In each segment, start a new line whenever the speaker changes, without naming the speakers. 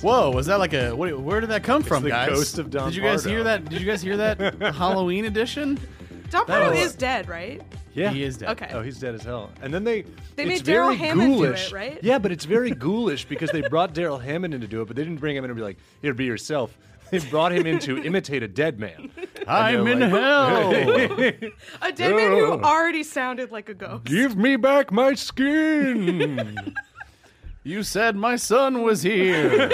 Whoa, was that like a what, where did that come from,
the
guys?
ghost of Don
Did you guys
Pardo.
hear that? Did you guys hear that Halloween edition?
Don Pardo
was-
is dead, right?
Yeah,
He is dead.
Okay.
Oh, he's dead as hell. And then they
They made Daryl
it's very
Hammond do it,
ghoulish.
right?
Yeah, but it's very ghoulish because they brought Daryl Hammond in to do it, but they didn't bring him in and be like, "Here, be yourself." They brought him in to imitate a dead man.
I'm
they're
in
like-
hell.
A dead man who
Ugh.
already sounded like a ghost.
Give me back my skin.
you said my son was here.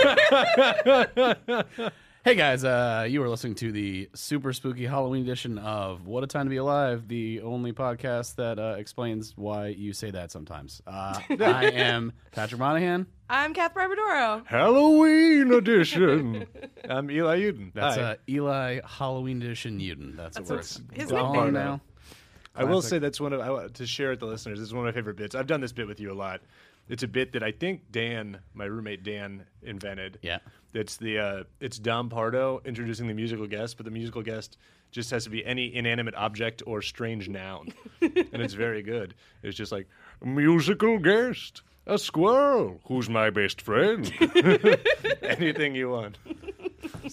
hey guys, uh, you are listening to the super spooky Halloween edition of What a Time to Be Alive, the only podcast that uh, explains why you say that sometimes. Uh, I am Patrick Monahan.
I'm Kath Barbadoro.
Halloween edition. I'm Eli Uden.
That's
Hi.
uh, Eli Halloween edition Newton. That's, what
That's
we're
his
calling
nickname.
now.
I will say that's one of I, want to share with the listeners. This is one of my favorite bits. I've done this bit with you a lot. It's a bit that I think Dan, my roommate Dan, invented.
Yeah.
It's the uh, it's Dom Pardo introducing the musical guest, but the musical guest just has to be any inanimate object or strange noun, and it's very good. It's just like musical guest, a squirrel, who's my best friend, anything you want.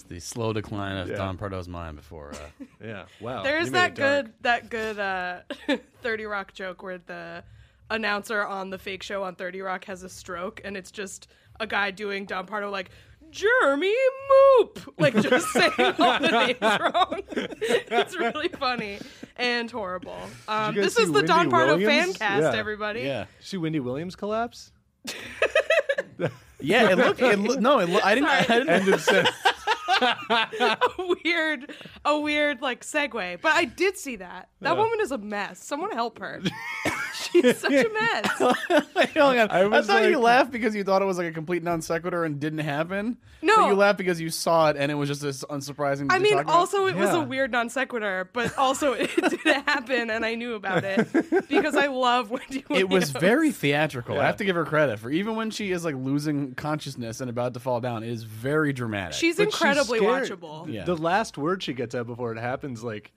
the slow decline of
Yeah.
Don Pardo's mind before. Uh,
Yeah. Wow.
There's
you made
that
it dark.
good that good uh, 30 Rock joke where the announcer on the fake show on 30 Rock has a stroke and it's just a guy doing Don Pardo like Jeremy Moop, like just saying all the names wrong. it's really funny and horrible. Um,
guys
this is
see
the
Wendy
Don Pardo fan
Williams?
cast,
Yeah.
everybody.
yeah,
See Wendy Williams collapse.
yeah. It looked. It looked no, it look, I didn't. I
Sorry.
didn't
End of sentence.
weird a weird like segue but i did see that that woman is a mess someone help her she's such a mess
Hang on. I,
was
thought you
like-
laughed because you thought it was like a complete non sequitur and didn't happen.
No.
but you laughed because you saw it and it was just this unsurprising.
i
to
mean
talk about.
also it was a
Yeah.
weird non sequitur but also it did happen and i knew about it because i love wendy
It was
Williams.
very theatrical. I
Yeah.
have to give her credit for even when she is like losing consciousness and about to fall down, it is very dramatic.
she's
But she's
incredibly
scared.
watchable
Yeah.
The last word she gets out before it happens, like,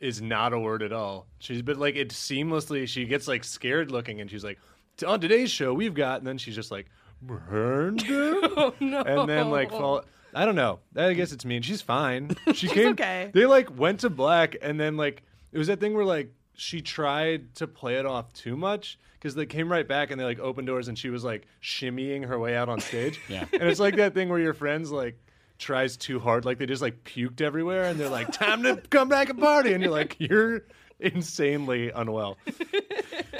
is not a word at all. She's but like it seamlessly. She gets like scared looking, and she's like, "T- on today's show we've got, and then she's just like, Brenda,
oh no
and then like fall. I don't know. I guess it's mean. She's fine. She came.
okay.
They like went to black, and then like it was that thing where like she tried to play it off too much because they came right back and they like opened doors and she was like shimmying her way out on stage.
Yeah.
and it's like that thing where your friends like tries too hard, like they just like puked everywhere, and they're like, "Time to come back and party," and you're like, "You're insanely unwell."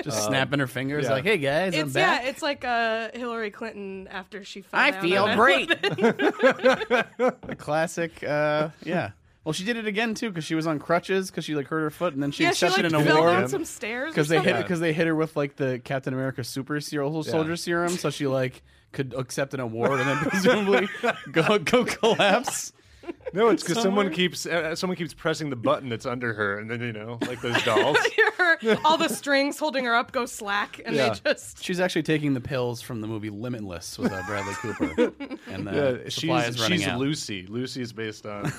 just snapping her fingers
yeah.
like, "Hey guys, I'm
it's
back."
yeah it's like uh hillary clinton after she fell
I
down
feel
and-
great. the classic, uh, yeah. Well, she did it again too because she was on crutches because she like hurt her foot and then she
yeah she
accepted
like
an
fell down
award
some stairs or
because they hit
something.
because they hit her with like the Captain America super serum, soldier serum, so she like could accept an award and then presumably go go collapse.
No, it's because someone keeps uh, someone keeps pressing the button that's under her, and then you know, like those dolls.
Her- all the strings holding her up go slack and
Yeah.
they just
She's actually taking the pills from the movie Limitless with uh, Bradley Cooper, and the
Yeah,
supply
she's
is running
she's
out.
Lucy. Lucy is based on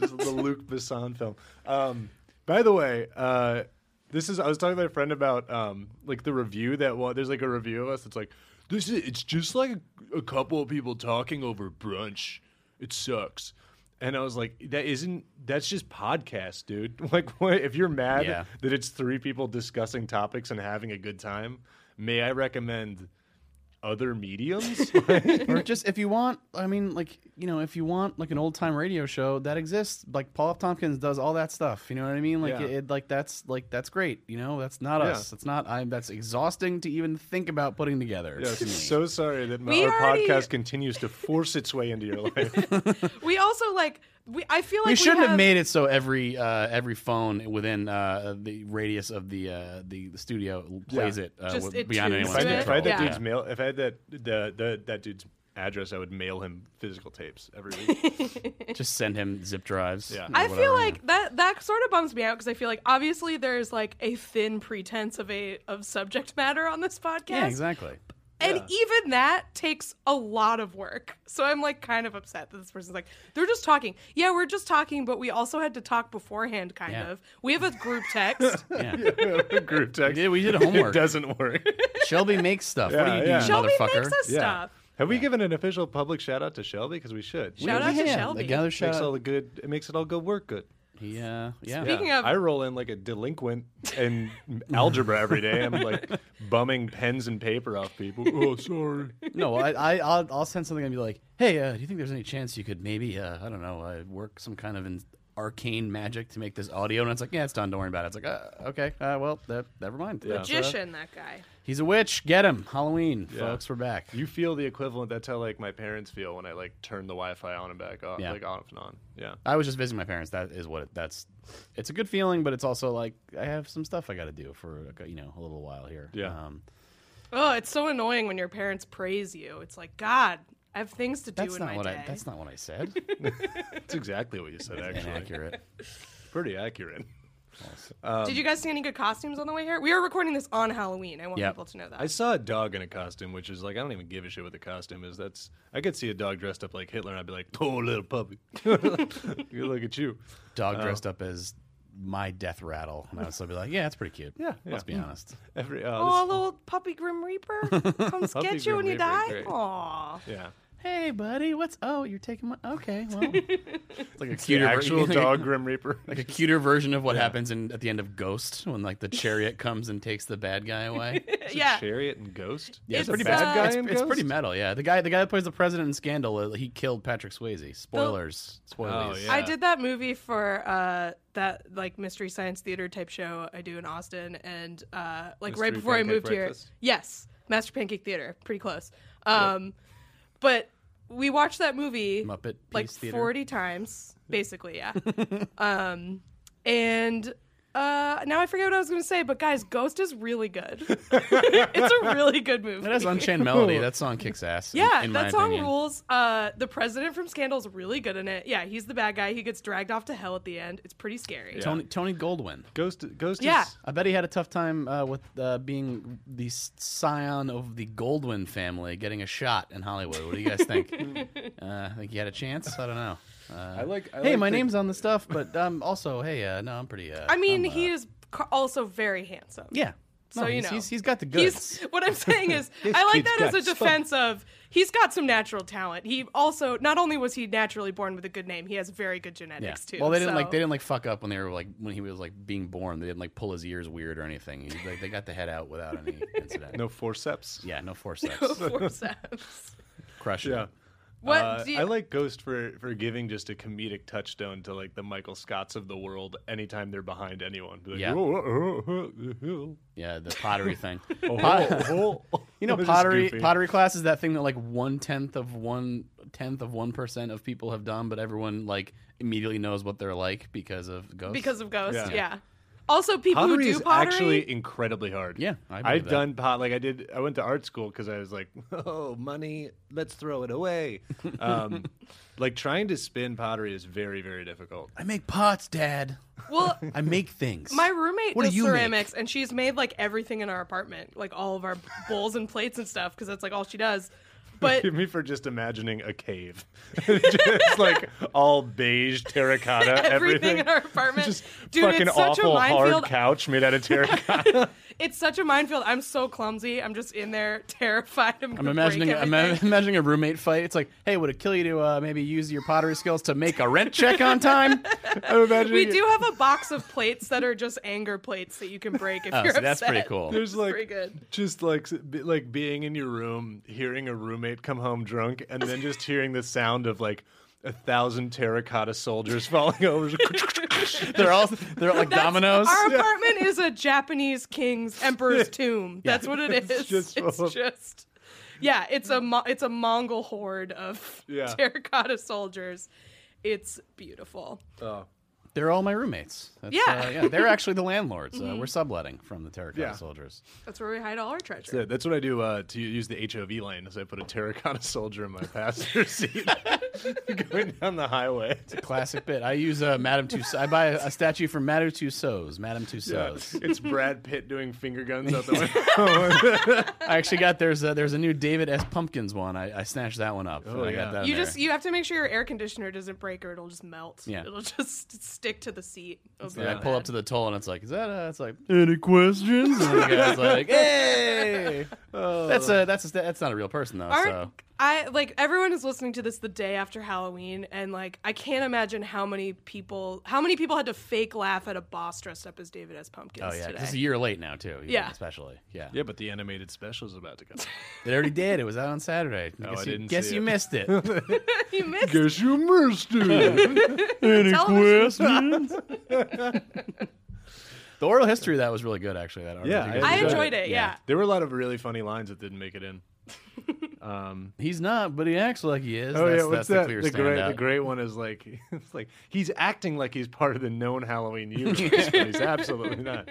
the Luke Besson film. Um, by the way, uh, this is I was talking to my friend about um, like the review that one. There's like a review of us. that's like this is it's just like a, a couple of people talking over brunch. It sucks. And I was like, that isn't. That's just podcast, dude. Like, what, if you're mad
Yeah.
that it's three people discussing topics and having a good time, may I recommend other mediums?
or just if you want i mean like you know if you want like an old time radio show that exists like paul F. tompkins does all that stuff you know what i mean like
Yeah.
it, it- like that's like that's great you know that's not
Yeah.
us that's not i'm that's exhausting to even think about putting together
Yes,
to me.
so sorry that my,
We
our
already-
podcast continues to force its way into your life.
We also like we. I feel like
we shouldn't have...
have
made it so every uh, every phone within uh, the radius of the uh, the, the studio plays
Yeah.
it, uh,
Just
with-
it
beyond
tunes
if,
anyone's
to
I,
it.
if I
control.
had that
Yeah.
dude's mail, if I had that the, the that dude's address, I would mail him physical tapes every week.
Just send him zip drives.
Yeah.
or
I
whatever.
feel like that that sort of bums me out because I feel like obviously there's like a thin pretense of a of subject matter on this podcast,
yeah, exactly.
and even that takes a lot of work. So I'm like kind of upset that this person's like they're just talking. Yeah, we're just talking, but we also had to talk beforehand. Kind
Yeah.
of. We have a group text.
Yeah.
Group text.
Yeah, we did
it
homework.
doesn't work.
Shelby makes stuff. what do
Yeah,
you do,
yeah.
you
Shelby
motherfucker?
makes us
Yeah.
stuff.
Have we given an official public shout out to Shelby? Because we should.
Shout
it
out to
yeah,
Shelby.
like, gather shout
makes all
out.
the good. It makes it all go work good.
Yeah, yeah.
Speaking of-
I roll in like a delinquent in algebra every day. I'm like bumming pens and paper off people. Oh, sorry.
no, I, I, I'll, I'll send something and be like, "Hey, uh, do you think there's any chance you could maybe, uh, I don't know, uh, work some kind of in- arcane magic to make this audio?" And it's like, "Yeah, it's done. Don't worry about it." It's like, uh, "Okay, uh, well, that, never mind." That's, uh,
Magician, that guy.
he's a witch. Get him. Halloween, folks. We're back.
You feel the equivalent. That's how like my parents feel when I like turn the Wi-Fi on and back off,
Yeah.
like off and on. Yeah.
I was just visiting my parents. That is what it, that's. It's a good feeling, but it's also like I have some stuff I got to do for like, you know a little while here.
Yeah.
Um,
Oh, it's so annoying when your parents praise you. It's like God. I have things to do
that's
in
not
my
what
day.
I. That's not what I said.
That's exactly what you said. Actually,
Inaccurate.
pretty accurate.
Did you guys see any good costumes on the way here? We are recording this on Halloween. I want
Yep.
people to know that.
I saw a dog in a costume, which is like I don't even give a shit what the costume is. That's I could see a dog dressed up like Hitler, and I'd be like, "Oh, little puppy, good look at you."
Dog
Oh.
dressed up as my death rattle, and I would still be like, "Yeah, that's pretty cute."
Yeah, Mm.
Let's
yeah.
be honest.
Every uh,
Oh,
this-
little puppy Grim Reaper comes
Puppy
get you
Grim
when you
Reaper,
die.
great.
Aw.
yeah,
Hey, buddy, what's oh? You're taking my okay. Well,
it's like a
cuter ver-
actual dog Grim Reaper.
like a cuter version of what happens in at the end of Ghost when like the chariot comes and takes the bad guy away.
Yeah.
chariot and ghost.
Yeah,
It's
pretty
the bad
metal.
guy
It's,
in
it's pretty
Ghost?
metal. Yeah, the guy the guy that plays the president in Scandal, uh, he killed Patrick Swayze. Spoilers, spoilers.
Oh, yeah.
I did that movie for uh, that like mystery science theater type show I do in Austin, and uh, like
Mystery
right before I
Pancake
moved
Breakfast?
here. Yes, Master Pancake Theater, pretty close. Um, But we watched that movie
Muppet
like
Peace Theater.
forty times, basically. Yeah. um, and. Uh, now I forget what I was going to say, but guys, Ghost is really good. it's a really good movie.
That is Unchained Melody. That song kicks ass. in-
Yeah,
in my
that song
opinion.
rules. Uh, the president from Scandal's really good in it. Yeah, he's the bad guy. He gets dragged off to hell at the end. It's pretty scary.
Yeah.
Tony Tony Goldwyn.
Ghost, ghost.
Yeah.
Is,
I bet he had a tough time uh, with uh, being the scion of the Goldwyn family getting a shot in Hollywood. What do you guys think? uh, think he had a chance? I don't know. Uh, I
like- I
hey,
like
my
the-
name's on the stuff, but um, also, hey, uh, no, I'm pretty. Uh,
I mean,
I'm, uh,
he is ca- also very handsome.
yeah.
So
No,
you
he's,
know,
he's, he's got the
He's-
goods.
what I'm saying is,
This
I like
kid's
that as
got
a
stuff.
defense of he's got some natural talent. He also not only was he naturally born with a good name, he has very good
yeah.
genetics too.
Well, they didn't like
so-
they didn't like fuck up when they were like when he was like being born. They didn't like pull his ears weird or anything. He, like, they got the head out without any incident.
no forceps.
Yeah, no forceps.
forceps.
Crush it.
Yeah.
What
Uh,
do you,
I like Ghost for for giving just a comedic touchstone to like the Michael Scotts of the world. Anytime they're behind anyone, Be like,
Yeah.
"Oh, oh, oh,
Yeah, the pottery thing.
oh,
Pot-
oh, oh."
You know,
Just
pottery
goofy.
pottery class is that thing that like one tenth of one tenth of one percent of people have done, but everyone like immediately knows what they're like because of ghosts.
because of Ghost?
Yeah.
Yeah. Also, people
pottery
who
is
do pottery.
actually incredibly hard.
Yeah, I believe
I've
that.
done pot like I did. I went to art school because I was like, oh, money, let's throw it away. Um, like trying to spin pottery is very, very difficult.
I make pots, Dad.
well,
I make things.
My roommate
What do
does
you make?
ceramics, and she's made like everything in our apartment, like all of our bowls and plates and stuff, because that's like all she does. But
Give me for just imagining a cave, just like all beige terracotta,
everything,
everything.
in our apartment,
just
dude,
fucking
it's such
awful
a
hard
minefield.
couch made out of terracotta.
It's such a minefield. I'm so clumsy. I'm just in there terrified. I'm,
I'm imagining I'm
everything.
imagining a roommate fight. It's like, hey, would it kill you to uh, maybe use your pottery skills to make a rent check on time?
I'm imagining
we
it-
do have a box of plates that are just anger plates that you can break if
Oh,
you're
so that's pretty
upset.
cool.
There's like
pretty good.
just like s- be- like being in your room, hearing a roommate come home drunk, and then just hearing the sound of like a thousand terracotta soldiers falling over.
They're all they're like
That's-
dominoes.
Our apartment is a Japanese king's emperor's tomb. That's what it is. It's
just
just,
full of-
yeah. It's a Mo- it's a Mongol horde of
Yeah.
terracotta soldiers. It's beautiful.
Oh.
They're all my roommates. That's,
Yeah. Mm-hmm.
uh, yeah. They're actually the landlords. Uh, we're subletting from the terracotta
Yeah.
soldiers.
That's where we hide all our treasure.
Yeah, that's what I do uh, to use the HOV lane. Is I put a terracotta soldier in my passenger seat going down the highway.
Classic bit. I use a Madame Tussauds. I buy a statue from Madame Tussauds. Madame Tussauds.
It's Brad Pitt doing finger guns out the window.
I actually got there's a, there's a new David S. Pumpkins one. I, I snatched that one up. and I
Oh, yeah.
got that.
You
in there.
just you have to make sure your air conditioner doesn't break or it'll just melt.
Yeah.
It'll just stick to the seat. It'll be
And I
bad.
pull up to the toll and it's like, is that? A, it's like any questions? And the guy's like, hey,
Oh.
that's a that's a, sta- that's not a real person though.
Aren't-
so
I like everyone is listening to this the day after Halloween, and like I can't imagine how many people how many people had to fake laugh at a boss dressed up as David S. Pumpkins
oh yeah, 'cause it's a
today.
year late now too. even
Yeah.
especially yeah.
yeah, but the animated special is about to come.
They already did. It was out on Saturday.
No,
guess
Oh, I
you,
didn't
guess
see
you
it.
missed it.
you missed
Guess you missed it.
Any
Television.
questions? the oral history of that was really good actually. That article.
Yeah,
You guys
I
Yeah.
enjoyed it, yeah.
there were a lot of really funny lines that didn't make it in. Um,
He's not, but he acts like he is.
oh
that's,
yeah, what's
that's
that?
The, clear
The, great, the
standout.
great one is like, it's like he's acting like he's part of the known Halloween universe, but he's absolutely not.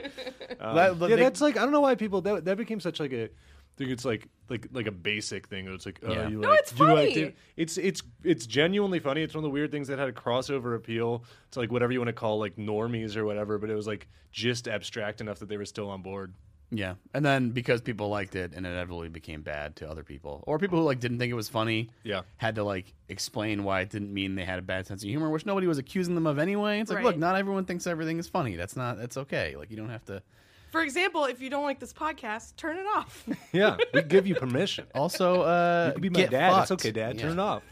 Um,
That- but
yeah,
they-
that's like I don't know why people that that became such like a. I think it's like like like a basic thing. It's like oh,
Yeah.
you
No,
like,
it's
you like
funny.
it. It's it's it's genuinely funny. It's one of the weird things that had a crossover appeal. It's like whatever you want to call like normies or whatever, but it was like just abstract enough that they were still on board.
Yeah, and then because people liked it, and inevitably became bad to other people, or people who like didn't think it was funny.
Yeah.
had to like explain why it didn't mean they had a bad sense of humor, which nobody was accusing them of anyway. It's like,
Right.
look, not everyone thinks everything is funny. That's not. That's okay. Like you don't have to.
For example, if you don't like this podcast, turn it off.
Yeah, we give you permission.
Also, uh,
You could be my
get
dad. It's
fucked.
okay, Dad.
Yeah.
Turn it off.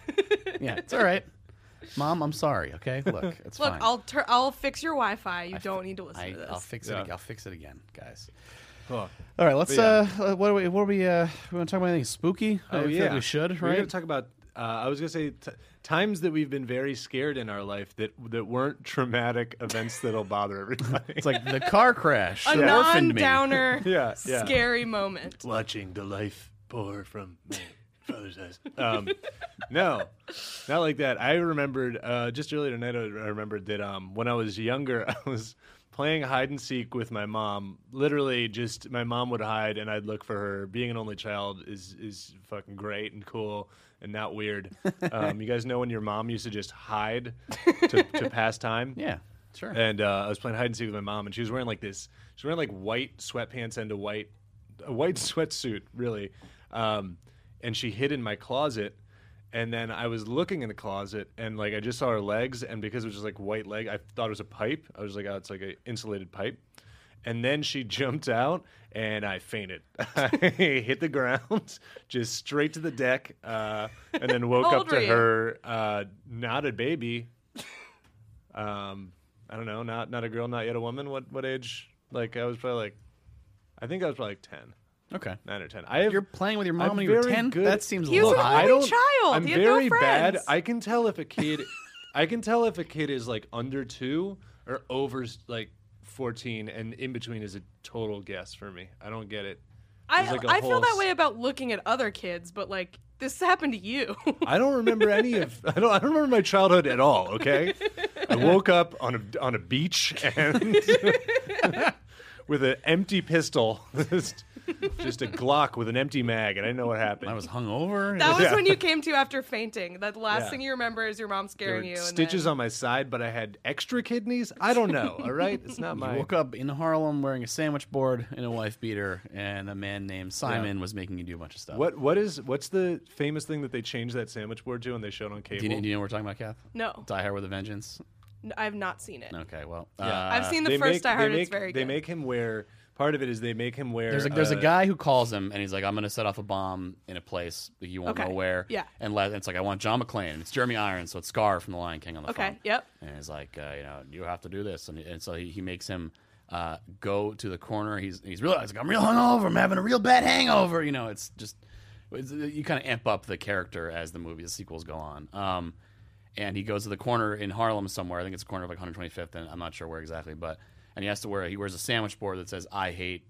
Yeah, it's all right. Mom, I'm sorry. Okay, look, it's
Look,
fine.
I'll tur- I'll fix your Wi-Fi. You don't need to listen
I,
to this.
I'll fix it.
Yeah.
ag- I'll fix it again, guys.
Oh,
All right, let's.
But
Uh, what are we? What are we? Uh, we want to talk about anything spooky?
Oh,
I feel like we should.
We're
Right.
gonna talk about. Uh, I was gonna say t- times that we've been very scared in our life that that weren't traumatic events that'll bother everybody.
it's like the car crash.
a
that orphaned me.
non-downer,
Yeah, yeah.
scary moment.
watching the life pour from my father's eyes. Um, no, not like that. I remembered uh, just earlier tonight. I remembered that um, when I was younger, I was playing hide and seek with my mom. Literally, just my mom would hide, and I'd look for her. Being an only child is is fucking great and cool. And not weird. Um, you guys know when your mom used to just hide to, to pass time?
Yeah, sure.
and uh, I was playing hide and seek with my mom, and she was wearing like this. She was wearing like white sweatpants and a white, a white sweatsuit, really. Um, and she hid in my closet, and then I was looking in the closet, and like I just saw her legs, and because it was just like white leg, I thought it was a pipe. I was like, oh, it's like a insulated pipe. And then she jumped out, and I fainted. I hit the ground, just straight to the deck, uh, and then woke
How
up
old were
to
you?
her uh, not a baby, um, I don't know, not not a girl, not yet a woman. What what age? Like I was probably like, I think I was probably like ten,
okay.
nine or ten. I have,
You're playing with your mom
I'm
when you were
very
ten.
good-
That seems a
He was
little
an
high.
only child.
I'm
He had no
very bad.
friends.
I can tell if a kid, I can tell if a kid is like under two or over like fourteen, and in between is a total guess for me. I don't get it.
I,
There's, like, a
I feel
whole
that
s-
way about looking at other kids, but like this happened to you.
I don't remember any of. I don't. I don't remember my childhood at all. Okay, I woke up on a on a beach and with an empty pistol, just, just a Glock with an empty mag, and I didn't know what happened.
I was hungover.
that was
Yeah.
when you came to after fainting. That last
Yeah.
thing you remember is your mom
There
scaring
were
you. and
stitches
then-
on my side, but I had extra kidneys. I don't know. All right, it's not
I
my.
woke up in Harlem wearing a sandwich board and a wife beater, and a man named Simon was making you do a bunch of stuff.
What what is what's the famous thing that they changed that sandwich board to and they showed on cable?
Do you, do you know what we're talking about, Kath?
No.
Die Hard with a Vengeance.
N- I've not seen it.
Okay, well, uh,
I've seen the
They
first
make-
I heard
they make,
it's very
They
good.
make him wear. Part of it is they make him wear.
There's a, there's a
uh,
guy who calls him and he's like, I'm going to set off a bomb in a place that you won't
Okay.
know where.
Yeah.
And le- it's like, I want John McClane. And it's Jeremy Irons, so it's Scar from The Lion King on the
Okay,
phone.
yep.
And he's like, uh, you know, you have to do this. And, and so he, he makes him uh, go to the corner. He's he's real, he's like, I'm real hungover. I'm having a real bad hangover. You know, it's just, it's, you kind of amp up the character as the movie, the sequels go on. Um, and he goes to the corner in Harlem somewhere. I think it's a corner of like 125th, and I'm not sure where exactly, but and he has to wear he wears a sandwich board that says "I hate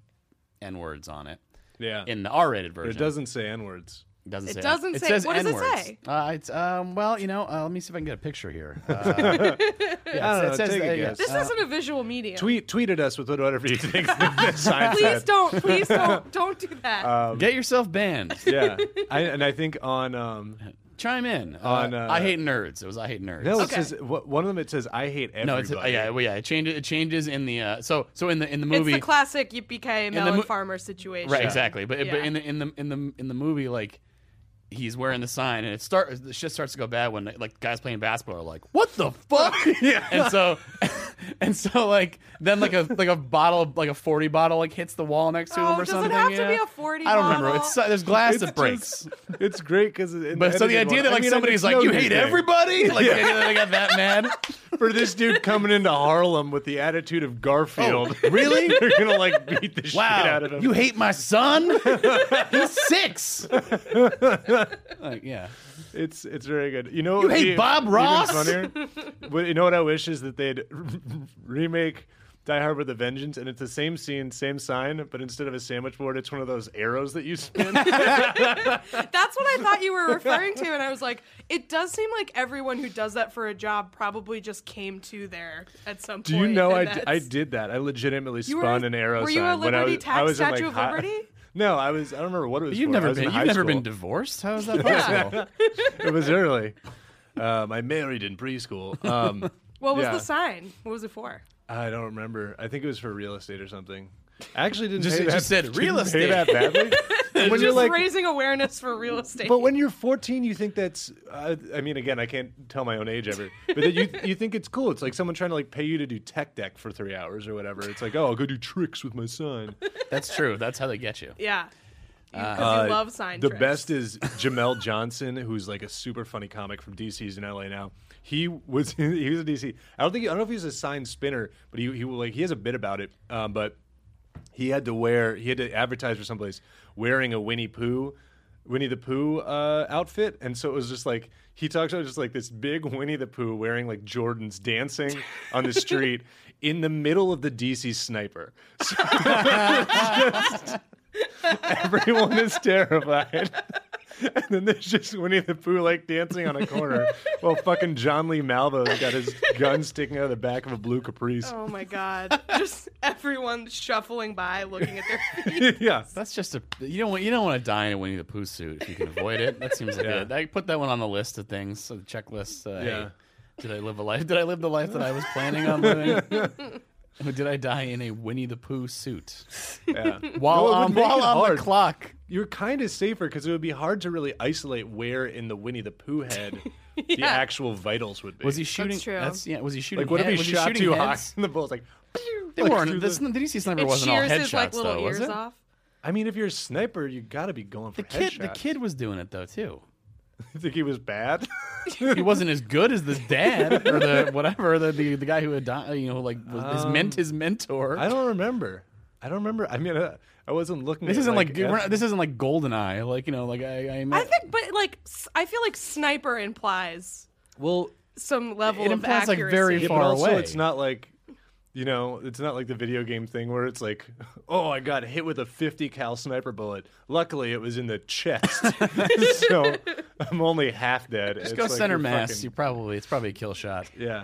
n words" on it
Yeah,
in the R-rated version.
it doesn't say n words.
doesn't
It
say.
doesn't
it
say-
Says
what does it
N-words.
say?
Uh, it's um. Well, you know, uh, let me see if I can get a picture here. Uh, yeah,
don't
it
know,
says-
take a
uh,
guess.
yeah.
This isn't a visual medium.
Tweet tweeted us with whatever you think the sign
please
said.
don't. Please don't. Don't do that.
uh, Get yourself banned.
Yeah, I, and I think on um
Chime in. Uh,
On, uh,
I hate nerds. It was I hate nerds.
no it
Okay.
says wh- one of them it says I hate everybody.
No, it's uh, yeah, well, yeah. It changes. It changes in the uh, so so in the in the movie.
It's the classic Yippee Ki
the
Melon
mo-
Farmer situation.
Right, exactly. But
Yeah.
but in the in the in the in the movie, like he's wearing the sign, and it start the shit starts to go bad when like guys playing basketball are like, "What the fuck?" yeah. And so and so like then like a like a bottle of like a forty bottle like hits the wall next to
Oh,
him or
does it
something.
have to
yeah.
be a 40
I don't remember.
bottle?
It's so- there's glass
It's
that breaks.
just- it's great because
but so the idea that like somebody's like, "You hate everybody," like the idea that I got that mad.
for this dude coming into Harlem with the attitude of Garfield. really? You're gonna like beat the shit out of
Oh, Wow,
him.
you hate my son? He's six. like, yeah.
It's it's very good. You know,
You
what would
hate
be
Bob
even
Ross?
Funnier, Well, you know what I wish is that they'd remake Die Hard with a Vengeance, and it's the same scene, same sign, but instead of a sandwich board, it's one of those arrows that you spin.
That's what I thought you were referring to, and I was like, it does seem like everyone who does that for a job probably just came to there at some
Do
point.
you know
and
I, d- I
that's-
did that? I legitimately
You were-
spun an arrow.
were you a
sign when I
Liberty
was-
Tax
I was in,
Statue
like,
of
hi-
Liberty?
No, I was. I don't remember what it was.
You've
for. I
never
was in
been. You've
high
never been
school.
divorced. How is that possible?
It was early. Um, I married in preschool. Um,
What was
yeah.
the sign? What was it for?
I don't remember. I think it was for real estate or something. I actually didn't.
Just-
pay
it
that,
just said
didn't
real
Pay
estate.
that badly. And when
just
you're like,
raising awareness for real estate.
but when you're 14, you think that's. Uh, I mean, again, I can't tell my own age ever. But then you you think it's cool. It's like someone trying to like pay you to do tech deck for three hours or whatever. It's like, oh, I'll go do tricks with my son.
That's true. That's how they get you.
yeah, because
Uh,
you love sign.
The
tricks.
best is Jamel Johnson, who's like a super funny comic from DC. He's in LA now. He was he was in DC. I don't think I don't know if he was a sign spinner, but he he will, like he has a bit about it. Um, but he had to wear he had to advertise for someplace wearing a Winnie Pooh. Winnie the Pooh uh, outfit, and so it was just like he talks about just like this big Winnie the Pooh wearing like Jordans dancing on the street in the middle of the DC sniper. So Everyone is terrified. And then there's just Winnie the Pooh like dancing on a corner while fucking John Lee Malvo's got his gun sticking out of the back of a blue caprice.
Oh my god! just everyone shuffling by, looking at their feet.
yeah.
That's just a you don't want you don't want to die in a Winnie the Pooh suit if you can avoid it. That seems like
Yeah.
a, I put that one on the list of things, so the checklist. Uh,
Yeah.
hey, did I live a life? Did I live the life that I was planning on living? Or did I die in a Winnie the Pooh suit
yeah.
while
No, it would
on
make
while
it
on
hard.
the clock?
You're kind of safer because it would be hard to really isolate where in the Winnie the Pooh head the
Yeah.
actual vitals would be.
Was he shooting?
true.
yeah. Was he shooting?
like, what
head-
if
was
he shot
shooting
too
heads?
high and the bull's like, pew,
They
like,
weren't.
through
This,
the-
the DC sniper
It
wasn't all
shears his like
headshots
little
though, was
ears
it?
off.
I mean, if you're a sniper, you got to be going for
The kid, the
headshots.
kid was doing it though too.
You think he was bad?
he wasn't as good as the dad or the whatever the the, the guy who had died, you know like was, his meant his mentor.
Um, I don't remember. I don't remember. I mean, uh, I wasn't looking.
this
at,
isn't like,
at-
we're not, this isn't like Goldeneye, like you know like I I,
I think, but like, s- I feel like sniper implies
well,
some level
It
of
implies, like,
accuracy.
very
yeah,
far
but also
away.
It's not like you know, it's not like the video game thing where it's like, oh, I got hit with a 50 cal sniper bullet. Luckily, it was in the chest, so I'm only half dead.
just
It's
go
like
center
you're
mass.
fucking-
You probably it's probably a kill shot.
yeah,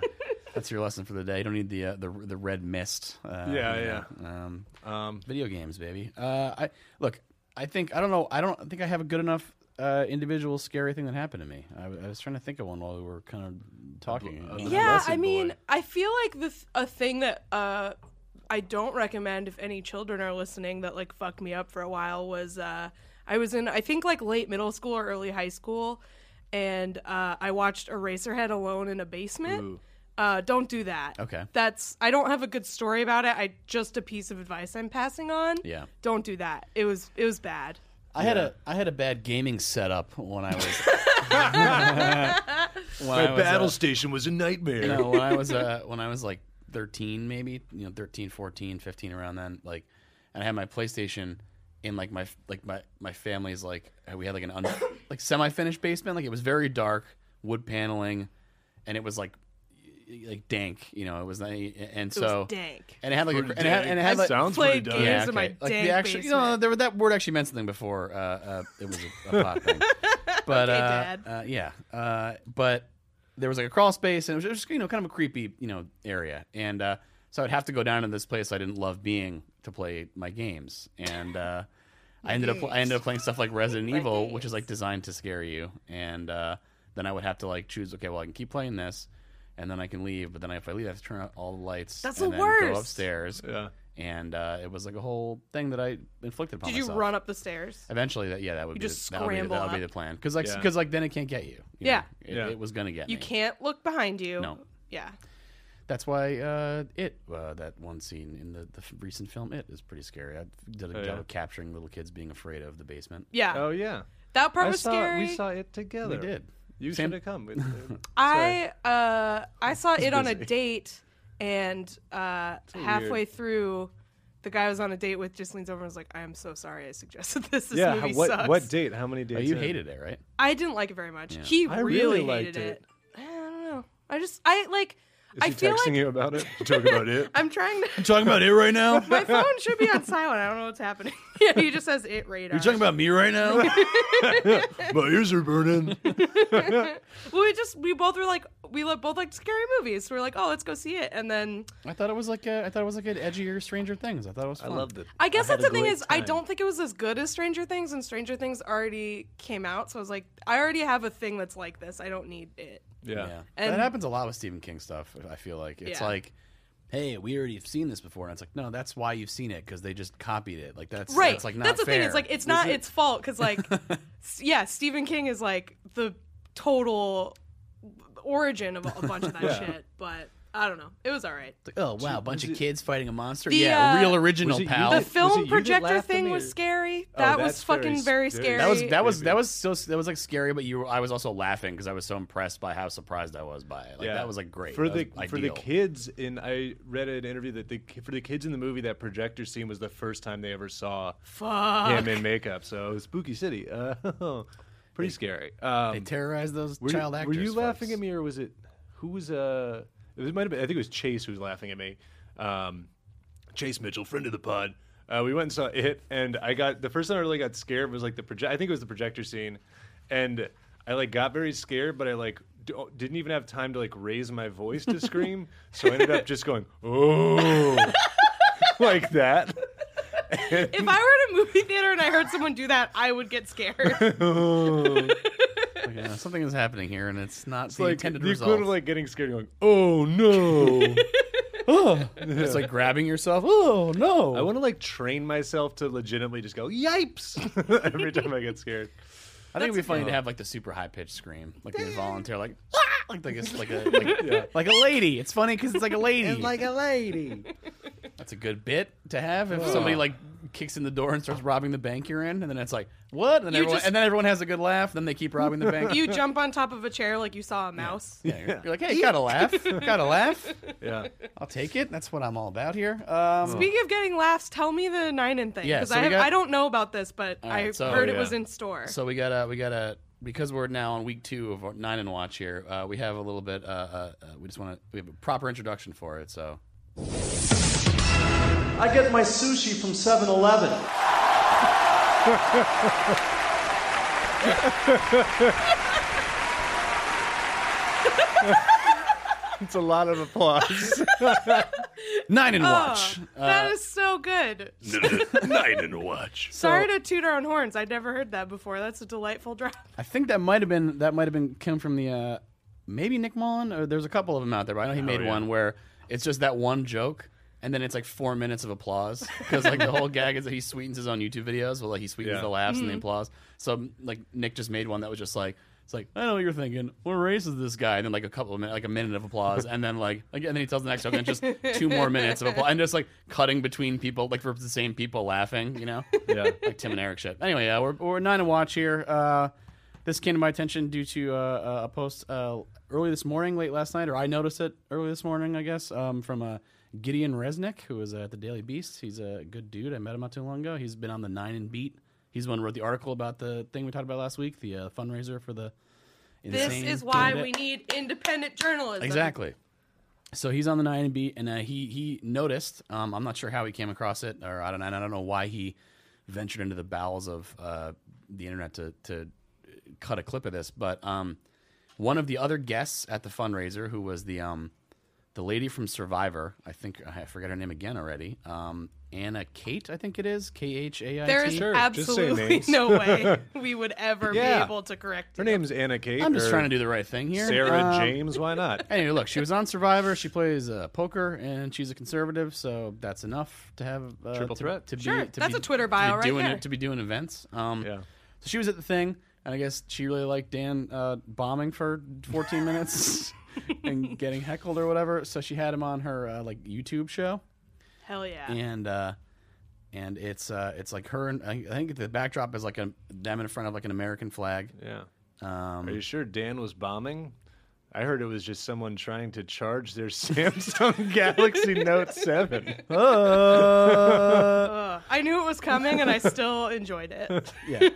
That's your lesson for the day. You don't need the uh, the the red mist. Uh,
Yeah,
you know, Um, video games, baby. Uh, I look. I think I don't know. I don't think I have a good enough uh, individual scary thing that happened to me. I, I was trying to think of one while we were kind of talking.
Uh,
Yeah,
Blessed
I mean,
boy.
I feel like the th- a thing that uh, I don't recommend if any children are listening that like fucked me up for a while was uh, I was in I think like late middle school or early high school, and uh, I watched Eraserhead alone in a basement. Uh, don't do that.
Okay.
That's I don't have a good story about it. I just a piece of advice I'm passing on.
Yeah.
Don't do that. It was it was bad.
I had a I had a bad gaming setup when I was when I was, uh,
station was a nightmare.
no, when I was uh, when I was like 13 maybe, you know, 13, 14, 15 around then, like and I had my PlayStation in like my like my my family's like we had like an un, like semi-finished basement, like it was very dark, wood paneling, and it was like like dank. You know, it was like, and
It was
so
dank.
and it had like a, and it had, and it had like
sounds pretty
Played
dope.
games
okay.
in my
like
dank
the actual, you know,
basement.
there, that word actually meant something before uh, uh, it was a, a pot thing. But
Okay,
uh,
Dad.
uh, yeah, uh, but there was like a crawl space, and it was just you know kind of a creepy you know area, and uh, so I'd have to go down to this place I didn't love being to play my games, and uh, I ended up I ended up playing stuff like Resident Evil, which is like designed to scare you, and uh, then I would have to like choose okay, well I can keep playing this. And then I can leave, but then if I leave, I have to turn out all the lights.
That's
and
the
then Go
worst.
upstairs,
Yeah.
and uh, it was like a whole thing that I inflicted upon
Did you
myself.
run up the stairs?
Eventually, that yeah, that would
You
be
just
the, that would be, the-
scramble
that would be
up?
the plan because like
Yeah.
because like then it can't get you. you
Yeah.
know? It,
Yeah.
it was gonna get
You
me.
can't look behind you.
No.
Yeah.
That's why uh, it uh, that one scene in the, the f- recent film it is pretty scary. I did a
Oh,
job
yeah.
of capturing little kids being afraid of the basement.
Yeah.
Oh yeah.
that part
I
was
saw
scary.
we saw it together.
We did.
You
Sam-
should have come. We- uh,
I uh, I saw it on a
busy.
date, and uh, halfway
weird.
through, the guy I was on a date with just leans over and was like, "I am so sorry, I suggested this. This
yeah.
movie
What
sucks."
what date? How many dates?
Oh, you
in?
hated it, right?
I didn't like it very much. He
I
really,
really liked
hated it.
it.
I don't know. I just I like.
Is
I
he
feel
texting
like
you about it? Talk about it.
I'm trying to.
talking about it right now.
My phone should be on silent. I don't know what's happening. yeah, he just says it radar.
about me right now.
My ears are burning.
Well, we just we both were like we lo- both liked scary movies. So we're like, oh, let's go see it. And then
I thought it was like a, I thought it was like an edgier Stranger Things. I thought it was.
I
Fun.
loved it.
I guess
had
that's
a
the thing
great
is I
time.
don't think it was as good as Stranger Things, and Stranger Things already came out. So I was like, I already have a thing that's like this. I don't need it.
Yeah.
Yeah. that
And-
happens a lot with Stephen King stuff, I feel like. It's
Yeah.
like, hey, we already have seen this before. And it's like, no, that's why you've seen it because they just copied it. Like, that's,
Right.
that's like not
that's the thing.
fair.
It's like it's not its fault because like, s- yeah, Stephen King is like the total origin of a a bunch of that shit. But I don't know. It was all right.
It's like, oh, wow, a bunch of kids fighting a monster.
The,
yeah,
uh,
real original,
Was it you
pal.
The
that- was it you
film
that
projector
laughed at
thing
me,
was
or-
scary.
Oh,
that was
that's very
fucking very scary.
scary.
that was that was
Maybe.
that was so that was like scary, but you were, I was also laughing because I was so impressed by how surprised I was by it. Like
Yeah.
that was like great
for
That was
the for the
ideal.
kids. And I read an interview that the for the kids in the movie that projector scene was the first time they ever saw
Fuck.
him in makeup. So spooky city, uh, pretty scary.
They
Um,
terrorized those
were, you-
child actors.
were you laughing
folks.
at me or was it who was uh? It was, might have been. I think it was Chase who was laughing at me. Um, Chase Mitchell, friend of the pod. Uh, we went and saw it, and I got the first time I really got scared was like the project. I think it was the projector scene, and I like got very scared, but I like d- oh, didn't even have time to like raise my voice to scream, so I ended up just going oh, like that.
If I were in a movie theater and I heard someone do that, I would get scared.
Like, yeah, something is happening here, and it's not the
like
intended
the
result.
equivalent of like getting scared, and going oh no.
It's like grabbing yourself. Oh no!
I want to like train myself to legitimately just go yipes every time I get scared.
I think it'd be funny to have like the super high pitched scream, like the involuntary, like "Ah!" like like it's like a like, like a lady. It's funny because it's like a lady.
a lady.
That's a good bit to have if somebody like kicks in the door and starts robbing the bank you're in, and then it's like what? And then,
You
everyone,
just-
and then everyone has a good laugh. Then they keep robbing the bank.
you jump on top of a chair like you saw a mouse.
yeah, you're, you're like, hey, gotta laugh, gotta laugh.
Yeah.
I'll take it. That's what I'm all about here. Um,
Speaking of getting laughs, tell me the nine and thing
Yeah,
because
so we
I, have-
got-
I don't know about this, but I
right, so-
heard
Oh,
it was
yeah.
in store.
So we gotta we gotta because we're now on week two of our nine and watch here. Uh, we have a little bit. Uh, uh, uh, we just want to we have a proper introduction for it. So
I get my sushi from 7 Eleven.
It's a lot of applause.
nine and
Oh,
watch.
that is so good.
Nine and watch.
Sorry to toot our own horns. I'd never heard that before. That's a delightful drop.
I think that might have been that might have been come from the uh, maybe Nick Mullen or there's a couple of them out there. But I know he made
Oh, yeah.
one where it's just that one joke. And then it's like four minutes of applause because like the whole gag is that he sweetens his own YouTube videos. Well, like he sweetens
Yeah.
the laughs and the applause. So like Nick just made one that was just like it's like I know what you're thinking. What race is this guy? And then like a couple of minutes, like a minute of applause, and then like again, and then he tells the next joke, and just two more minutes of applause, and just like cutting between people, like for the same people laughing, you know?
Yeah.
like Tim and Eric shit. Anyway, uh, we're, we're nine and watch here. Uh, this came to my attention due to uh, a post uh, early this morning, late last night, or I noticed it early this morning, I guess, um, from uh, Gideon Resnick, who is uh, at the Daily Beast. He's a good dude. I met him not too long ago. He's been on the Nine and Beat. He's the one who wrote the article about the thing we talked about last week, the uh, fundraiser for the.
This
insane
is why
candidate.
we need independent journalism.
Exactly. so he's on the 9 and B, and uh, he he noticed. Um, I'm not sure how he came across it, or I don't I don't know why he ventured into the bowels of uh, the internet to to cut a clip of this. But um, one of the other guests at the fundraiser, who was the um, the lady from Survivor, I think I forget her name again already. Um, Anna Kate, I think it is K H A I T.
There is
just say
absolutely
names.
no way we would ever be
Yeah.
able to correct
Her
you.
name's Anna Kate.
I'm just
or
trying to do the right thing here.
Sarah
Um,
James. Why not?
Anyway, look, she was on Survivor. She plays uh, poker, and she's a conservative, so that's enough to have uh,
Triple
to,
threat.
To be,
Sure,
to
that's
be-
a Twitter
to be
bio right
doing
there.
It, to be doing events. Um,
Yeah.
So she was at the thing, and I guess she really liked Dan uh, bombing for 14 minutes and getting heckled or whatever. So she had him on her uh, like YouTube show
Hell yeah.
and uh and it's uh it's like her and I I think the backdrop is like a them in front of like an American flag.
Yeah.
Um
Are you sure Dan was bombing? I heard it was just someone trying to charge their Samsung Galaxy Note 7.
Ugh. I knew it was coming, and I still enjoyed it.
yeah.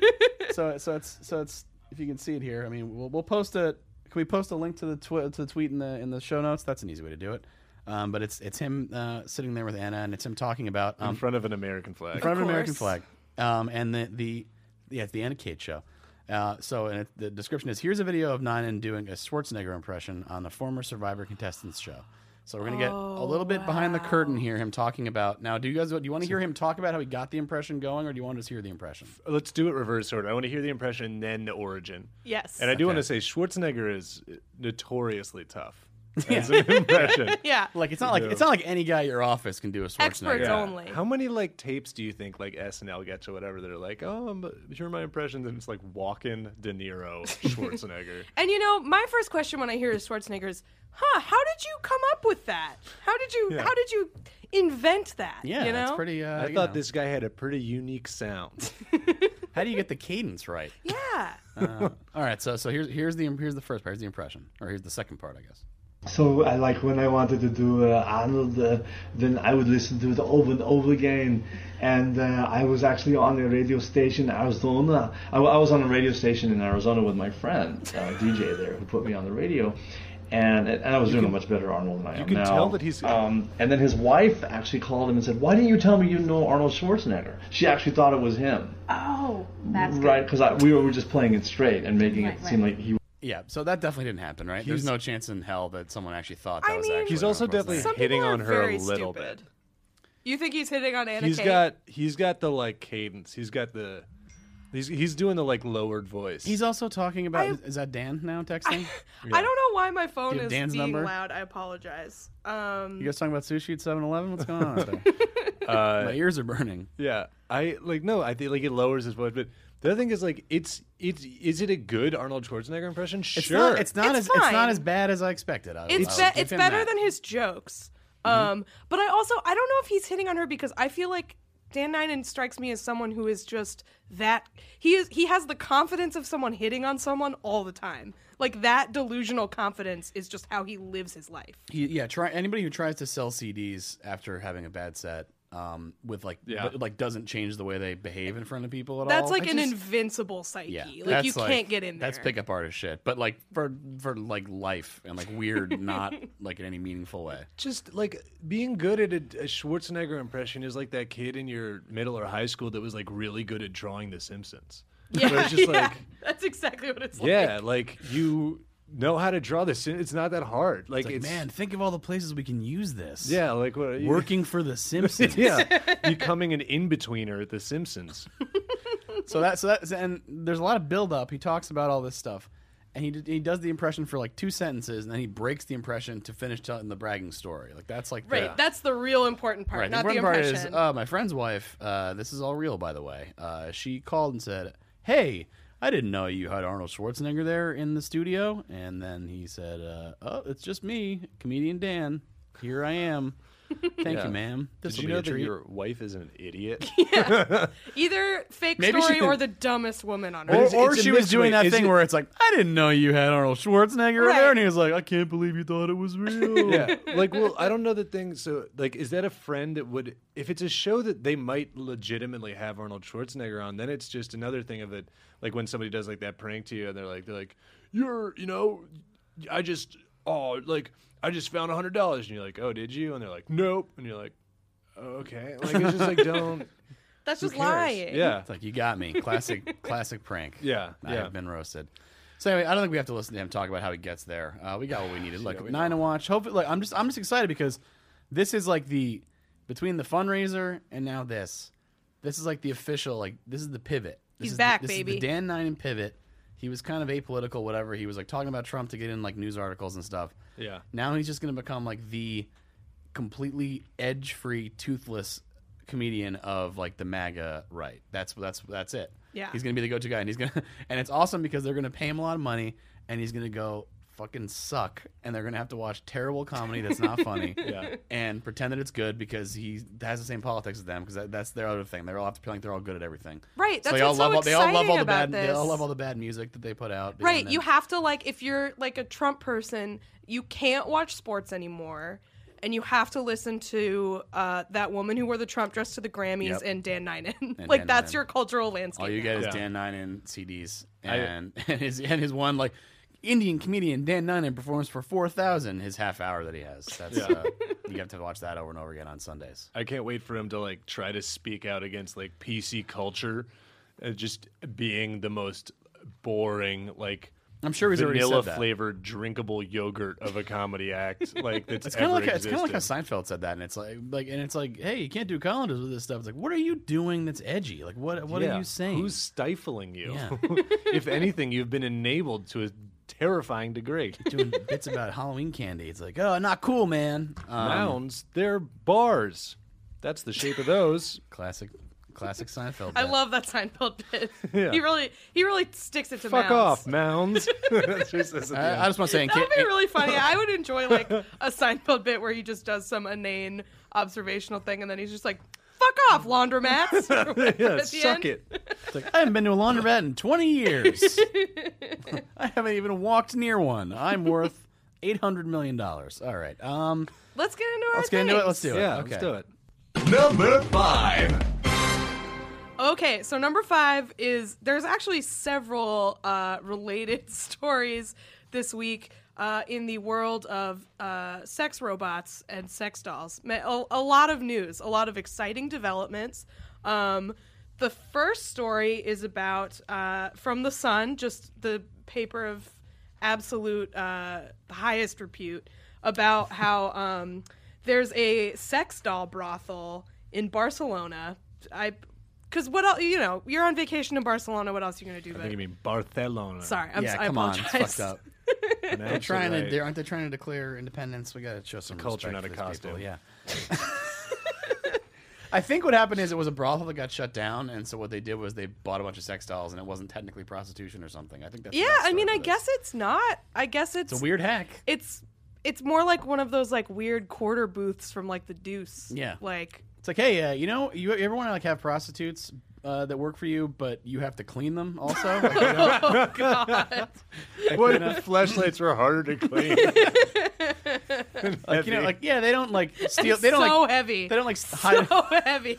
so so it's so it's if you can see it here. I mean, we'll we'll post a can we post a link to the twi- to the tweet in the in the show notes? That's an easy way to do it. Um, but it's it's him uh, sitting there with Anna, and it's him talking about um,
In front of an American flag.
front of an American flag.
course.
Um, and the, the yeah, it's the Anna Kate show. Uh, so and it, the description is here's a video of Ninen doing a Schwarzenegger impression on a former Survivor contestant's show. So we're gonna get a little bit behind the curtain here. Him talking about now. Do you guys do you want to hear him talk about how he got the impression going, or do you want to just hear the impression?
Let's do it reverse order. I want to hear the impression and then the origin.
Yes.
And I do want to say Schwarzenegger is notoriously tough. As an impression.
yeah.
Like it's not like it's not like any guy at your office can do a Schwarzenegger.
Experts
Yeah.
only.
How many like tapes do you think like SNL gets or whatever? They're like, oh, I'm, here are my impressions, and it's like walking De Niro, Schwarzenegger.
And you know, my first question when I hear Schwarzenegger is, "Huh? How did you come up with that? How did you?
Yeah.
How did you invent that?
Yeah,
you know?
it's pretty. Uh,
I
you
thought
know.
this guy had a pretty unique sound.
How do you get the cadence right?
Yeah.
Uh, all right, so so here's here's the here's the first part. Here's the impression, or here's the second part, I guess.
So I like when I wanted to do uh, Arnold, uh, then I would listen to it over and over again. And uh, I was actually on a radio station in Arizona. I, I was on a radio station in Arizona with my friend, uh, DJ there, who put me on the radio. And, and I was doing a much better Arnold than I am
can
now.
tell that he's-
Um, and then his wife actually called him and said, "Why didn't you tell me you know Arnold Schwarzenegger?" She actually thought it was him,
Oh, that's good.
right? Because we were just playing it straight and making
Right,
it seem
right.
like he
Yeah, so that definitely didn't happen, right? There's no chance in hell that someone actually thought that
I
was
mean-
actually.
He's
He's also
Arnold
definitely
Schwarzenegger.
Some
hitting
people are
on her
very
a little
stupid.
bit.
You think he's hitting on Anna
He's
Kate?
got he's got the like cadence. He's got the he's he's doing the like lowered voice.
He's also talking about
I-
is, is that Dan now texting?
I don't know why my phone
You have
is
Dan's
being
number?
loud. I apologize. Um,
you guys talking about sushi at 7-Eleven? What's going on? Out there?
Uh,
My ears are burning.
yeah. I like no. I think like it lowers his voice. But the other thing is like it's it's is it a good Arnold Schwarzenegger impression?
It's
sure.
not. It's not
It's
as. It's not
fine.
as bad as I expected. I,
it's
I would
be-
give
it's
him
better
that. Mm-hmm.
than his jokes. Um, but I also I don't know if he's hitting on her because I feel like Dan Ninen strikes me as someone who is just that he is he has the confidence of someone hitting on someone all the time. Like that delusional confidence is just how he lives his life.
He, yeah, try anybody who tries to sell CDs after having a bad set, um, with like,
Yeah.
but, like doesn't change the way they behave in front of people at all.
That's like
I
an
just-
invincible psyche.
yeah,
like you
that's, like-
can't get in there.
That's pickup artist shit, but like for for like life and like weird, not like in any meaningful way.
just like being good at a, a Schwarzenegger impression is like that kid in your middle or high school that was like really good at drawing The Simpsons. Where
Yeah,
it's just
yeah,
like
that's exactly what it's like.
yeah, like you know how to draw this. It's not that hard. Like
Like
it's,
man, think of all the places we can use this.
yeah, like what
working for the Simpsons.
Yeah, becoming an in betweener at The Simpsons.
So that so that's and there's a lot of build up. He talks about all this stuff, and he d- he does the impression for like two sentences, and then he breaks the impression to finish telling the bragging story. Like that's like
Right,
the,
that's the real important part,
Right.
not
the
the,
important
impression.
part is uh, my friend's wife. Uh, this is all real, by the way. Uh, she called and said, "Hey, I didn't know you had Arnold Schwarzenegger there in the studio." And then he said, uh, "Oh, it's just me, comedian Dan. Here I am. Thank
Yeah.
you, ma'am. This will
Did you
be
know
a
that
treat."
your wife is an idiot?
Either fake
uh, Maybe she
story or
can-
the dumbest woman on
Or,
earth.
or
it's a
she was
mixed
doing
way.
that
Is
thing
it-
where it's like, I didn't know you had Arnold Schwarzenegger
Right.
there, and he was like, I can't believe you thought it was real.
yeah. Like, well, I don't know the thing. So, like, is that a friend that would, if it's a show that they might legitimately have Arnold Schwarzenegger on, then it's just another thing of it. Like when somebody does like that prank to you, and they're like, they're like, you're, you know, I just. oh, like I just found a hundred dollars, and you're like, oh, did you? And they're like, nope, and you're like, oh, okay, like it's just like don't,
That's just
cares?
lying.
yeah,
It's like you got me. Classic, classic prank.
Yeah,
I
yeah.
have been roasted. So anyway, I don't think we have to listen to him talk about how he gets there. Uh, we got what we needed. Look, nine and watch. Hopefully, like I'm just I'm just excited because this is like the between the fundraiser and now this. This is like the official. Like this is the pivot. This
He's
is
back,
the, this
baby.
Is the Dan Nine and pivot. He was kind of apolitical, whatever. He was like talking about Trump to get in like news articles and stuff.
yeah,
Now he's just going to become like the completely edge-free, toothless comedian of like the MAGA right. That's that's that's it.
Yeah.
he's going to be the go-to guy, and he's going to and it's awesome because they're going to pay him a lot of money, and he's going to go fucking suck, and they're going to have to watch terrible comedy that's not funny,
Yeah.
and pretend that it's good because he has the same politics as them because that, that's their other thing. They all have to pretend like they're all good at everything.
Right,
So
that's
they all
what's so
love all, they all love
exciting
all the
about
bad they all
this.
love all the bad music that they put out. you know,
Right.
and
You
then-
have to like if you're like a Trump person, you can't watch sports anymore. And you have to listen to uh, that woman who wore the Trump dress to the Grammys
Yep.
and Dan Ninen.
And
like
Dan
that's
Ninen.
your cultural landscape.
All you
now.
get is
Yeah.
Dan Nine and CDs and, and his and his one like Indian comedian Dan Ninen performs for four thousand his half hour that he has. That's uh, you have to watch that over and over again on Sundays.
I can't wait for him to like try to speak out against like PC culture, uh, just being the most boring like.
I'm sure he's already
vanilla
said that.
flavored drinkable yogurt of a comedy act like that's
It's kind of
ever
like a, it's kind of like how
existed.
Seinfeld said that, and it's like like and it's like hey you can't do colonies with this stuff. It's like what are you doing that's edgy? Like what what
Yeah.
are you saying?
Who's stifling you?
Yeah.
if anything, you've been enabled to a terrifying degree.
doing bits about Halloween candy? It's like oh not cool man. Um,
Mounds, they're bars. That's the shape of those.
Classic classic Seinfeld.
I
bit.
love that Seinfeld bit.
Yeah.
He really he really sticks it to
Fuck
mounds.
off, mounds. That's what he says at the
I, I
end.
just want to say in
That would
ca-
be really funny. I would enjoy like a Seinfeld bit where he just does some inane observational thing and then he's just like, "Fuck off, laundromats." or whatever
yeah,
at the
suck
end.
it.
It's like, I haven't been to a laundromat in 20 years. I haven't even walked near one. I'm worth $800 million. All right. Um,
Let's get into our
let's get into it.
things.
Let's do it.
Yeah,
okay.
let's do it.
Number five.
Okay, so number five is there's actually several uh, related stories this week uh, in the world of uh, sex robots and sex dolls. Ma- A, a lot of news, a lot of exciting developments. Um, the first story is about uh, from the Sun, just the paper of absolute uh, highest repute about how um, there's a sex doll brothel in Barcelona. I because what else? You know, you're on vacation in Barcelona. What else are you gonna do?
I
But
think you mean Barcelona.
sorry, I'm,
yeah,
I
come on.
apologize.
It's fucked up.
They're
They're trying to, they aren't they trying to declare independence? We got to show some
culture,
respect
not
for
a
these people,
costume.
Yeah. I think what happened is it was a brothel that got shut down, and so what they did was they bought a bunch of sex dolls, and it wasn't technically prostitution or something. I think that's the
Yeah, I
backstory
mean,
for
I
this.
guess it's not. I guess it's
it's a weird hack.
It's it's more like one of those like weird quarter booths from like the Deuce.
Yeah.
like
It's like, hey, uh, you know, you ever want to like have prostitutes uh, that work for you, but you have to clean them also? Like, you know,
What if flashlights were harder to clean?
like, you know, like, yeah, they don't like steal. They don't
so
like.
heavy.
They don't like hide.
so heavy.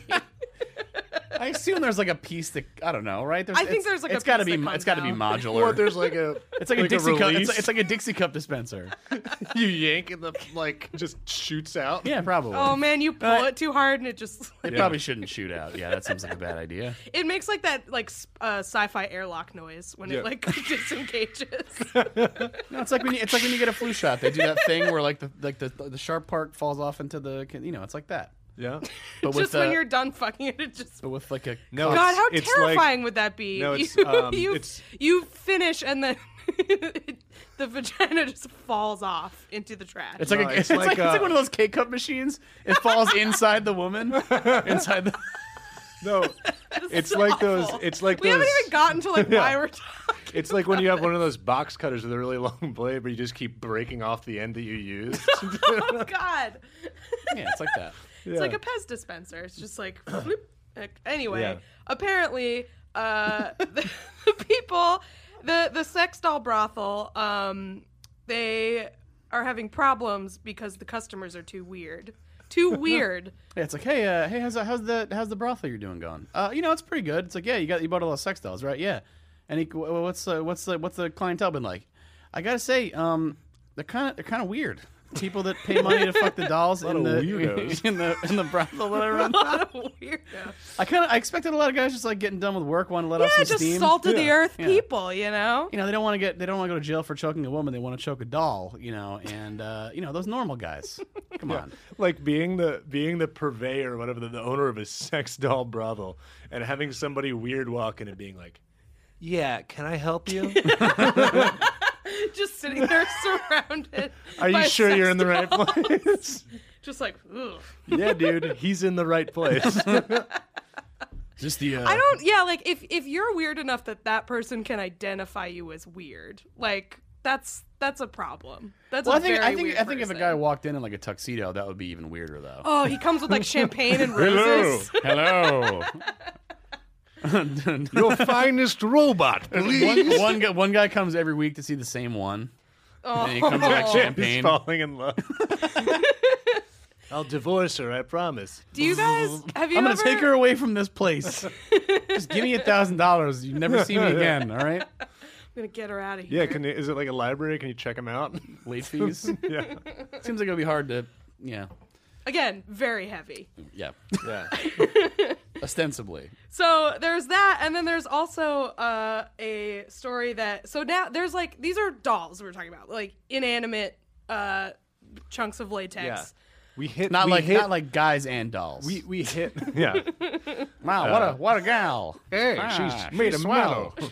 I assume there's like a piece that I don't know, right? There's,
I think
it's-
there's, like, a
it's gotta
piece
be.
that
mo-
comes
It's got to be
out.
modular.
what? There's like a.
it's like, a Dixie cup. It's
release?
like, it's like a Dixie cup dispenser.
you yank and the like just shoots out.
Yeah, probably.
oh man, you pull
Uh,
it too hard and it just
They probably shouldn't shoot out. Yeah, that seems like a bad idea.
it makes like that like s- uh, sci-fi airlock noise when
Yeah.
it like disengages.
No, it's like when you, it's like when you get a flu shot. They do that thing where like the like the the sharp part falls off into the you know it's like that.
Yeah.
But with
just when
the-
you're done fucking it, it just
but with like a
No,
God,
it's-
how
it's like-
terrifying would that be?
No, it's,
you,
um,
you,
it's-
you finish and then the vagina just falls off into the trash.
It's like,
No,
a,
it's
it's,
like,
like, it's
uh,
like one of those K cup machines. It falls inside the woman, inside the.
No, it's like those.
awful.
It's like
we
those.
haven't even gotten to like why we're talking.
It's like when you have one of those box cutters with a really long blade, but you just keep breaking off the end that you used.
Oh God,
Yeah, it's like that.
it's like a Pez dispenser. It's just like bloop. Like, anyway.
Yeah.
Apparently, uh, the, the people, the the sex doll brothel, um, they are having problems because the customers are too weird. Too weird.
Yeah, it's like hey, uh, hey, how's the, how's the how's the brothel you're doing going? Uh, you know, it's pretty good. It's like yeah, you got you bought a lot of sex dolls, right? Yeah. And he, wh- what's the what's the what's the clientele been like? I gotta say, um, They're kind of they're kind of weird. People that pay money to fuck the dolls in
of
the
weirdos.
in the in the brothel that I run.
Weirdo.
I kind of I expected a lot of guys just like getting done with work, want to let off
Yeah,
some
just
steam.
salt of the
Yeah.
earth
Yeah.
people, you know?
you know they don't want to get they don't want to go to jail for choking a woman. They want to choke a doll. You know, and uh, you know those normal guys. Come on.
like being the being the purveyor, whatever the, the owner of a sex doll brothel, and having somebody weird walk in and being like, "Yeah, can I help you?
Just sitting there surrounded.
Are
by
you sure you're in the
sex
right
dolls.
place?"
Just like, ugh.
yeah, dude, he's in the right place.
Just the uh,
I don't. Yeah, like if if you're weird enough that that person can identify you as weird, like that's that's a problem. That's
Well,
a
I think
very
I think
weird
I think if a
person.
guy walked in in like a tuxedo, that would be even weirder though.
Oh, he comes with like champagne and roses.
hello.
Your finest robot,
one,
please.
one guy, one guy comes every week to see the same one.
Oh.
And he comes like
He's
champagne.
falling in love. I'll divorce her, I promise.
Do you guys have you
I'm gonna
ever
take her away from this place. Just give me a thousand dollars. You never see me again. All right.
I'm gonna get her out of here?
Yeah, can you, is it like a library? Can you check them out?
Late fees.
yeah,
Seems like it'll be hard to. Yeah.
Again, very heavy.
Yeah.
yeah.
Ostensibly.
So there's that, and then there's also uh, a story that so now there's like these are dolls we're talking about, like inanimate uh, chunks of latex.
Yeah. We hit.
Not
we
like
hit,
not like guys and dolls.
we, we hit. Yeah.
wow. what a what a gal.
Eh?
Hey,
Ah,
she's made
she's
a
swell.
medal.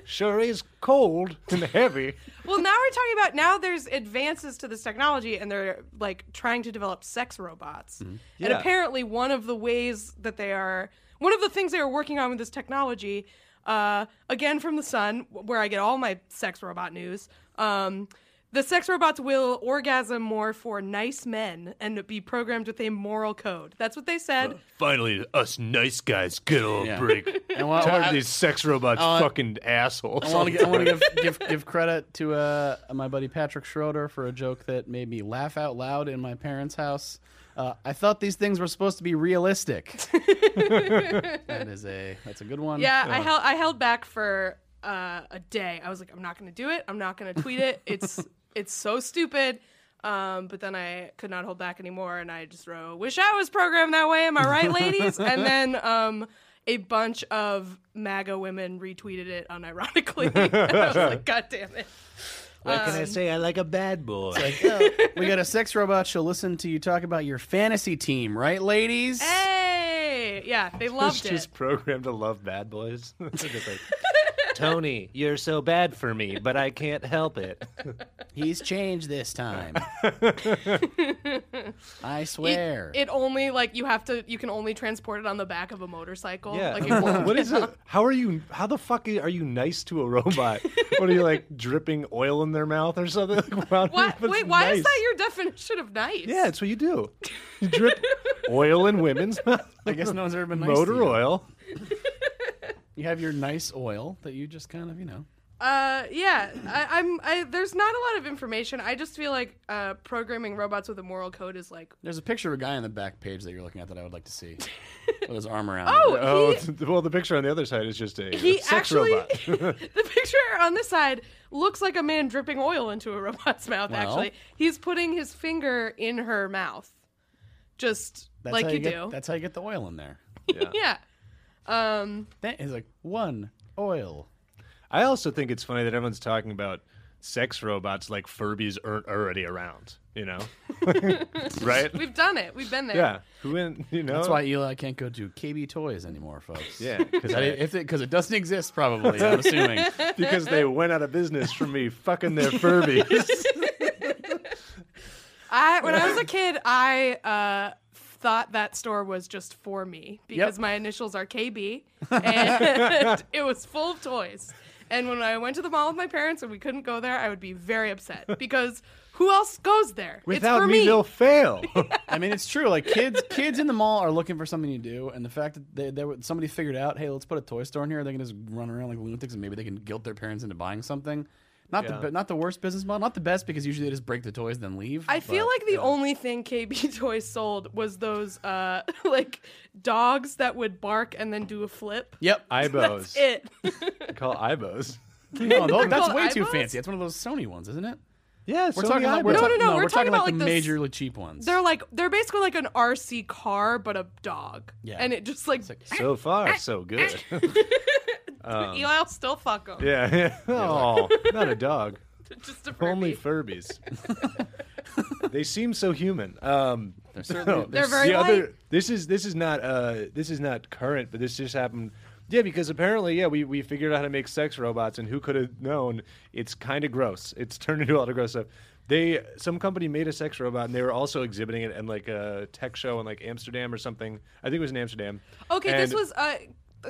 sure is cold and heavy.
Well, now we're talking about now there's advances to this technology, and they're like trying to develop sex robots. And
Yeah.
apparently, one of the ways that they are, one of the things they are working on with this technology, uh, again from the Sun, where I get all my sex robot news. Um, the sex robots will orgasm more for nice men and be programmed with a moral code. That's what they said.
Finally, us nice guys get a
Yeah.
break.
And while,
Tired
I-
of these sex robots, fucking assholes.
I want to I want to give, give give credit to uh, my buddy Patrick Schroeder for a joke that made me laugh out loud in my parents' house. Uh, I thought these things were supposed to be realistic. that is a that's a good one.
Yeah, I held I held back for uh, a day. I was like, I'm not gonna do it. I'm not gonna tweet it. It's it's so stupid. Um, but then I could not hold back anymore, and I just wrote, "Wish I was programmed that way." Am I right, ladies? and then um, a bunch of MAGA women retweeted it unironically. and I was like, "God damn it!"
What can I say? I like a bad boy.
Like, oh, we got a sex robot. She'll listen to you talk about your fantasy team, right, ladies?
Eh. Hey, yeah, they
It's
loved it.
just programmed to love bad boys. Just like, Tony, you're so bad for me, but I can't help it.
He's changed this time. I swear.
It only like you have to you can only transport it on the back of a motorcycle.
Yeah.
Like it won't
what is it? How are you? How the fuck are you nice to a robot? what are you like dripping oil in their mouth or something? Like, why do you-
What?
what's
Wait, why
nice?
is that your definition of nice?
Yeah, it's what you do. You drip oil in women's mouth.
I guess no one's ever been nice
motor
to you.
oil.
You have your nice oil that you just kind of, you know.
Uh, yeah. I, I'm. I, there's not a lot of information. I just feel like uh, programming robots with a moral code is like,
There's a picture of a guy on the back page that you're looking at that I would like to see. With his arm around. it.
oh,
Oh,
he,
it's- well, the picture on the other side is just a
he
sex
actually.
robot.
the picture on this side looks like a man dripping oil into a robot's mouth.
Well.
Actually, he's putting his finger in her mouth, just
That's
like
how
you,
you, get,
do.
That's how you get the oil in there.
yeah. Um.
That is like one oil.
I also think it's funny that everyone's talking about sex robots like Furbies aren't already around. You know, right?
We've done it. We've been there.
Yeah. Who in? You know.
That's why Eli can't go to KB Toys anymore, folks.
Yeah, because
That i- if it because it doesn't exist, probably. I'm assuming.
because they went out of business from me fucking their Furbies.
I when I was a kid, I uh, thought that store was just for me because my initials are KB, and it was full of toys. And when I went to the mall with my parents and we couldn't go there, I would be very upset because who else goes there? it's
Without
for
me, they'll fail.
I mean, it's true. Like kids, kids in the mall are looking for something to do, and the fact that they, they were- somebody figured out, hey, let's put a toy store in here. They can just run around like lunatics, and maybe they can guilt their parents into buying something. Not the
Yeah.
the not the worst business model, not the best because usually they just break the toys then leave.
I feel
but-
like the only thing KB Toys sold was those uh, like dogs that would bark and then do a flip.
Yep,
Ibos.
That's it.
Call Ibos.
No, tho-
They're
that's
called
way too
Ibos?
fancy. That's one of those Sony ones, isn't it? Yeah,
so do I,
we're
bro.
ta-
No, no, no, we're
We're,
talking
talking,
about,
like the
like, this-
majorly cheap ones.
They're like they're basically like an RC car but a dog.
Yeah.
And it just like,
So far, so good.
Eli will still fuck them.
Um, yeah. yeah. Oh, not a dog.
Just a
Only
Furby.
Furbies. they seem so human. Um,
They're certainly-
no,
They're very
the
light.
other, This is this is not uh, this is not current, but this just happened. Yeah, because apparently, yeah, we, we figured out how to make sex robots, and who could have known? It's kind of gross. It's turned into a lot of gross stuff. They some company made a sex robot, and they were also exhibiting it in like a tech show in like Amsterdam or something. I think it was in Amsterdam.
Okay, this
And-
was uh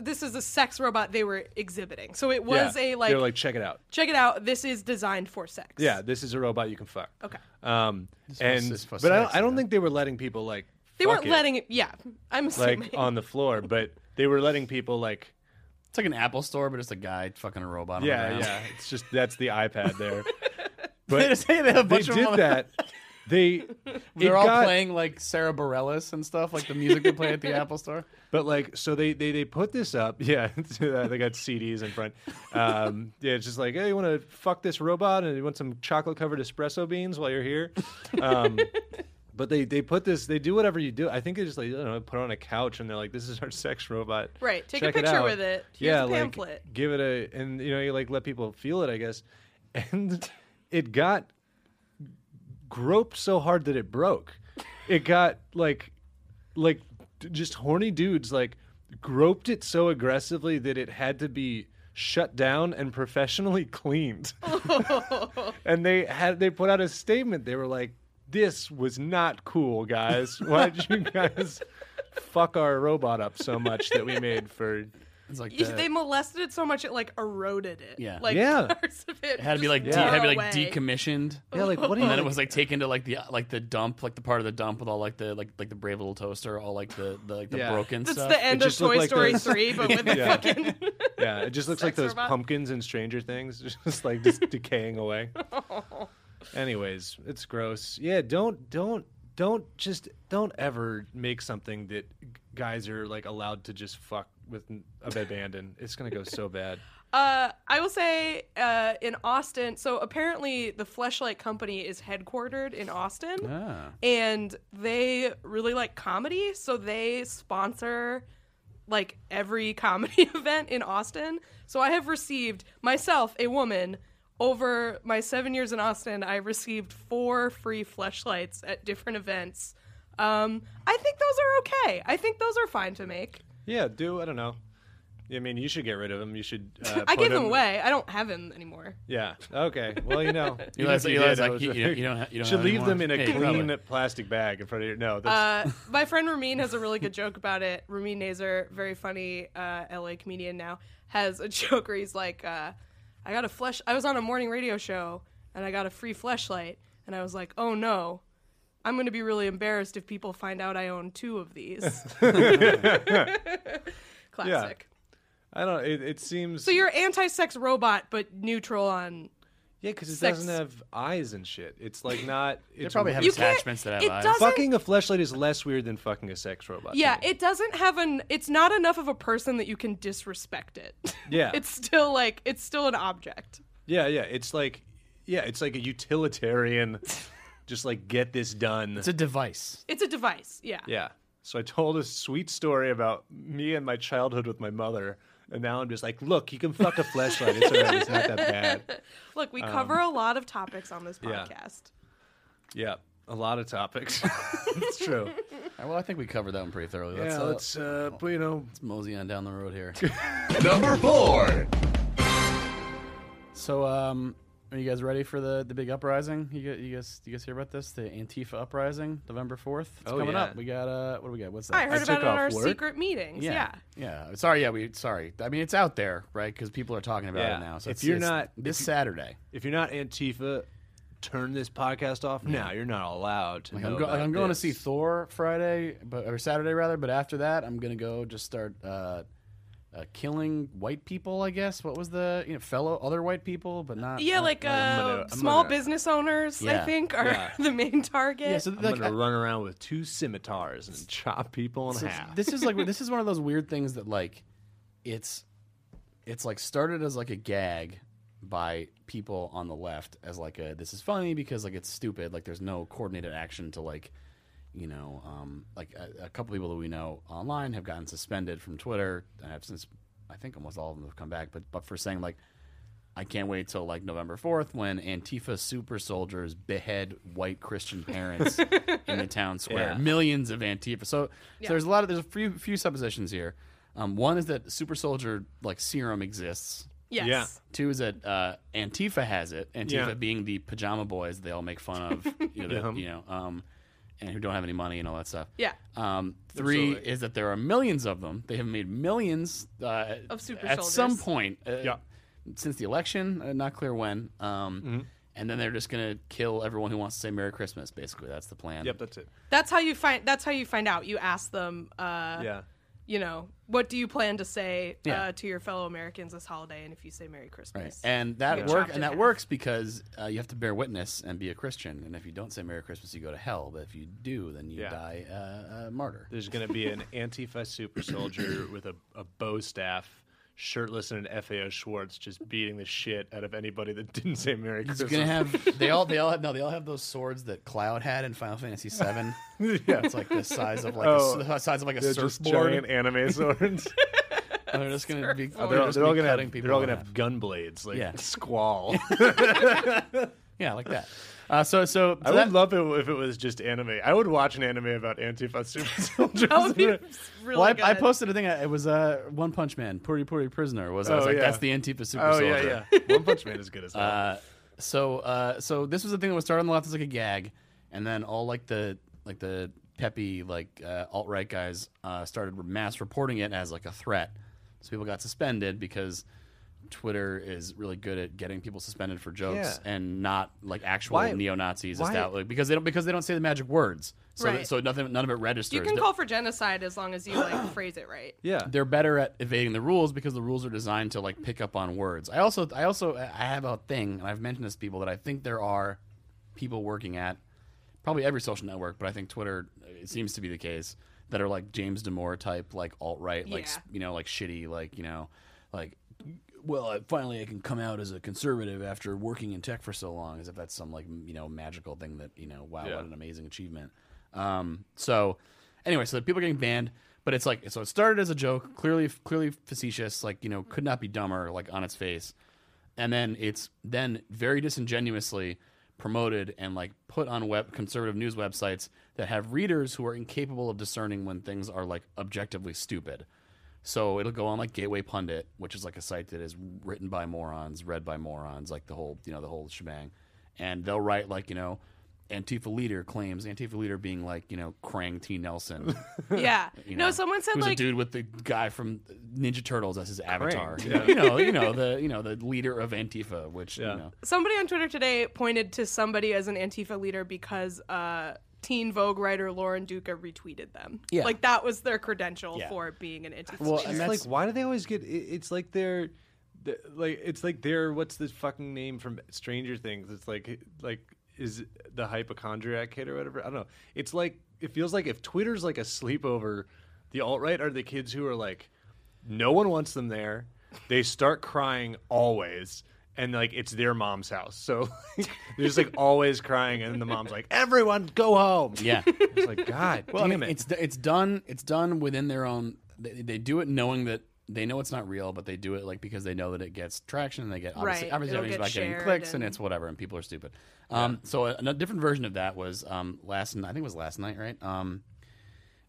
this is a sex robot they were exhibiting. So it
yeah,
was a like,
they were like check it out.
check it out, this is designed for sex.
Yeah, this is a robot you can fuck.
Okay.
Um,
was-
and
this was
but I don't,
sexy,
I don't
though.
think they were letting people like
They
fuck
weren't
it,
letting it yeah. I'm assuming
like on the floor, but they were letting people like
it's like an Apple store, but it's a guy fucking a robot. on the
yeah
ground.
yeah. It's just that's the iPad there.
they
But
just hey, they have a
they
bunch of them
did
on-
that. They it
They're all
got-
playing like Sarah Bareilles and stuff, like the music they play at the Apple store.
But like, so they they, they put this up. Yeah, they got CDs in front. Um, yeah, it's just like, hey, you want to fuck this robot and you want some chocolate covered espresso beans while you're here. Um, but they they put this. They do whatever you do. I think they just like I don't know, put it on a couch and they're like, this is our sex robot.
Right, take a
Check
picture
out.
with it. Here's
yeah,
a
like,
pamphlet.
give it a and you know you like let people feel it, I guess. And it got groped so hard that it broke. It got like like d- just horny dudes like groped it so aggressively that it had to be shut down and professionally cleaned. and they had they put out a statement. They were like, "This was not cool, guys. Why did you guys fuck our robot up so much that we made for?"
It's like
You-
the-
they molested it so much it like eroded it.
Yeah.
Like
Yeah.
parts of
it
it.
had to be
just
like de-
wore
had to be
away. Oh.
like decommissioned.
Yeah, like what do you?
And then it was like taken to like the like the dump, like the part of the dump with all like the like like the brave little toaster, all like the, the like the
Yeah.
broken
That's
stuff.
the end of
just looked
Toy
like
Story
those-
3, but with the
Yeah.
fucking
yeah, it just looks like
Sex
those
robot.
pumpkins in Stranger Things, just like just decaying away. Anyways, it's gross. Yeah, don't don't don't just don't ever make something that g- guys are like allowed to just fuck with n- ab- abandon. It's gonna go so bad.
Uh, I will say uh, in Austin. So apparently, the Fleshlight company is headquartered in Austin,
Ah.
and they really like comedy, so they sponsor like every comedy event in Austin. So I have received myself, a woman, over my seven years in Austin, I received four free fleshlights at different events. Um, I think those are okay. I think those are fine to make.
Yeah, do I don't know. I mean, you should get rid of them. You should. Uh,
I
put
gave them
'em-
away. I don't have them anymore.
Yeah. Okay. Well, you know, even
Eli's-
if you
Eli's
did, I
like,
was
you-
like-
you don't- you don't have- you don't
should
have
leave
any
them
more.
in a
Yeah, probably.
clean plastic bag in front of your. No, that's
Uh, my friend Ramin has a really good joke about it. Ramin Nazer, very funny uh, LA comedian now, has a joke where he's like, uh, "I got a flesh. I was on a morning radio show and I got a free fleshlight, and I was like, oh no." I'm going to be really embarrassed if people find out I own two of these. Classic.
I don't. It, it seems.
So you're anti-sex robot, but neutral on.
Yeah, because it
Sex-
doesn't have eyes and shit. It's like not. It's
probably have
You can't-
attachments that have
it
eyes.
does- doesn't-
fucking a fleshlight is less weird than fucking a sex robot. to
Yeah,
me.
it doesn't have an. It's not enough of a person that you can disrespect it.
Yeah.
it's still like it's still an object.
yeah, yeah. It's like, yeah, it's like a utilitarian, just like get this done.
It's a device.
It's a device. Yeah.
yeah. So I told a sweet story about me and my childhood with my mother, and now I'm just like, look, you can fuck a fleshlight. It's alright. It's not that bad.
Look, we cover a lot of topics on this
yeah.
podcast.
Yeah. A lot of topics. it's true.
All right, well, I think we covered that one pretty thoroughly. Let's,
Yeah.
uh, let's
Let's, uh,
Oh.
but you know,
mosey on down the road here.
Number four.
so, um, are you guys ready for the, the big uprising? You guys, you guys, you guys hear about this? The Antifa uprising, November fourth. It's
Oh,
coming
yeah.
up. We got uh, what do we got? What's that?
I heard about
took
it on
off
our
work.
secret meetings. Yeah.
yeah, Sorry, yeah, we sorry. I mean, it's out there, right? Because people are talking about
Yeah.
it now. So
If
it's-
you're
it's
not-
this Saturday,
if you're not Antifa, turn this podcast off now. You're not allowed to.
Like
know
I'm, go- like,
about
I'm going
this.
to see Thor Friday, but or Saturday rather. But after that, I'm gonna go just start uh, uh, killing white people. I guess what was the you know, fellow other white people, but not
Yeah, like uh,
gonna- I'm
small
gonna-
business owners, I
Yeah.
think, are
Yeah.
the main target.
yeah. So
I'm
like,
gonna run around with two scimitars and chop people in
So
half.
this is like this is one of those weird things that like it's it's like started as like a gag by people on the left as like a this is funny because like it's stupid like there's no coordinated action to like you know um, like a, a couple people that we know online have gotten suspended from Twitter and have since I think almost all of them have come back but but for saying like I can't wait till like November 4th when Antifa super soldiers behead white Christian parents in the town square.
Yeah.
Millions of Antifa. So, so there's a lot of there's a few few suppositions here. Um, one is that super soldier like serum exists.
Yes.
Yeah.
Two is that uh, Antifa has it. Antifa
Yeah.
being the pajama boys they all make fun of, you know, you know um, and who don't have any money and all that stuff.
Yeah.
Um, three
Absolutely.
is that there are millions of them. They have made millions uh,
Of super
at some
soldiers.
point. Uh,
Yeah.
Since the election, uh, not clear when. Um,
Mm-hmm.
And then they're just gonna kill everyone who wants to say Merry Christmas. Basically, that's the plan.
Yep, that's it.
That's how you find. That's how you find out. You ask them. Uh,
Yeah.
You know, what do you plan to say
Yeah.
uh, to your fellow Americans this holiday? And if you say Merry Christmas,
Right. And
you
that
get
work
chopped in
and that
half.
works because uh, you have to bear witness and be a Christian. And if you don't say Merry Christmas, you go to hell. But if you do, then you
Yeah.
die uh, a martyr.
There's going to be an Antifa super soldier with a, a bow staff, shirtless, and an FAO Schwartz just beating the shit out of anybody that didn't say Merry
He's
Christmas.
gonna have they all they all have no they all have those swords that Cloud had in Final Fantasy VII. yeah, it's like the size of like
Oh,
a, the size of like a
They're just
surfboard.
giant anime swords.
they're just gonna be
Surfboard.
Oh, they're, all-
just
they're all
be
gonna
cutting
have,
people
they're all
in
gonna
half.
have gun blades like
Yeah.
squall.
yeah like that. Uh, so so, so
I
that-
would love it if it was just anime. I would watch an anime about Antifa super soldiers.
That would be Oh, really
well, I,
good.
I posted a thing. I- It was uh, One Punch Man, Puri Puri Prisoner. Was I was
Oh,
like,
yeah.
that's the Antifa Super
oh
Soldier.
yeah, yeah. One Punch Man is good as that.
Uh, so uh, so this was the thing that was started on the left as like a gag, and then all like the like the peppy like uh, alt right guys uh, started mass reporting it as like a threat. So people got suspended because Twitter is really good at getting people suspended for jokes
Yeah.
and not like actual
Why-
neo Nazis
why-
because they don't because they don't say the magic words. So
Right.
th- so nothing none of it registers.
you can
They're-
call for genocide as long as you like phrase it right.
yeah.
they're better at evading the rules because the rules are designed to like pick up on words. I also I also I have a thing, and I've mentioned this to people that I think there are people working at probably every social network, but I think Twitter uh, it seems to be the case that are like James Demore type, like alt right, like s-
Yeah.
you know, like shitty, like you know, like well, I, finally I can come out as a conservative after working in tech for so long, as if that's some like m- you know magical thing that you know, wow,
Yeah.
what an amazing achievement. Um, so anyway, so people are getting banned, but it's like so it started as a joke, clearly clearly facetious, like you know, could not be dumber, like on its face and then it's then very disingenuously promoted and like put on web conservative news websites that have readers who are incapable of discerning when things are like objectively stupid. So it'll go on like Gateway Pundit, which is like a site that is written by morons, read by morons, like the whole you know the whole shebang, and they'll write like you know. Antifa leader claims Antifa leader being like you know Krang T Nelson,
Yeah.
you
no,
know,
someone said
who's
like
a dude with the guy from Ninja Turtles as his avatar. You know, you know the you know the leader of Antifa, which
Yeah.
you know
somebody on Twitter today pointed to somebody as an Antifa leader because uh, Teen Vogue writer Lauren Duca retweeted them.
Yeah.
Like that was their credential
Yeah.
for being an Antifa
Well,
leader.
and
It's
that's-
like why do they always get? It, it's like they're, the- like it's like they're what's the fucking name from Stranger Things? It's like like is it the hypochondriac kid or whatever? I don't know. It's like it feels like if Twitter's like a sleepover, the alt right are the kids who are like, no one wants them there. They start crying always. And like it's their mom's house, so like, they're just like always crying, and the mom's like, "Everyone, go home."
yeah.
It's like God
well, I
damn
mean,
it.
it's it's done it's done within their own. They, they do it knowing that they know it's not real, but they do it like because they know that it gets traction and they get obviously
Right.
obviously
It'll
everything's
get
about getting
shared
clicks and,
and-
it's whatever and people are stupid. Um, so a, a different version of that was um last n- I think it was last night right. Um,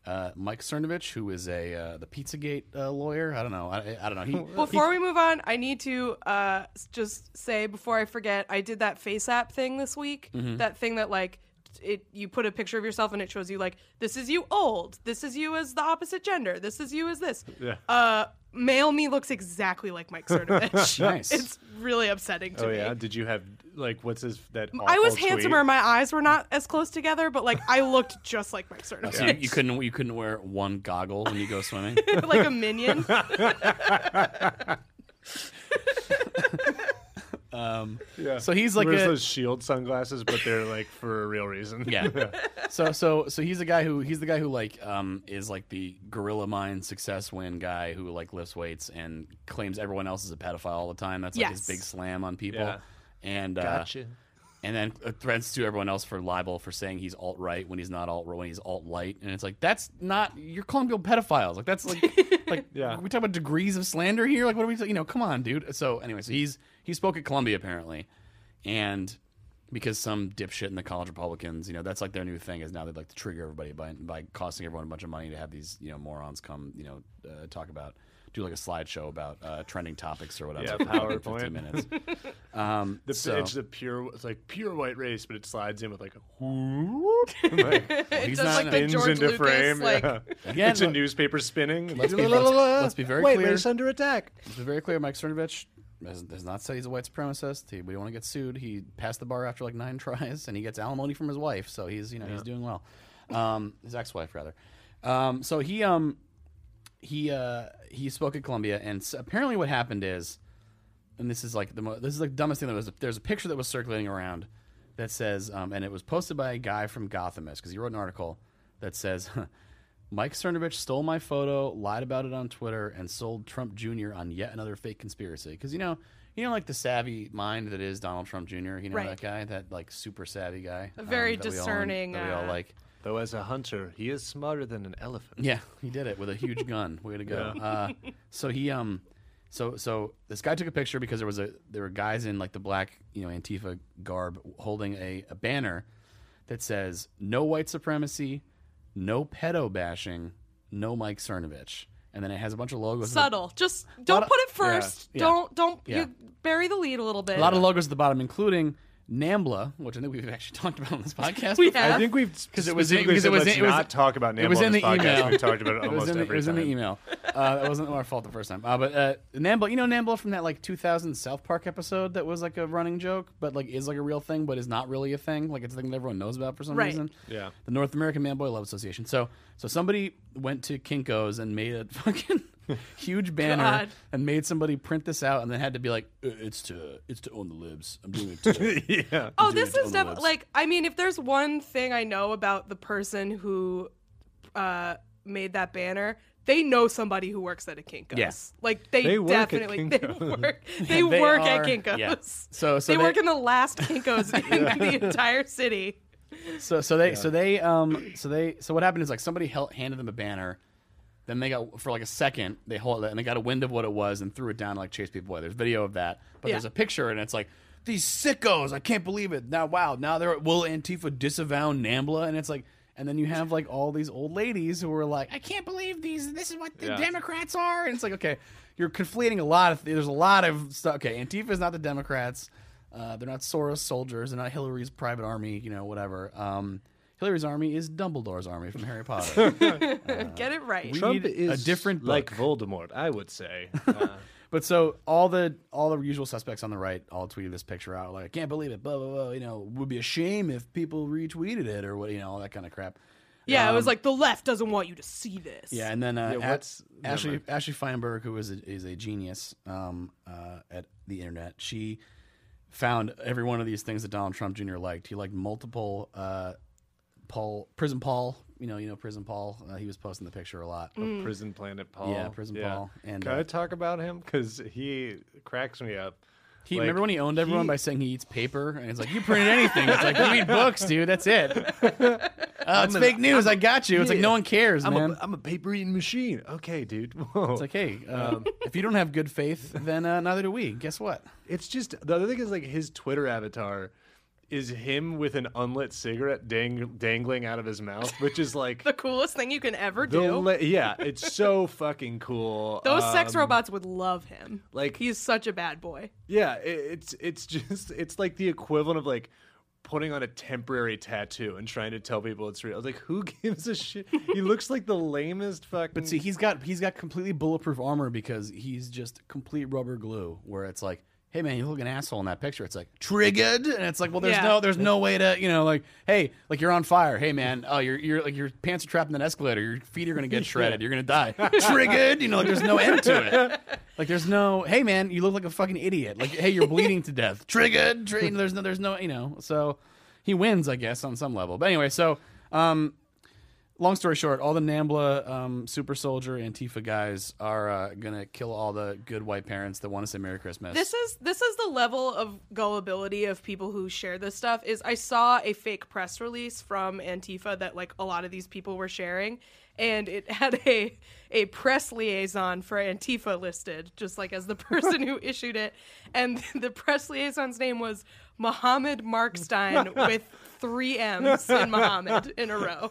uh, Mike Cernovich, who is a uh, the PizzaGate uh, lawyer, I don't know, I, I don't know. He,
Before we move on, I need to uh, s- just say before I forget, I did that face app thing this week.
Mm-hmm.
That thing that like it you put a picture of yourself and it shows you like this is you old, this is you as the opposite gender, this is you as this.
Yeah.
Uh, male me looks exactly like Mike Cernovich.
Nice.
It's really upsetting to
oh
me.
yeah, did you have like what's his that?
I was
awful tweet?
handsomer. My eyes were not as close together, but like I looked just like Mike Cernovich,
so you, you couldn't you couldn't wear one goggle when you go swimming.
like a minion.
Um,
Yeah.
So he's like
Wears
a,
those shield sunglasses, but they're like for a real reason.
Yeah. so so so he's the guy who he's the guy who like um is like the gorilla mind success win guy who like lifts weights and claims everyone else is a pedophile all the time. That's like his
Yes.
big slam on people.
Yeah.
And uh, And then uh, threats to everyone else for libel for saying he's alt right when he's not alt when he's alt light. And it's like that's not you're calling people pedophiles. Like that's like like
Yeah.
we talking about degrees of slander here. Like what are we you know come on dude. So anyway, so he's he spoke at Columbia apparently, and because some dipshit in the college Republicans, you know, that's like their new thing is now they'd like to trigger everybody by by costing everyone a bunch of money to have these you know morons come you know uh, talk about do like a slideshow about uh, trending topics or whatever
Yeah,
for about
PowerPoint.
15 minutes. Um,
The,
so-
It's the pure, it's like pure white race, but it slides in with like, a
it
he's
does
not
like the
spins
George
into
Lucas
frame.
like
yeah.
Again,
it's a
look-
newspaper spinning.
Let's be, let's, let's be very clear.
under attack.
Let's be very clear. Mike Cernovich has, has not said he's a white supremacist. He, we don't want to get sued. He passed the bar after like nine tries, and he gets alimony from his wife, so he's you know he's doing well. Um, his ex-wife rather. Um, so he um he uh he spoke at Columbia, and s- apparently what happened is, and this is like the mo- this is the dumbest thing that was. There's a picture that was circulating around that says, um, and it was posted by a guy from Gothamist because he wrote an article that says. Mike Cernovich stole my photo, lied about it on Twitter, and sold Trump Jr. on yet another fake conspiracy. Because you know, you know, like the savvy mind that is Donald Trump Jr. You know
Right.
that guy, that like super savvy guy, um,
A very
that we all-
discerning,
that we all
uh,
like.
Though as a hunter, he is smarter than an elephant.
Yeah, he did it with a huge gun. Way to go. Uh, so he um so so this guy took a picture because there was a there were guys in like the black, you know, Antifa garb holding a, a banner that says no white supremacy, no pedo bashing, no Mike Cernovich. And then it has a bunch of logos. at the-
subtle. Just don't
of-
put it first.
yeah, yeah,
don't don't
yeah.
you bury the lead a little bit.
a lot of logos at the bottom, including NAMBLA, which I think we've actually talked about on this podcast.
We
before.
have.
I think we've because
it was in- because it was
let's
in- it was-
not talk about
it
Nambla
was
on
in
this
the
podcast.
email.
We've talked about it
It was
almost
in the,
every
it was in
time.
the email. Uh, that wasn't our fault the first time. Uh, but uh, Nambla, you know Nambla from that like 2000 South Park episode that was like a running joke, but like is like a real thing, but is not really a thing. Like it's a thing that everyone knows about for some
Right.
reason.
Yeah.
The North American Man Boy Love Association. So so somebody went to Kinkos and made a fucking huge banner
God.
and made somebody print this out and then had to be like, "Uh, it's to it's to own the libs. I'm doing it to
yeah.
Oh,
doing
this
it
is
on the
definitely
lips.
like I mean, if there's one thing I know about the person who uh, made that banner, they know somebody who works at a Kinkos.
Yeah.
Like they,
They work at
definitely
Kinko's.
they work they,
they
work
are-
at Kinkos.
yeah. So- so
they,
they-
work in the last Kinkos in the entire city.
So so they so they um so they so what happened is like somebody held, handed them a banner, then they got for like a second they hold it and they got a wind of what it was and threw it down to like chase people away. There's video of that, but
Yeah.
there's a picture and it's like these sickos. I can't believe it. Now wow, now they're will Antifa disavow Nambla and it's like. And then you have like all these old ladies who are like, I can't believe these. This is what the
Yeah.
Democrats are. And it's like, okay, you're conflating a lot of. There's a lot of stuff. Okay, Antifa is not the Democrats. Uh, they're not Soros soldiers. They're not Hillary's private army. You know, whatever. Um, Hillary's army is Dumbledore's army from Harry Potter.
Get it right.
Trump need is a different like
like
book.
Voldemort, I would say.
but so all the all the usual suspects on the right all tweeted this picture out like, I can't believe it. Blah blah blah. You know, would be a shame if people retweeted it or what. You know, all that kind of crap.
yeah, it was like the left doesn't want you to see this.
Yeah, and then uh,
Um, Yeah,
A-
what's- never
Ashley
mind.
Ashley Feinberg, who is a, is a genius um, uh, at the internet, she found every one of these things that Donald Trump Jr. liked. He liked multiple uh, Paul Prison Paul. You know, you know Prison Paul. Uh, he was posting the picture a lot.
Mm.
Prison Planet Paul.
Yeah, Prison Paul, and,
Can
uh,
I talk about him? Because he cracks me up.
He
Like,
remember when he owned everyone
he-
by saying he eats paper, and it's like you printed anything. It's like we read books, dude. That's it. Oh, it's fake news. i got you. It's like
Yeah.
no one cares,
I'm
man.
a, I'm a paper eating machine. Okay, dude. Whoa.
it's like, hey, um, if you don't have good faith, then uh, neither do we. Guess what?
It's just the other thing is like his Twitter avatar is him with an unlit cigarette dang, dangling out of his mouth, which is like
The coolest thing you can ever
the
do.
le- yeah, it's so fucking cool.
Those
Um,
sex robots would love him.
like-
he's such a bad boy.
Yeah, it, it's it's just it's like the equivalent of like putting on a temporary tattoo and trying to tell people it's real. It's like who gives a shit? he looks like the lamest fucking.
But see, he's got he's got completely bulletproof armor because he's just complete rubber glue. Where it's like hey man, you look an asshole in that picture. It's like triggered, and it's like, well, there's
Yeah.
no, there's no way to, you know, like, hey, like you're on fire. Hey man, oh, you're, you're like your pants are trapped in an escalator. Your feet are gonna get shredded. You're gonna die. triggered, you know, like there's no end to it. Like there's no, hey man, you look like a fucking idiot. Like hey, you're bleeding to death. Triggered. Tri- you know, there's no, there's no, you know. So he wins, I guess, on some level. But anyway, so um, long story short, all the Nambla um, super soldier Antifa guys are uh, gonna kill all the good white parents that want to say Merry Christmas.
This is this is the level of gullibility of people who share this stuff. Is I saw a fake press release from Antifa that like a lot of these people were sharing, and it had a a press liaison for Antifa listed, just like as the person who issued it, and the press liaison's name was Mohammed Markstein with three M's in Mohammed in a row.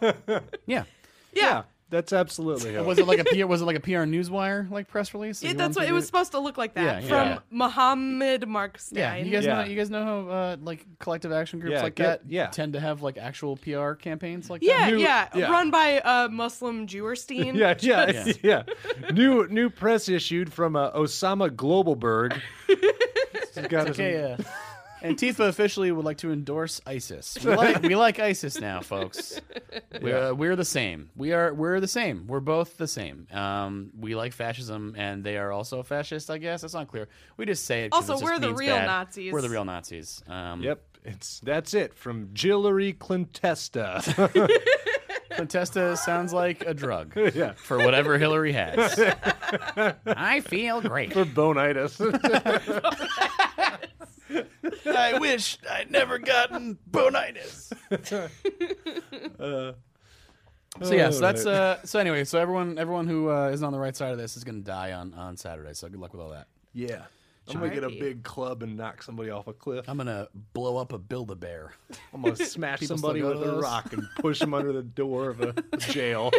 yeah.
Yeah.
That's absolutely how
Was it like a PR, was it like a PR newswire like press release?
It,
You
that's
want
what
to
it
do
was supposed to look like that
Yeah,
from
yeah.
Mohammed Markstein.
Yeah, you guys
Yeah.
know you guys know how uh, like collective action groups
Yeah,
like
get-
that
yeah.
tend to have like actual PR campaigns like
Yeah,
that.
yeah,
yeah.
Run by uh, Muslim Jewerstein.
Yeah, yeah, yeah. New new press issued from uh, Osama Globalberg. He's got his-
Okay, uh, Antifa officially would like to endorse ISIS. We like, we like ISIS now, folks. We're, uh, we're the same. We are we're the same. We're both the same. Um, we like fascism, and they are also fascist. I guess that's not clear. We just say it. 'cause
Also,
it just
we're the
means
real
bad.
Nazis.
We're the real Nazis. Um,
Yep, it's that's it from Jillery Clintesta.
Contesta sounds like a drug
Yeah.
for whatever Hillary has. I feel great.
Bonitis.
I wish I'd never gotten bonitis. so yeah, so that's uh, so anyway, so everyone everyone who uh, is on the right side of this is going to die on on Saturday. So good luck with all that.
yeah. I'm gonna get a
Alrighty.
big club and knock somebody off a cliff.
I'm gonna blow up a build a bear.
I'm gonna smash
People
somebody
still go
with
to
a
those?
rock and push them under the door of a jail.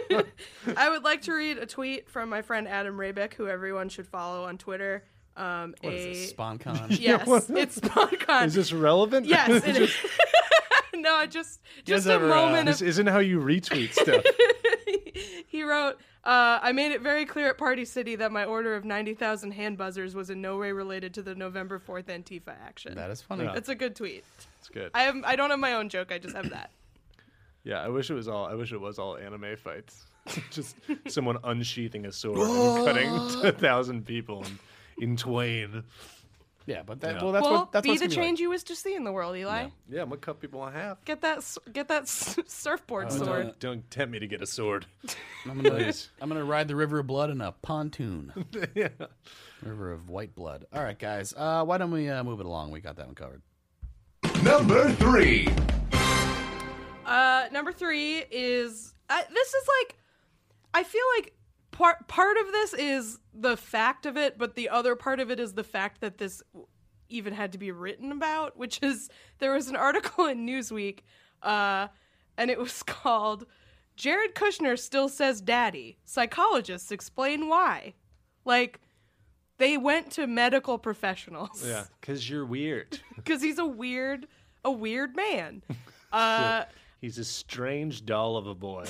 I would like to read a tweet from my friend Adam Rabick, who everyone should follow on Twitter. Um,
What
a,
is this? SpawnCon.
Yes,
what-
it's SpawnCon.
Is this relevant?
yes, it is. no, I just just a
ever, uh,
moment
This
of.
isn't how you retweet stuff.
He wrote, uh, "I made it very clear at Party City that my order of ninety thousand hand buzzers was in no way related to the November fourth Antifa action."
That is funny.
That's a good tweet.
It's good.
I have. I don't have my own joke. I just have that.
Yeah, I wish it was all. I wish it was all anime fights. Just someone unsheathing a sword and cutting to a thousand people in, in twain.
Yeah, but that, well, that's
well,
what that's
be
what's
the
gonna
change you wish to see in the world, Eli.
Yeah, I'm gonna cut people in half.
Get that. s- Get that s- surfboard
no.
sword.
Don't, don't tempt me to get a sword.
Be like. I'm gonna I'm gonna ride the river of blood in a pontoon.
yeah.
river of white blood. All right, guys. Uh, why don't we uh, move it along? We got that one covered.
Number three.
Uh, number three is uh, this is like I feel like part part of this is the fact of it, but the other part of it is the fact that this even had to be written about, which is there was an article in Newsweek, uh, and it was called "Jared Kushner still says daddy." Psychologists explain why. Like they went to medical professionals
Yeah. Cause you're weird.
because he's a weird a weird man.
He's a strange doll of a boy.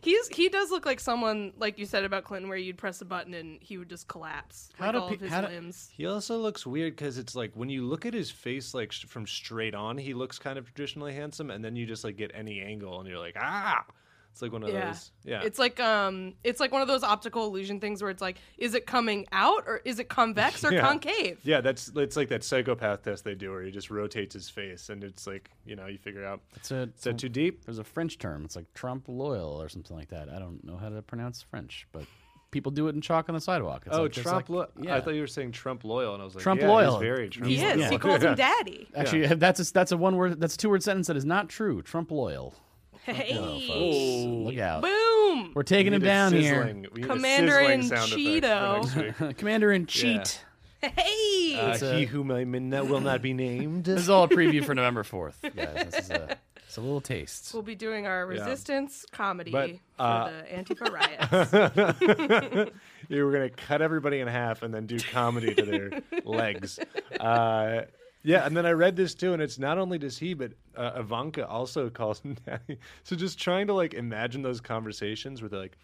He's he does look like someone like you said about Clinton, where you'd press a button and he would just collapse.
How
like
do
all
pe-
of his
how do-
limbs.
he also looks weird because it's like when you look at his face, like sh- from straight on, he looks kind of traditionally handsome, and then you just like get any angle, and you're like, ah. It's like one of
Yeah.
those. Yeah.
it's like um, it's like one of those optical illusion things where it's like, is it coming out or is it convex or
Yeah.
concave?
Yeah, that's it's like that psychopath test they do where he just rotates his face and it's like, you know, you figure out
It's a
is that too deep?
There's a French term. It's like Trump loyal or something like that. I don't know how to pronounce French, but people do it in chalk on the sidewalk. It's
oh,
like- it's
Trump
like-
lo-
yeah.
I thought you were saying Trump loyal and I was like,
Trump
yeah,
loyal.
He's very Trump
He is.
loyal.
He calls him daddy.
Actually, that's a, that's a one word. That's a two word sentence that is not true. Trump loyal.
Hey,
Look out.
boom!
We're taking him
Oh. Need a
down
sizzling- we need a
Commander
sizzling
in
sound effect for
Cheeto.
next week.
here. Commander in cheat.
Hey,
Uh,
a-
he whom I may not, will not be named.
This is all a preview for November fourth. Guys, this is a, it's a little taste.
we'll be doing our resistance comedy
But, uh,
for the Antifa riots.
you were gonna cut everybody in half and then do comedy to their legs. Uh, yeah, and then I read this too, and it's not only does he, but uh, Ivanka also calls him daddy. So just trying to like imagine those conversations where they're like,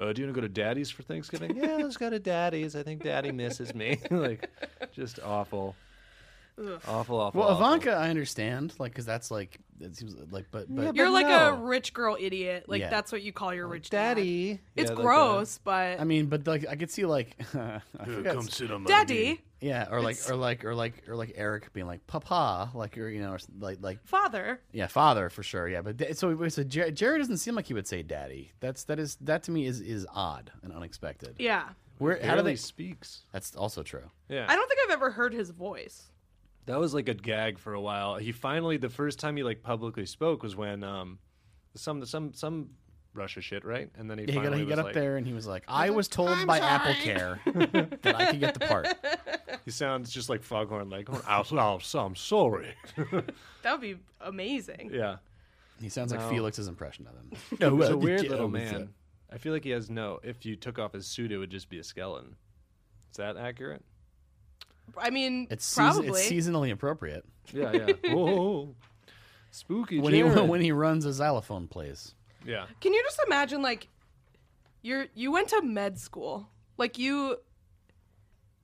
uh, do you want to go to Daddy's for Thanksgiving? yeah, let's go to Daddy's. I think Daddy misses me. like, just awful. Awful, awful.
Well,
awful.
Ivanka, I understand, like, because that's like it seems like, but but
You're like a
no.
rich girl idiot. Like
Yeah.
that's what you call your rich dad.
Daddy.
It's
Yeah, like, uh,
gross, but
I mean, but like I could see like, I forgot-
Come sit on my
daddy,
yeah, or like
It's-
or like or like or like Eric being like Papa, like or you know, or s- like like
father.
yeah, father for sure, yeah. But da- so so Jerry, Jerry doesn't seem like he would say Daddy. That's that is that to me is is odd and unexpected.
Yeah.
Where how do
barely
they?
speaks?
That's also true.
Yeah.
I don't think I've ever heard his voice.
That was like a gag for a while. He finally, the first time he like publicly spoke was when um, some some some Russia shit, right? And then he
Yeah, he got,
finally
he got
was
up
like,
there and he was like, "I was told by Apple Care that I could get the part."
He sounds just like Foghorn, like oh, I'm, I'm sorry.
That would be amazing.
yeah,
He sounds like
No.
Felix's impression of him.
it
No,
was a weird little man. I feel like he has no. If you took off his suit, it would just be a skeleton. Is that accurate?
I mean,
It's, season,
probably.
it's seasonally appropriate.
Yeah, yeah. Whoa, spooky.
when he
Jared.
when he runs a xylophone plays.
yeah,
Can you just imagine like you're you went to med school. Like you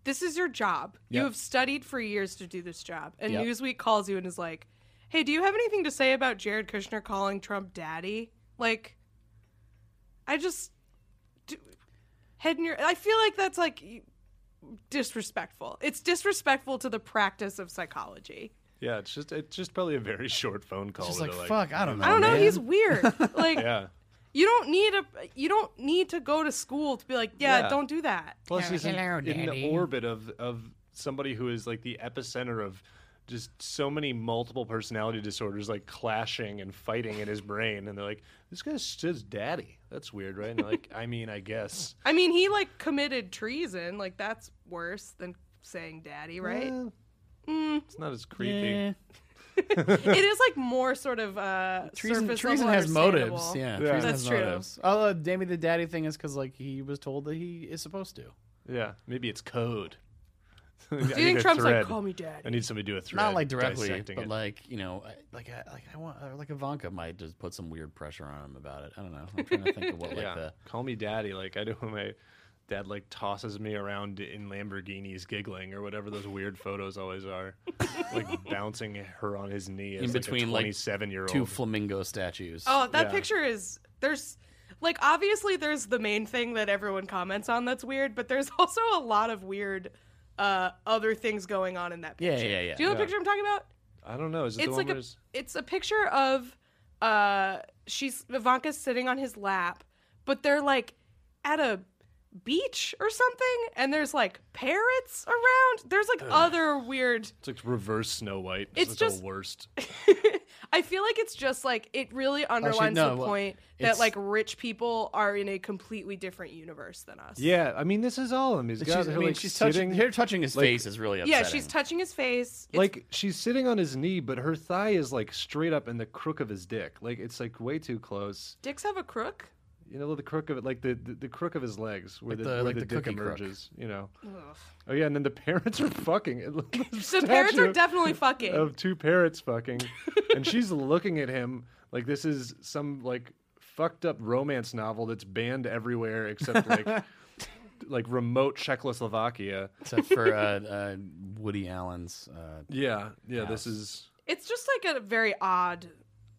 this is your job. You
Yep.
have studied for years to do this job. And
Yep.
Newsweek calls you and is like, "Hey, do you have anything to say about Jared Kushner calling Trump daddy?" Like I just do, head in your I feel like that's like disrespectful. It's disrespectful to the practice of psychology.
yeah. It's just it's just probably a very short phone call.
Just
where
like,
they're
fuck, I don't know.
I don't know,
Oh, man." Eh.
he's weird. Like
Yeah.
You don't need a you don't need to go to school to be like, yeah,
Yeah.
don't do that.
Plus, he's in,
hello,
in the
Daddy.
orbit of of somebody who is like the epicenter of just so many multiple personality disorders, like clashing and fighting in his brain. And they're like, "This guy says daddy. That's weird, right?" And they're like, I mean, I guess.
I mean, he like committed treason. Like that's worse than saying daddy, right?
Eh, It's not as creepy.
Yeah.
It is like more sort of uh
Treason,
surface
treason
level
has motives.
understandable.
Yeah,
Yeah.
treason
That's
has
true.
motives. Although maybe the daddy thing is because like he was told that he is supposed to.
Yeah, maybe it's code. I
Do you
need
think
a
Trump's
thread.
like, call me
I
daddy?
need somebody to do a thread.
Not like directly,
dissecting
but
it.
like you know, I- like I, like I want or, like Ivanka might just put some weird pressure on him about it. I don't know. I'm trying to think of what like
yeah,
the
call me daddy. Like I do when my dad like tosses me around in Lamborghinis, giggling or whatever those weird photos always are, like bouncing her on his knee as
in between like
twenty-seven year
two
old.
flamingo statues.
Oh, that
Yeah.
picture is there's like obviously there's the main thing that everyone comments on that's weird, but there's also a lot of weird uh other things going on in that
Yeah,
picture.
yeah, yeah.
Do you know the
Yeah.
picture I'm talking about?
I don't know. Is it the
it's
one
like
where
a
it's-
it's a picture of uh she's Ivanka's sitting on his lap, but they're like at a beach or something, and there's like parrots around. There's like other weird.
it's like reverse Snow White?
It's
like
just-
the worst.
I feel like it's just like it really underlines
Oh, no,
the
well,
point
it's-
that like rich people are in a completely different universe than us.
Yeah, I mean this is all him. He's got
She's,
her
I mean,
like
she's
sitting.
touching. Her touching his
like-
face is really upsetting.
Yeah, she's touching his face. It's-
like she's sitting on his knee, but her thigh is like straight up in the crook of his dick. Like it's like way too close.
dicks have a crook.
You know the crook of it, like the the, the crook of his legs, where
Like
the,
the-
where
like
the,
the
dick
cookie crook.
emerges. You know. Oh yeah, and then the parents are fucking. the
The parents are definitely fucking.
of two parrots fucking, and she's looking at him like this is some like fucked up romance novel that's banned everywhere except like like remote Czechoslovakia.
except for uh, uh, Woody Allen's. Uh,
Yeah, yeah. This is
it's just like a very odd,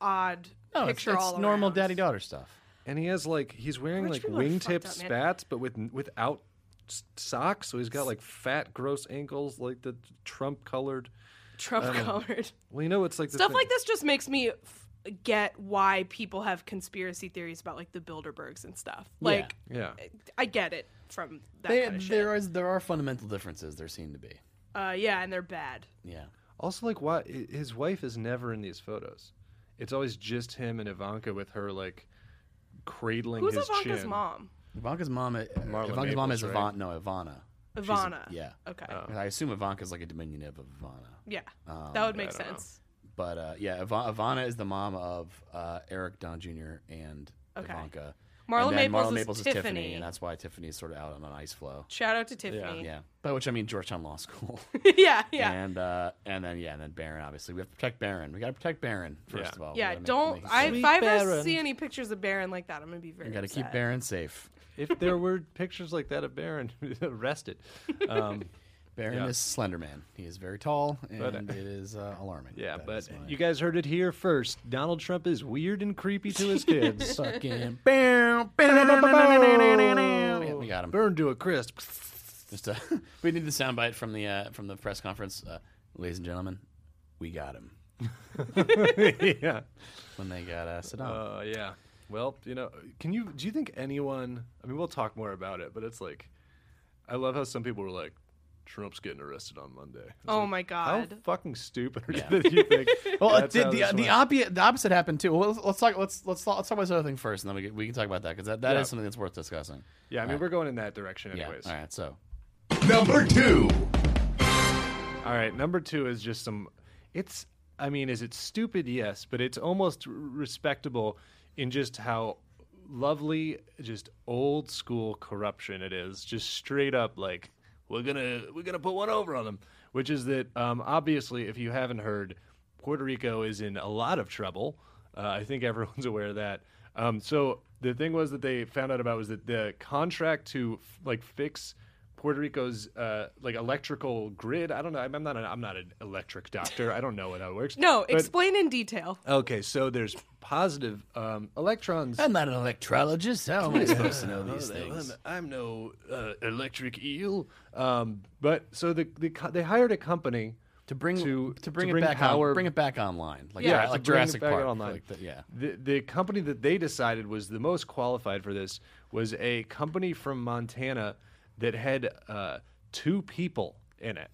odd
no, it's,
picture
it's
all
normal
around.
daddy daughter stuff.
and he has like he's wearing
Rich
like
people are fucked
wingtip
up, man.
spats, but with without s- socks. So he's got like fat, gross ankles, like the Trump colored.
Trump colored.
Well, you know it's like the
Stuff
thing-
like this just makes me f- get why people have conspiracy theories about like the Bilderbergs and stuff. Like,
Yeah.
I get it from that
They,
kind of shit.
there is there are fundamental differences. There seem to be.
Uh, yeah, and they're bad.
Yeah.
Also, like, why i- his wife is never in these photos. It's always just him and Ivanka with her like cradling
Who's
his
Ivanka's
chin.
mom?
Ivanka's mom. uh, Ivanka's mom is
Maples, right?
Ivana. No, Ivana. She's a-
Ivana.
yeah. Uh,
Okay.
I assume Ivanka's like a diminutive of Ivana.
yeah.
um,
that would make sense.
But uh, yeah, Iva- Ivana is the mom of uh, Eric Don Jr. and
Okay.
Ivanka.
Marla
and then
Maples
Marla
is
Maples is
Tiffany.
Tiffany, and that's why Tiffany's sort of out on an ice flow.
Shout out to Tiffany.
Yeah, by which I mean Georgetown Law School.
Yeah, yeah. Yeah,
And uh, and then yeah, and then Baron. Obviously, we have to protect Baron. We got to protect Baron first
Yeah.
of all. We gotta make-
don't.
make it
I,
safe.
if I ever
Baron.
see any pictures of Baron like that, I'm gonna be very.
we got to keep
upset.
Baron safe.
if there were pictures like that of Baron, arrest it. Um,
Baron
Yeah.
is Slender Man. He is very tall, and
But, uh,
it is uh, alarming.
yeah,
That
but
is my
you guys heard it here first. Donald Trump is weird and creepy to his kids.
fucking Yeah, we got him.
Burn to a crisp.
Just uh, we need the soundbite from the uh, from the press conference. Uh, Ladies and gentlemen, we got him
yeah.
when they got uh, Saddam.
Uh, yeah. Well, you know, can you do you think anyone? I mean, we'll talk more about it, but it's like, I love how some people were like, Trump's getting arrested on Monday. It's
Oh
like,
my
How
god.
fucking stupid are
Yeah.
you- do you think?
well, it
that's
did
how
the uh,
this
the,
went?
opposite the opposite happened too. Well, let's, let's talk. Let's let's talk, let's talk about this other thing first, and then we can, we can talk about that because that, that is
Yeah.
something that's worth discussing.
yeah, I mean, we're going in that direction,
Yeah.
anyways.
All right. So
Number two.
All right, number two is just some. It's. I mean, is it stupid? Yes, but it's almost r- respectable in just how lovely, just old school corruption it is. Just straight up, like we're gonna we're gonna put one over on them. Which is that um, obviously, if you haven't heard, Puerto Rico is in a lot of trouble. Uh, I think everyone's aware of that. Um, so the thing was that they found out about was that the contract to f- like fix Puerto Rico's uh, like electrical grid. I don't know. I'm I'm not. An, I'm not an electric doctor. I don't know how it works.
No,
But-
explain in detail.
okay. So there's positive um, electrons.
I'm not an electrologist. How am I supposed to know these things?
I'm, I'm no uh, electric eel. Um, but so the, the co- they hired a company
To bring
to
to, bring,
bring
it back
power-
on, bring it back online. Like,
Yeah,
yeah, like
to bring it
Jurassic
back
Park.
online.
Like the, yeah.
The, the company that they decided was the most qualified for this was a company from Montana that had uh, two people in it.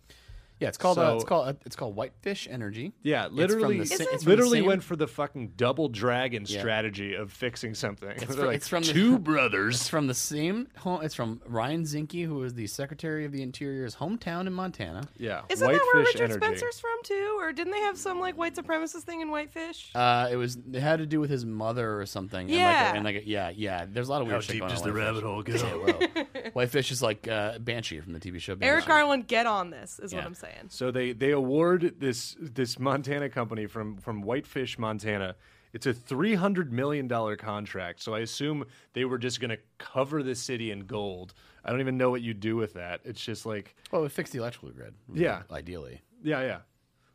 Yeah, it's called uh, it's
So-
called it's called Whitefish Energy.
Yeah,
It's from
literally,
the sa-
Isn't-
it's from the
literally
same-
went for the fucking double dragon
Yeah.
strategy of fixing something.
It's,
They're
fr-
like,
it's from the,
two
It's
brothers.
from the same home. It's from Ryan Zinke, who is the Secretary of the Interior's hometown in Montana.
Yeah,
Isn't that where
Whitefish
Richard
Energy.
Spencer's from too? Or didn't they have some like white supremacist thing in Whitefish?
Uh, it was it had to do with his mother or something.
Yeah.
and like, a, and like a, yeah, yeah. There's a lot of weird shit going on with Whitefish.
hole go?
Well, Whitefish is like uh, Banshee from the TV show. Banshee.
Eric Garland, get on this, is what
Yeah.
I'm saying.
So they they award this this Montana company from from Whitefish, Montana. It's a three hundred million dollar contract. So I assume they were just going to cover the city in gold. I don't even know what you do with that. It's just like
Well, it fixed the electrical grid.
Yeah.
ideally.
yeah, yeah.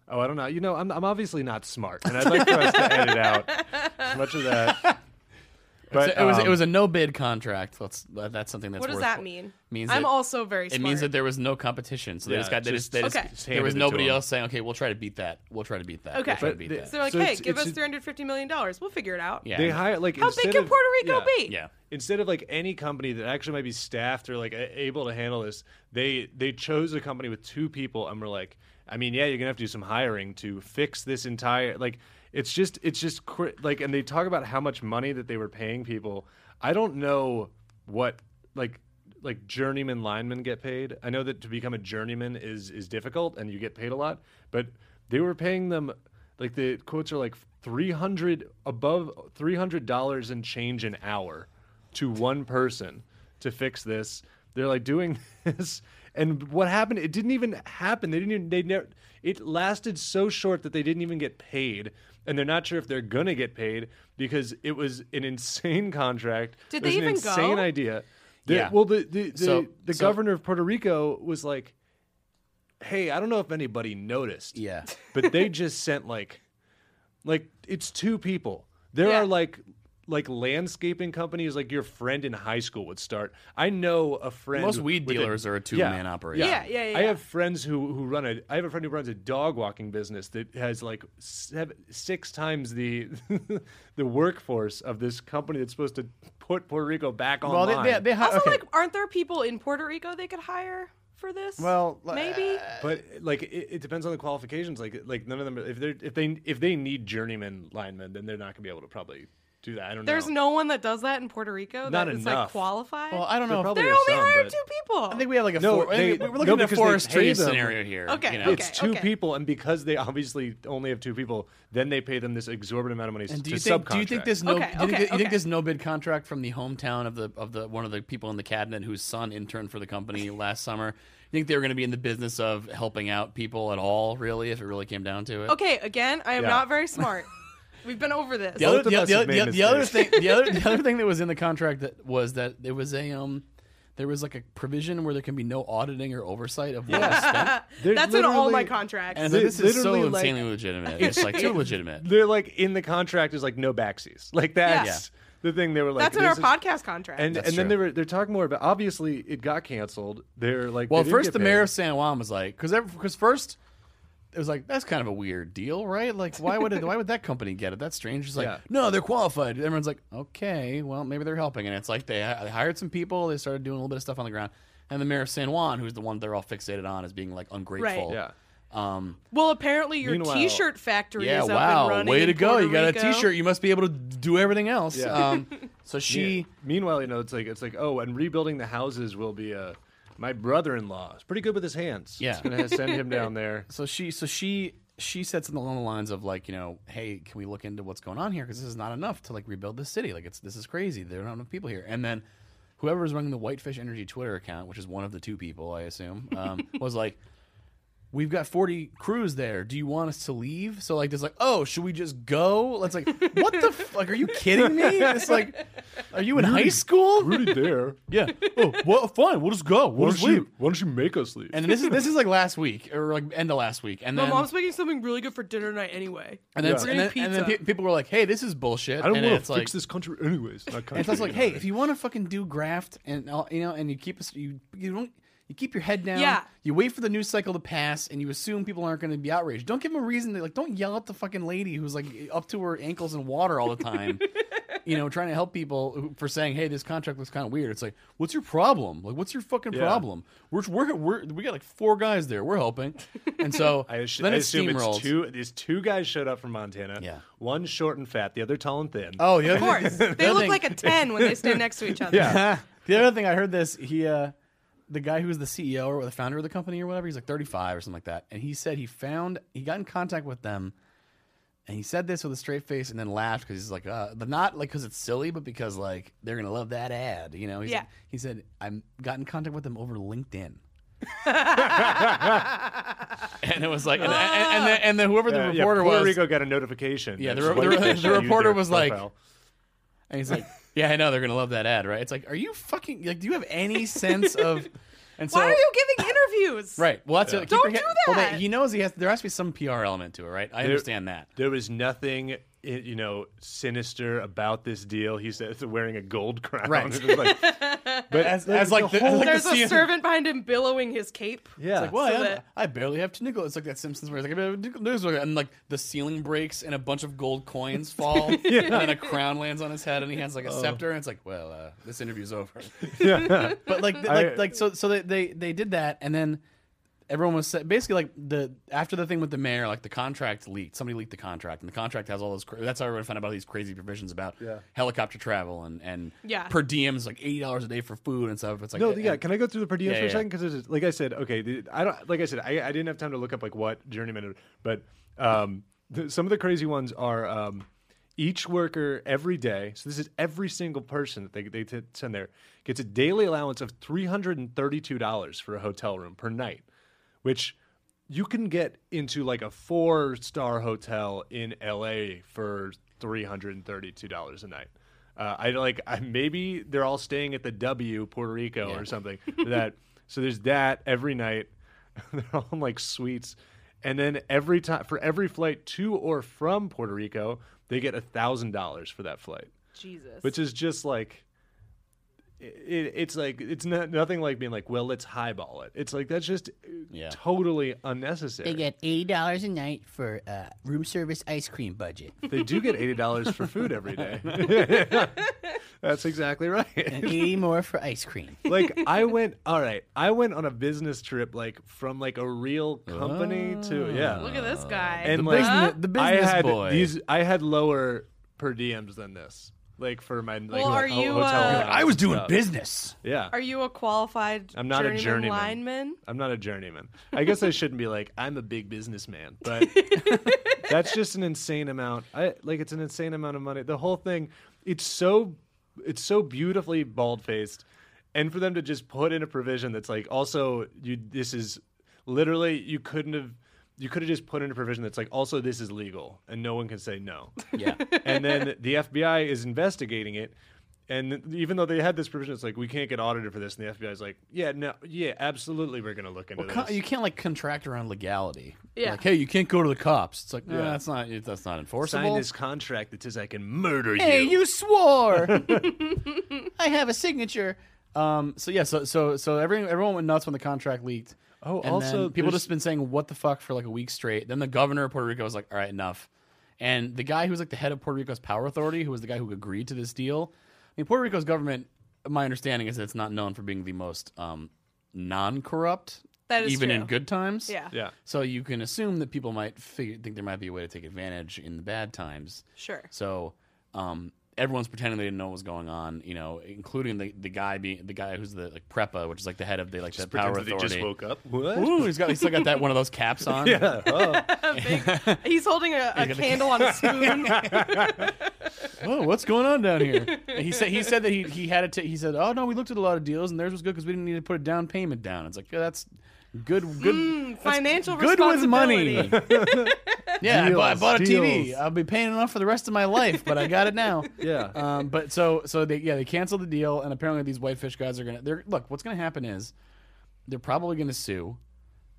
Oh, I don't know. You know, I'm I'm obviously not smart, and I'd like for us to edit out as much of that. But
So it was
um,
it was a no bid contract. That's that- that's something that's
What does
worth-
that mean?
Means
I'm
that-
also very smart.
It means that there was no competition, so they
Yeah,
just got they just,
just-
they just,
Okay.
just
there was
handed it to
nobody
them.
else saying, okay, we'll try to beat that. We'll try to beat that.
Okay.
we'll try to
But
beat
the-
that.
so they're like,
So
hey,
it's-
give
it's
us
a-
$350 million. We'll figure it out.
yeah,
They hire like
How big
instead
can
of-
Puerto Rico
yeah.
be?
yeah.
instead of like any company that actually might be staffed or like a- able to handle this, they they chose a company with two people and were like, I mean, yeah, you're gonna have to do some hiring to fix this entire like. It's just it's just cr- like, and they talk about how much money that they were paying people. I don't know what like like journeyman linemen get paid. I know that to become a journeyman is is difficult and you get paid a lot, but they were paying them like the quotes are like 300 above $300 and change an hour to one person to fix this. They're like doing this, and what happened? It didn't even happen. They didn't. Even, they never. It lasted so short that they didn't even get paid, and they're not sure if they're gonna get paid because it was an insane contract.
Did
It was
they
an
even go?
insane idea? The-
Yeah.
Well, the the, the,
So-
the
so-
governor of Puerto Rico was like, "Hey, I don't know if anybody noticed,
Yeah.
but they just sent like like it's two people there
Yeah.
are like like landscaping companies like your friend in high school would start i know a friend
Most weed
with a-
dealers are a two-man operation.
Yeah, yeah, yeah,
I
yeah.
have friends who who run a. I have a friend who runs a dog walking business that has like seven, six times the the workforce of this company that's supposed to put Puerto Rico back
Well,
online.
they, they, they hi-
Also,
okay.
like, aren't there people in Puerto Rico they could hire for this?
Well, uh,
maybe.
But like it, it depends on the qualifications. Like like none of them if they are if they if they need journeyman linemen, then they're not gonna be able to probably do that. I don't
There's no
know.
one that does that in Puerto Rico that
Not
is like
enough.
qualified.
Well, I don't
There
know. If
probably
they
are
only
some,
hired
but-
two people.
I think we had like a
No,
four. I think
they-
we're looking
no,
at a
because they
forest
pay
tree
them.
scenario here.
Okay,
you know?
okay.
it's two people, and because they obviously only have two people, then they pay them this exorbitant amount of money
And
to
do you think?
subcontract.
Do you think this no?
Okay,
do you, think,
okay,
you think
okay.
this no bid contract from the hometown of the of the one of the people in the cabinet whose son interned for the company last summer? You think they were going to be in the business of helping out people at all? Really, if it really came down to it.
Okay, again, I am
Yeah.
not very smart. We've been over this.
The other,
Both of
the,
us
the-
have made
the- the other thing,
mistakes.
the other, the other thing that was in the contract that was that there was a um, there was like a provision where there can be no auditing or oversight of what was spent.
They're
That's in all my
literally-
contracts.
And so this is so
literally, like-
insanely legitimate. It's like too legitimate.
They're like in the contract is like no backsies. Like that's the thing they were like.
That's in our
this is-
podcast contract.
And
That's
and then
true.
they were they're talking more about obviously it got canceled. They're like
Well,
they didn't
first
get
the mayor
paid.
of San Juan was like, because because first it was like that's kind of a weird deal, right? Like why would it, why would that company get it? That's strange. It's like
Yeah.
no, they're qualified. Everyone's like, okay, well maybe they're helping, and it's like they, they hired some people, they started doing a little bit of stuff on the ground, and the mayor of San Juan, who's the one they're all fixated on, is being like ungrateful.
Yeah.
Um,
well, apparently your
Meanwhile-
T-shirt factory
yeah.
is up and
Wow.
running.
Way
in
to go.
Puerto
you got
Rico.
a T-shirt. You must be able to do everything else.
Yeah.
Um, so she.
Yeah. Meanwhile, you know, it's like it's like oh, and rebuilding the houses will be a. My brother-in-law is pretty good with his hands.
Yeah.
it's gonna send him down there.
so she so she she said something along the lines of like you know hey can we look into what's going on here because this is not enough to like rebuild the city like it's this is crazy there are not enough people here and then whoever was running the whitefish energy twitter account which is one of the two people i assume um, was like we've got 40 crews there do you want us to leave so like just like oh should we just go it's like what the f- like are you kidding me it's like are you in high school
Rudy, there.
yeah oh well fine we'll just go we'll
Why don't,
just
you,
leave
why don't you make us leave?
and this is this is like last week or like end of last week and
My
then
mom's making something really good for dinner tonight anyway.
And then,
Yeah.
and, then, and then
Pizza.
pe- people were like, "Hey, this is bullshit."
I don't
and
want to
it's
fix
like,
this country anyways. Not country,
And it's also like,
you know.
"Hey, if you want to fucking do graft and all, you know, and you keep us, you you don't." You keep your head down.
Yeah.
You wait for the news cycle to pass, and you assume people aren't going to be outraged. Don't give them a reason. To, like, don't yell at the fucking lady who's like up to her ankles in water all the time. you know, trying to help people who- for saying, "Hey, this contract looks kind of weird." It's like, what's your problem? Like, what's your fucking
Yeah.
problem? We're, we're we're we got like four guys there. We're helping, and so
I, assu-
then
I
it
assume it's
steamrolled.
two. These two guys showed up from Montana.
Yeah.
one short and fat, the other tall and thin.
Oh, yeah,
Of course, they look like a ten when they stand next to each other.
Yeah.
the other thing I heard this he uh the guy who was the CEO or the founder of the company or whatever he's like 35 or something like that and he said he found he got in contact with them and he said this with a straight face and then laughed because he's like uh but not like because it's silly but because like they're gonna love that ad you know he's
Yeah.
he said I got in contact with them over LinkedIn. and it was like, and, and,
Oh.
and, then, and then whoever the
Uh, Yeah, yeah,
reporter
Puerto
was,
Rico got a notification.
Yeah, the
that
re- the re-
Whitefish
the
used
reporter
their
was like-
profile.
And he's like, "Yeah, I know they're gonna love that ad, right?" It's like, "Are you fucking like? Do you have any sense of?" And so,
Why are you giving interviews?
right? Well, that's it. Keep
Don't
your head-
do
well,
that!
they- he knows he has. There has to be some PR element to it, right? I understand that.
There was nothing, i- you know, sinister about this deal. He said wearing a gold crown.
Right.
It was like- but
As- as like the-
whole-
like
There's
the
a
CN
servant behind him billowing his cape.
yeah,
It's like, well,
So
I-
that-
I barely have to nickel. It's like that Simpsons where it's like, I barely have two nickels. and like the ceiling breaks and a bunch of gold coins fall, and then a crown lands on his head, and he has like
Oh.
a scepter, and it's like, well, uh, this interview's over.
yeah.
but like, th-
I-
like, like, so, so they, they they did that, and then everyone was sa- basically like the after the thing with the mayor, like the contract leaked. Somebody leaked the contract, and the contract has all those. Cra- that's how everyone found out about these crazy provisions about
Yeah.
helicopter travel and and
Yeah.
per diems like eighty dollars a day for food and stuff. It's like eh,
No,
and-
yeah. Can I go through the per diems
Yeah,
for a
yeah.
second? Because, like I said, okay, the, I don't. Like I said, I, I didn't have time to look up like what journeyman, but um, th- some of the crazy ones are um, each worker every day. So this is every single person that they they t- send there gets a daily allowance of three hundred and thirty two dollars for a hotel room per night, which you can get into like a four star hotel in LA for three hundred and thirty two dollars a night. Uh, I like I, maybe they're all staying at the W Puerto Rico or something. That so there's that every night. they're all in like suites, and then every time for every flight to or from Puerto Rico, they get a thousand dollars for that flight
Jesus.
which is just like it, it's like it's not nothing like being like well let's highball it it's like that's just uh,
Yeah.
totally unnecessary
They get eighty dollars a night for uh, room service ice cream budget.
They do get $80 for food every day that's exactly right
Eighty more for ice cream.
like i went all right i went on a business trip like from like a real company to yeah
Look at this guy.
and
Oh. The
like
business- the
I
business
had
boy.
these I had lower per diems than this. like for my like
Well, are
ho-
you,
hotel.
uh,
allowance
I was
and
doing
stuff.
business.
Yeah.
Are you a qualified
I'm not
journeyman
a journeyman.
lineman?
I'm not a journeyman. I guess I shouldn't be like I'm a big businessman, but that's just an insane amount. I like it's an insane amount of money. The whole thing, it's so it's so beautifully bald-faced and for them to just put in a provision that's like also you this is literally you couldn't have you could have just put in a provision that's like also this is legal and no one can say no.
Yeah.
and then the FBI is investigating it. And even though they had this provision, it's like we can't get audited for this. And the FBI is like, yeah, no, yeah, absolutely, we're gonna look into
Well, co-
this.
you can't like contract around legality.
Yeah.
Like, hey, you can't go to the cops. It's like, no, that's not that's not enforceable.
Sign this contract that says I can murder
hey,
you.
you swore. I have a signature. Um. So yeah. So so so everyone everyone went nuts when the contract leaked.
Oh,
And
also,
then people
there's-
just been saying what the fuck for like a week straight. Then the governor of Puerto Rico was like, all right, enough. And the guy who was like the head of Puerto Rico's power authority, who was the guy who agreed to this deal. I mean, Puerto Rico's government. My understanding is that it's not known for being the most um, non-corrupt,
That is
even in
true.
good times.
Yeah.
Yeah,
So you can assume that people might figure, think there might be a way to take advantage in the bad times.
Sure.
So um, everyone's pretending they didn't know what was going on, you know, including the, the guy being the guy who's the like prepa, which is like the head of the like
just
the power
pretend that they
authority.
just woke up. What?
Ooh, he's got he's still got that one of those caps on.
Yeah. Oh.
He's holding a, a candle on a spoon.
Oh, what's going on down here? And he said he said that he he had it. He said, oh no, we looked at a lot of deals and theirs was good because we didn't need to put a down payment down. It's like yeah, that's good good.
Financial
Good with
responsibility.
money. yeah, I, bought, I
Deals,
bought a TV.
deals.
I'll be paying it off for the rest of my life, but I got it now.
Yeah.
Um, but so so they yeah they canceled the deal, and apparently these whitefish guys are gonna they're look what's gonna happen is they're probably gonna sue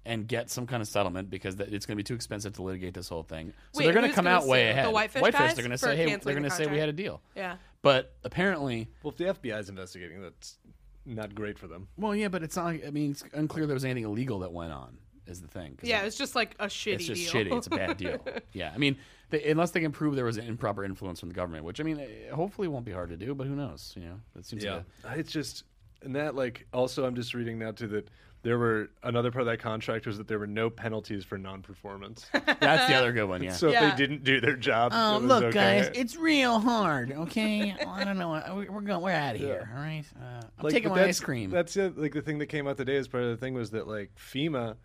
and get some kind of settlement because that, it's gonna be too expensive to litigate this whole thing. So
Wait,
they're gonna
who's
come
gonna
out
sue?
way
The
ahead.
whitefish guys
they're gonna
for
say hey
canceling
they're
the
gonna say we
contract?
had a deal.
Yeah.
But apparently,
well, if the FBI is investigating, that's not great for them.
well, yeah, but it's not. like- I mean, it's unclear there was anything illegal that went on. Is the thing? 'Cause
Yeah, it's just like a shitty
it's just
deal.
shitty. It's a bad deal. Yeah, I mean, they, unless they can prove there was an improper influence from the government, which I mean, eh, hopefully won't be hard to do, but who knows? You know, that seems like
Uh, It's just, and that, like, also, I'm just reading now, too, that there were another part of that contract was that there were no penalties for non performance.
a, that's the other good one. Yeah.
so if
Yeah.
they didn't do their job,
Oh,
it was
look,
okay.
guys, it's real hard. Okay, Well, I don't know. I- we- We're going. We're out of here. All right. Uh, I'm
Like,
taking
but
my
that's-
ice cream.
That's it. Like the thing that came out today as part of the thing was that like FEMA,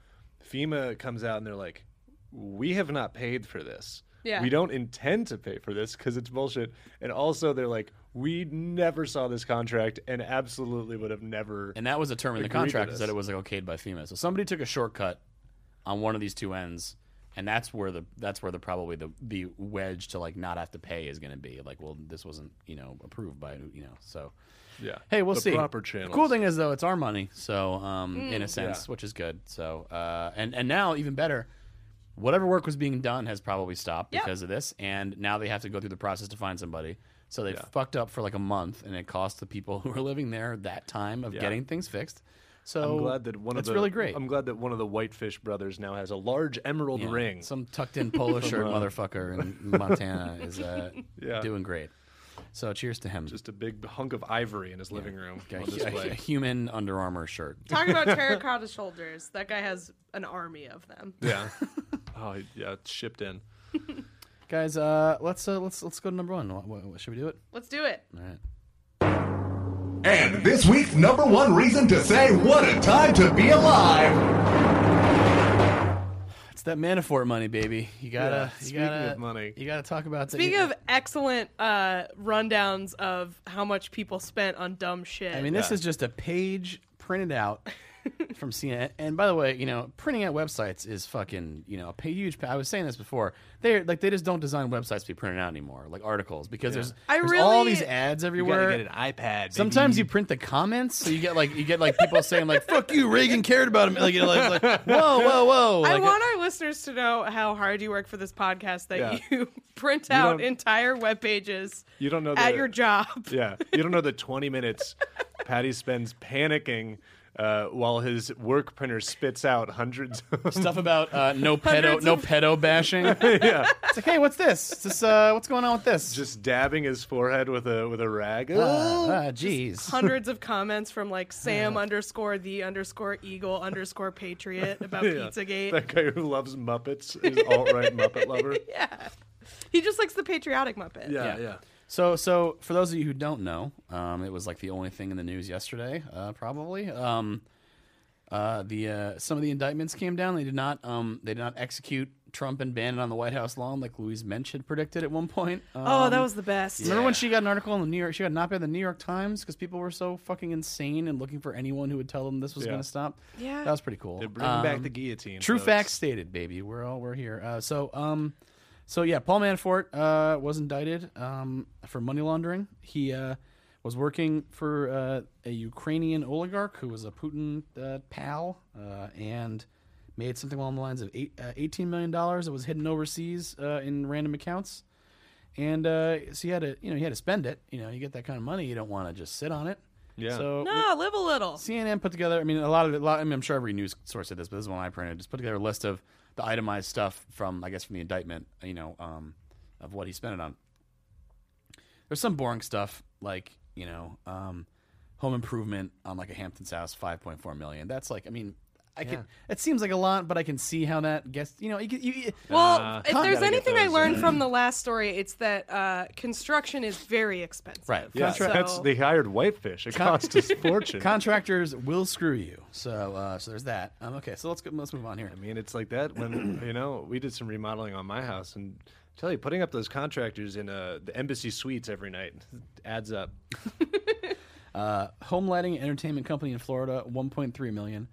FEMA comes out and they're like, we have not paid for this.
Yeah.
We don't intend to pay for this because it's bullshit. And also they're like, we never saw this contract and absolutely would have never.
and that was a term in the
Agreed to
contract is
this.
that it was like okayed by FEMA. So somebody took a shortcut on one of these two ends, and that's where the that's where the probably the the wedge to like not have to pay is going to be. Like, well, this wasn't you know approved by you know so.
yeah.
Hey, we'll
the
see.
Proper
the
channels.
cool thing is though, it's our money, so um, in a sense, which is good. So uh, and and now even better, whatever work was being done has probably stopped
Yeah.
because of this, and now they have to go through the process to find somebody. So they fucked up for like a month, and it cost the people who were living there that time of getting things fixed. So
I'm glad that one
it's
of the,
Oh, really great.
I'm glad that one of the Whitefish brothers now has a large emerald
Yeah.
ring. uh,
Some tucked in polo shirt motherfucker in Montana is uh,
Yeah.
doing great. So cheers to him.
just a big hunk of ivory in his living room
a,
on
a- a
display.
human Under Armour shirt.
Talk about terracotta shoulders. That guy has an army of them.
yeah. Oh yeah, it's shipped in.
Guys, uh, let's uh, let's let's go to number one. What, what, what- should we do it?
Let's do it.
All right.
And this week's number one reason to say what a time to be alive.
It's that Manafort money, baby. You gotta
Yeah,
you
speaking
gotta
of money.
You gotta talk about that.
Speaking of excellent uh, rundowns of how much people spent on dumb shit.
I mean, this is just a page printed out from CNN. And by the way, you know, printing out websites is fucking, you know, a pa- huge. pa- I was saying this before. They're like they just don't design websites to be printed out anymore, like articles, because there's,
I
there's all
really-
these ads everywhere.
iPad.
Sometimes you print the comments, so you get like you get like people saying like "fuck you," Reagan cared about him. Like, you know, like, like whoa, whoa, whoa.
I
Like, uh,
want our listeners to know how hard you work for this podcast that
Yeah.
you print out
don't-
entire web pages
You don't know
at
the-
your job.
Yeah, you don't know the 20 minutes Patty spends panicking uh, while his work printer spits out hundreds of
stuff about uh, no pedo,
Hundreds
no
of-
pedo bashing.
yeah,
It's like, hey, what's this? Is this uh, what's going on with this?
just dabbing his forehead with a with a rag.
ah, jeez.
Hundreds of comments from like Sam underscore the underscore eagle underscore patriot about
Yeah.
Pizzagate.
That guy who loves Muppets is alt right Muppet lover.
He just likes the patriotic Muppet.
Yeah, yeah.
Yeah. So, so for those of you who don't know, um, it was like the only thing in the news yesterday, uh, probably. Um, uh, the uh, some of the indictments came down. They did not um, they did not execute Trump and Bannon on the White House lawn like Louise Mensch had predicted at one point.
Oh, that
Um,
was the best.
Remember when she got an article in the New York? She got knocked by the New York Times because people were so fucking insane and looking for anyone who would tell them this was
Yeah.
going to stop.
Yeah.
that was pretty cool.
They're bringing back
Um,
the guillotine.
True
folks.
facts stated, baby. We're all we're here. Uh, so um, so yeah, Paul Manafort uh, was indicted um, for money laundering. He uh, was working for uh, a Ukrainian oligarch who was a Putin uh, pal uh, and made something along the lines of eight, uh, eighteen million dollars that was hidden overseas uh, in random accounts. And uh, so he had to, you know, he had to spend it. You know, you get that kind of money, you don't want to just sit on it.
Yeah.
So
No, live a little.
CNN put together. I mean, a lot of it. a lot- I mean, I'm sure every news source did this, but this is one I printed. Just put together a list of the itemized stuff from, I guess, from the indictment. You know, um, of what he spent it on. There's some boring stuff like you know, um, home improvement on like a Hamptons house, 5.4 million. That's like, I mean, I can. It seems like a lot, but I can see how that gets. You know, you, can- you,
Well,
Uh,
if
Huh.
there's
Gotta get
anything I
those.
learned from the last story, it's that uh, construction is very expensive.
Right.
Yeah,
Contra-
that's
So-
they hired Whitefish. It cost us fortune.
contractors will screw you. So, uh, so there's that. Um, okay, so let's go, let's move on here.
I mean, it's like that when you know we did some remodeling on my house, and I tell you, putting up those contractors in uh, the embassy suites every night adds up.
home lighting and entertainment company in Florida, 1.3 million.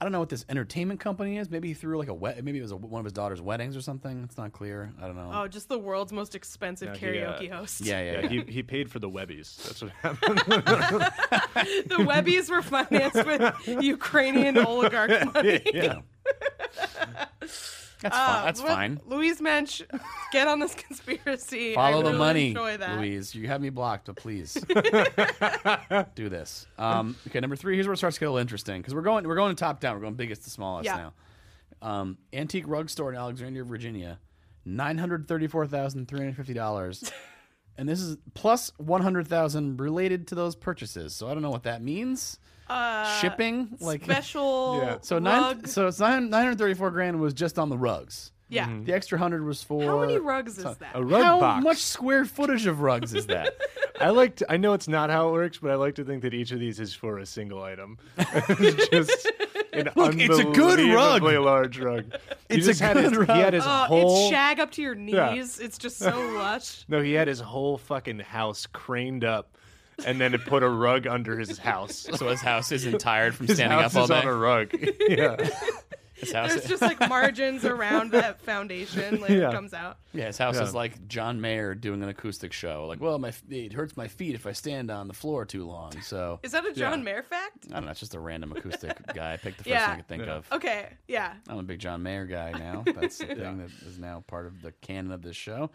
I don't know what this entertainment company is. Maybe he threw like a wet. Maybe it was a, one of his daughter's weddings or something. It's not clear. I don't know.
Oh, just the world's most expensive
he, uh,
karaoke host.
yeah, yeah,
Yeah,
yeah.
he, he paid for the Webbies. That's what happened.
the Webbies were financed with Ukrainian oligarch money.
yeah,
That's,
Uh,
fine. That's
what-
fine.
Louise Mensch, get on this conspiracy. I
Follow the
really
money,
Enjoy that.
Louise. You have me blocked, but please do this. Um, okay, number three. Here's where it starts to get a little interesting because we're going we're going top down. We're going biggest to smallest
Yeah.
now. Um, antique rug store in Alexandria, Virginia, nine hundred thirty four thousand three hundred fifty dollars, and this is plus one hundred thousand related to those purchases. So I don't know what that means.
Uh,
Shipping, like
special.
Yeah.
so nine.
rug.
So it's nine nine hundred thirty four grand was just on the rugs.
yeah.
The extra hundred was for
How many rugs is that?
a rug
How
box.
much square footage of rugs is that?
I like. To, I know it's not how it works, but I like to think that each of these is for a single item. it's just an
Look, it's a good rug.
unbelievably large rug. He
It's a
just had his,
good
He
rug. Oh,
had his
Uh,
whole.
It's shag up to your knees.
Yeah.
It's just so lush.
no, he had his whole fucking house craned up, and then it put a rug under his house.
So his house isn't tired from
His
standing
house
up all
is
day.
on a rug. yeah.
His house,
There's just like margins around that foundation. Like
Yeah.
it comes out.
yeah, his house
Yeah.
is like John Mayer doing an acoustic show. Like, well, my f- it hurts my feet if I stand on the floor too long. So
Is that a John Mayer fact?
I don't know. It's just a random acoustic guy. I picked the first
Yeah.
thing I could think of.
Okay. Yeah.
I'm a big John Mayer guy now. That's the thing that is now part of the canon of this show.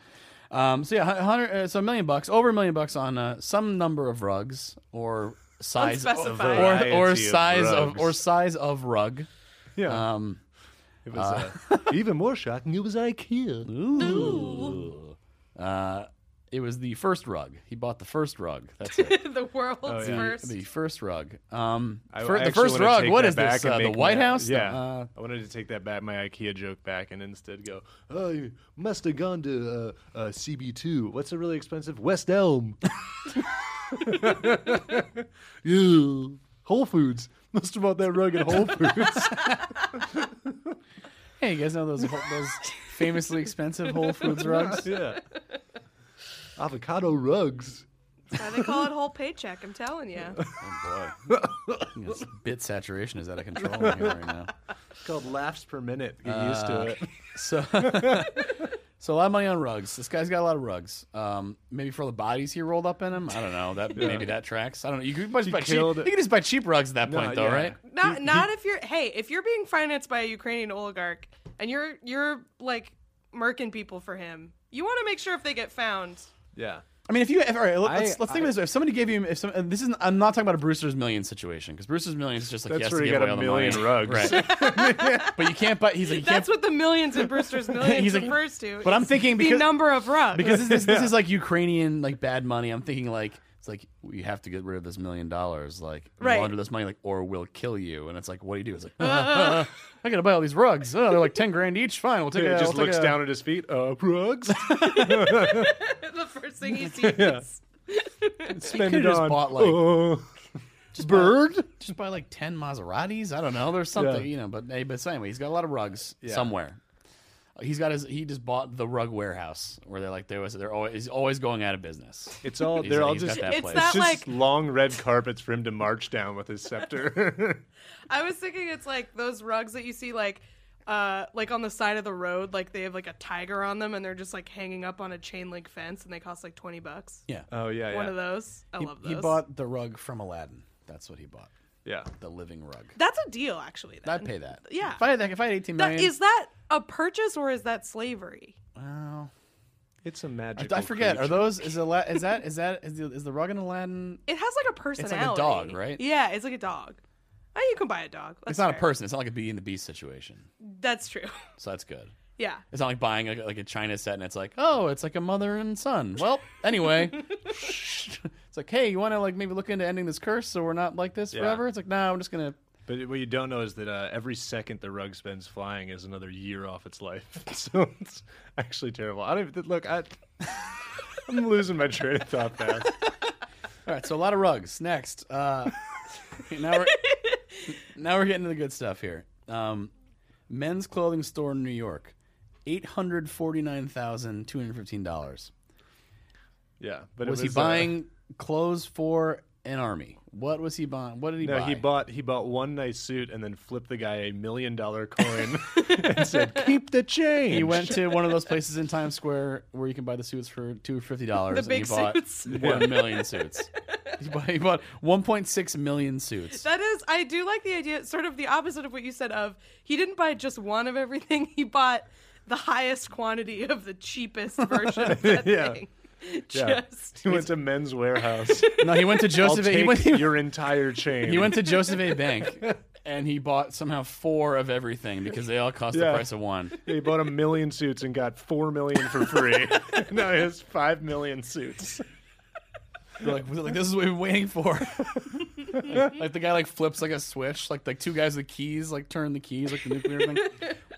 Um, so yeah, hun- hundred, uh, so a million bucks, over a million bucks on uh, some number of rugs or size of,
Unspecified.
or, or
Variety of
size of
rugs.
or size of rug.
Yeah.
Um,
it was, uh, even more shocking, it was IKEA.
uh, it was the first rug. He bought the first rug. That's it.
the world's
Oh,
yeah.
first.
The first rug. Um,
I-
fir-
I
the
actually
first
wanna
rug.
take
What
that
is this?
back and
Uh, the
make
White
my-
House?
Yeah,
Uh,
I wanted to take that back, my IKEA joke back, and instead go, "Oh, you must have gone to uh, uh, CB2. What's a really expensive West Elm? Ew. Whole Foods must have bought that rug at Whole Foods.
hey, you guys know those those famously expensive Whole Foods rugs?
yeah,
Oh,
avocado rugs.
That's why they call it whole paycheck. I'm telling you.
Oh boy, This bit saturation is out of control in here right now.
It's called laughs per minute. Get used
Ah.
to it.
So, so a lot of money on rugs. This guy's got a lot of rugs. Um, maybe for all the bodies he rolled up in him. I don't know. That maybe that tracks. I don't know. You could, just buy cheap, you
killed-
could just buy cheap rugs at that point, though,
yeah.
right?
Not not if you're hey, if you're being financed by a Ukrainian oligarch and you're you're like murking people for him, you want to make sure if they get found.
Yeah,
I mean, if you if, all right, let's,
I-
let's think of this. way. If somebody gave you, if some, and this is, I'm not talking about a Brewster's Million situation because Brewster's Million is just like yes,
That's where
to
you
give
got
away
a
all
million
the money.
rugs.
right? but you can't buy. He's like, you can't,
That's what the millions in Brewster's Millions
He's like-
refers to.
but I'm
is
thinking
the
because-
number of rugs.
because this, this, this is like Ukrainian like bad money. I'm thinking like it's like we have to get rid of this million dollars, like
Right.
launder this money, like or we'll kill you. And it's like, what do you do? It's like I gotta buy all these rugs. Oh, they're like ten grand each. Fine, we'll take.
It
a-
just
we'll take
looks
a-
down at his feet. Uh, rugs.
the first thing he sees.
Spend
could've
it
just
on.
bought, like-
oh.
Bird? just buy like 10 Maseratis. I don't know. There's something,
Yeah.
you know, but hey, but anyway, he's got a lot of rugs somewhere. Uh, He's got his. He just bought the rug warehouse where they're like there was. They're always he's always going out of business.
It's all.
He's
They're
like,
all
he's
just.
got that
It's
place.
that-
It's just
like-
long red carpets for him to march down with his scepter.
I was thinking it's like those rugs that you see like uh like on the side of the road, like they have like a tiger on them and they're just like hanging up on a chain link fence and they cost like twenty bucks.
yeah.
oh yeah, yeah,
One of those. I
he,
love those.
he bought the rug from Aladdin. That's what he bought.
yeah.
The living rug.
That's a deal actually then.
I'd pay that.
Yeah.
If I had that, if I had 18
That-
million.
is that a purchase or is that slavery?
Well,
It's a magic.
I forget. Are those is Ala- is that is that is the, is the rug in Aladdin?
It has like a personality.
dog, right?
Yeah, it's like a dog. Oh, you can buy a dog. That's
It's not a
fair.
person. It's not like a Beauty and the Beast situation.
That's true.
So that's good.
yeah.
It's not like buying like, like a China set and it's like, oh, it's like a mother and son. Well, anyway, it's like, hey, you want to like maybe look into ending this curse so we're not like this
Yeah.
forever? It's like, no, I'm just gonna.
But what you don't know is that uh, every second the rug spends flying is another year off its life. so it's actually terrible. I don't even, look. I, I'm losing my train of thought fast.
All right, so a lot of rugs. Next, uh, now we're now we're getting to the good stuff here. Um, men's clothing store in New York, eight hundred forty nine thousand two hundred fifteen dollars.
Yeah, but it
Was, he
uh,
buying clothes for an army? What was he buying? What did he
no,
buy?
he bought he bought one nice suit and then flipped the guy a million dollar coin and said, "Keep the change."
He went to one of those places in Times Square where you can buy the suits for two fifty dollars.
The big
and he bought
suits.
One million suits. He bought, he bought one point six million suits.
That is, I do like the idea, sort of the opposite of what you said of he didn't buy just one of everything, he bought the highest quantity of the cheapest version of that
Yeah.
thing.
Yeah.
Just
He went to Men's Warehouse.
no, he went to
I'll
Joseph. A, he
take
went. He,
your entire chain.
went to Joseph A. Bank, and he bought somehow four of everything because they all cost
Yeah.
the price of one.
He bought a million suits and got four million for free. now he has five million suits.
They're like, like this is what we've been waiting for. like, like the guy like flips like a switch. Like like two guys with keys like turn the keys like the nuclear thing.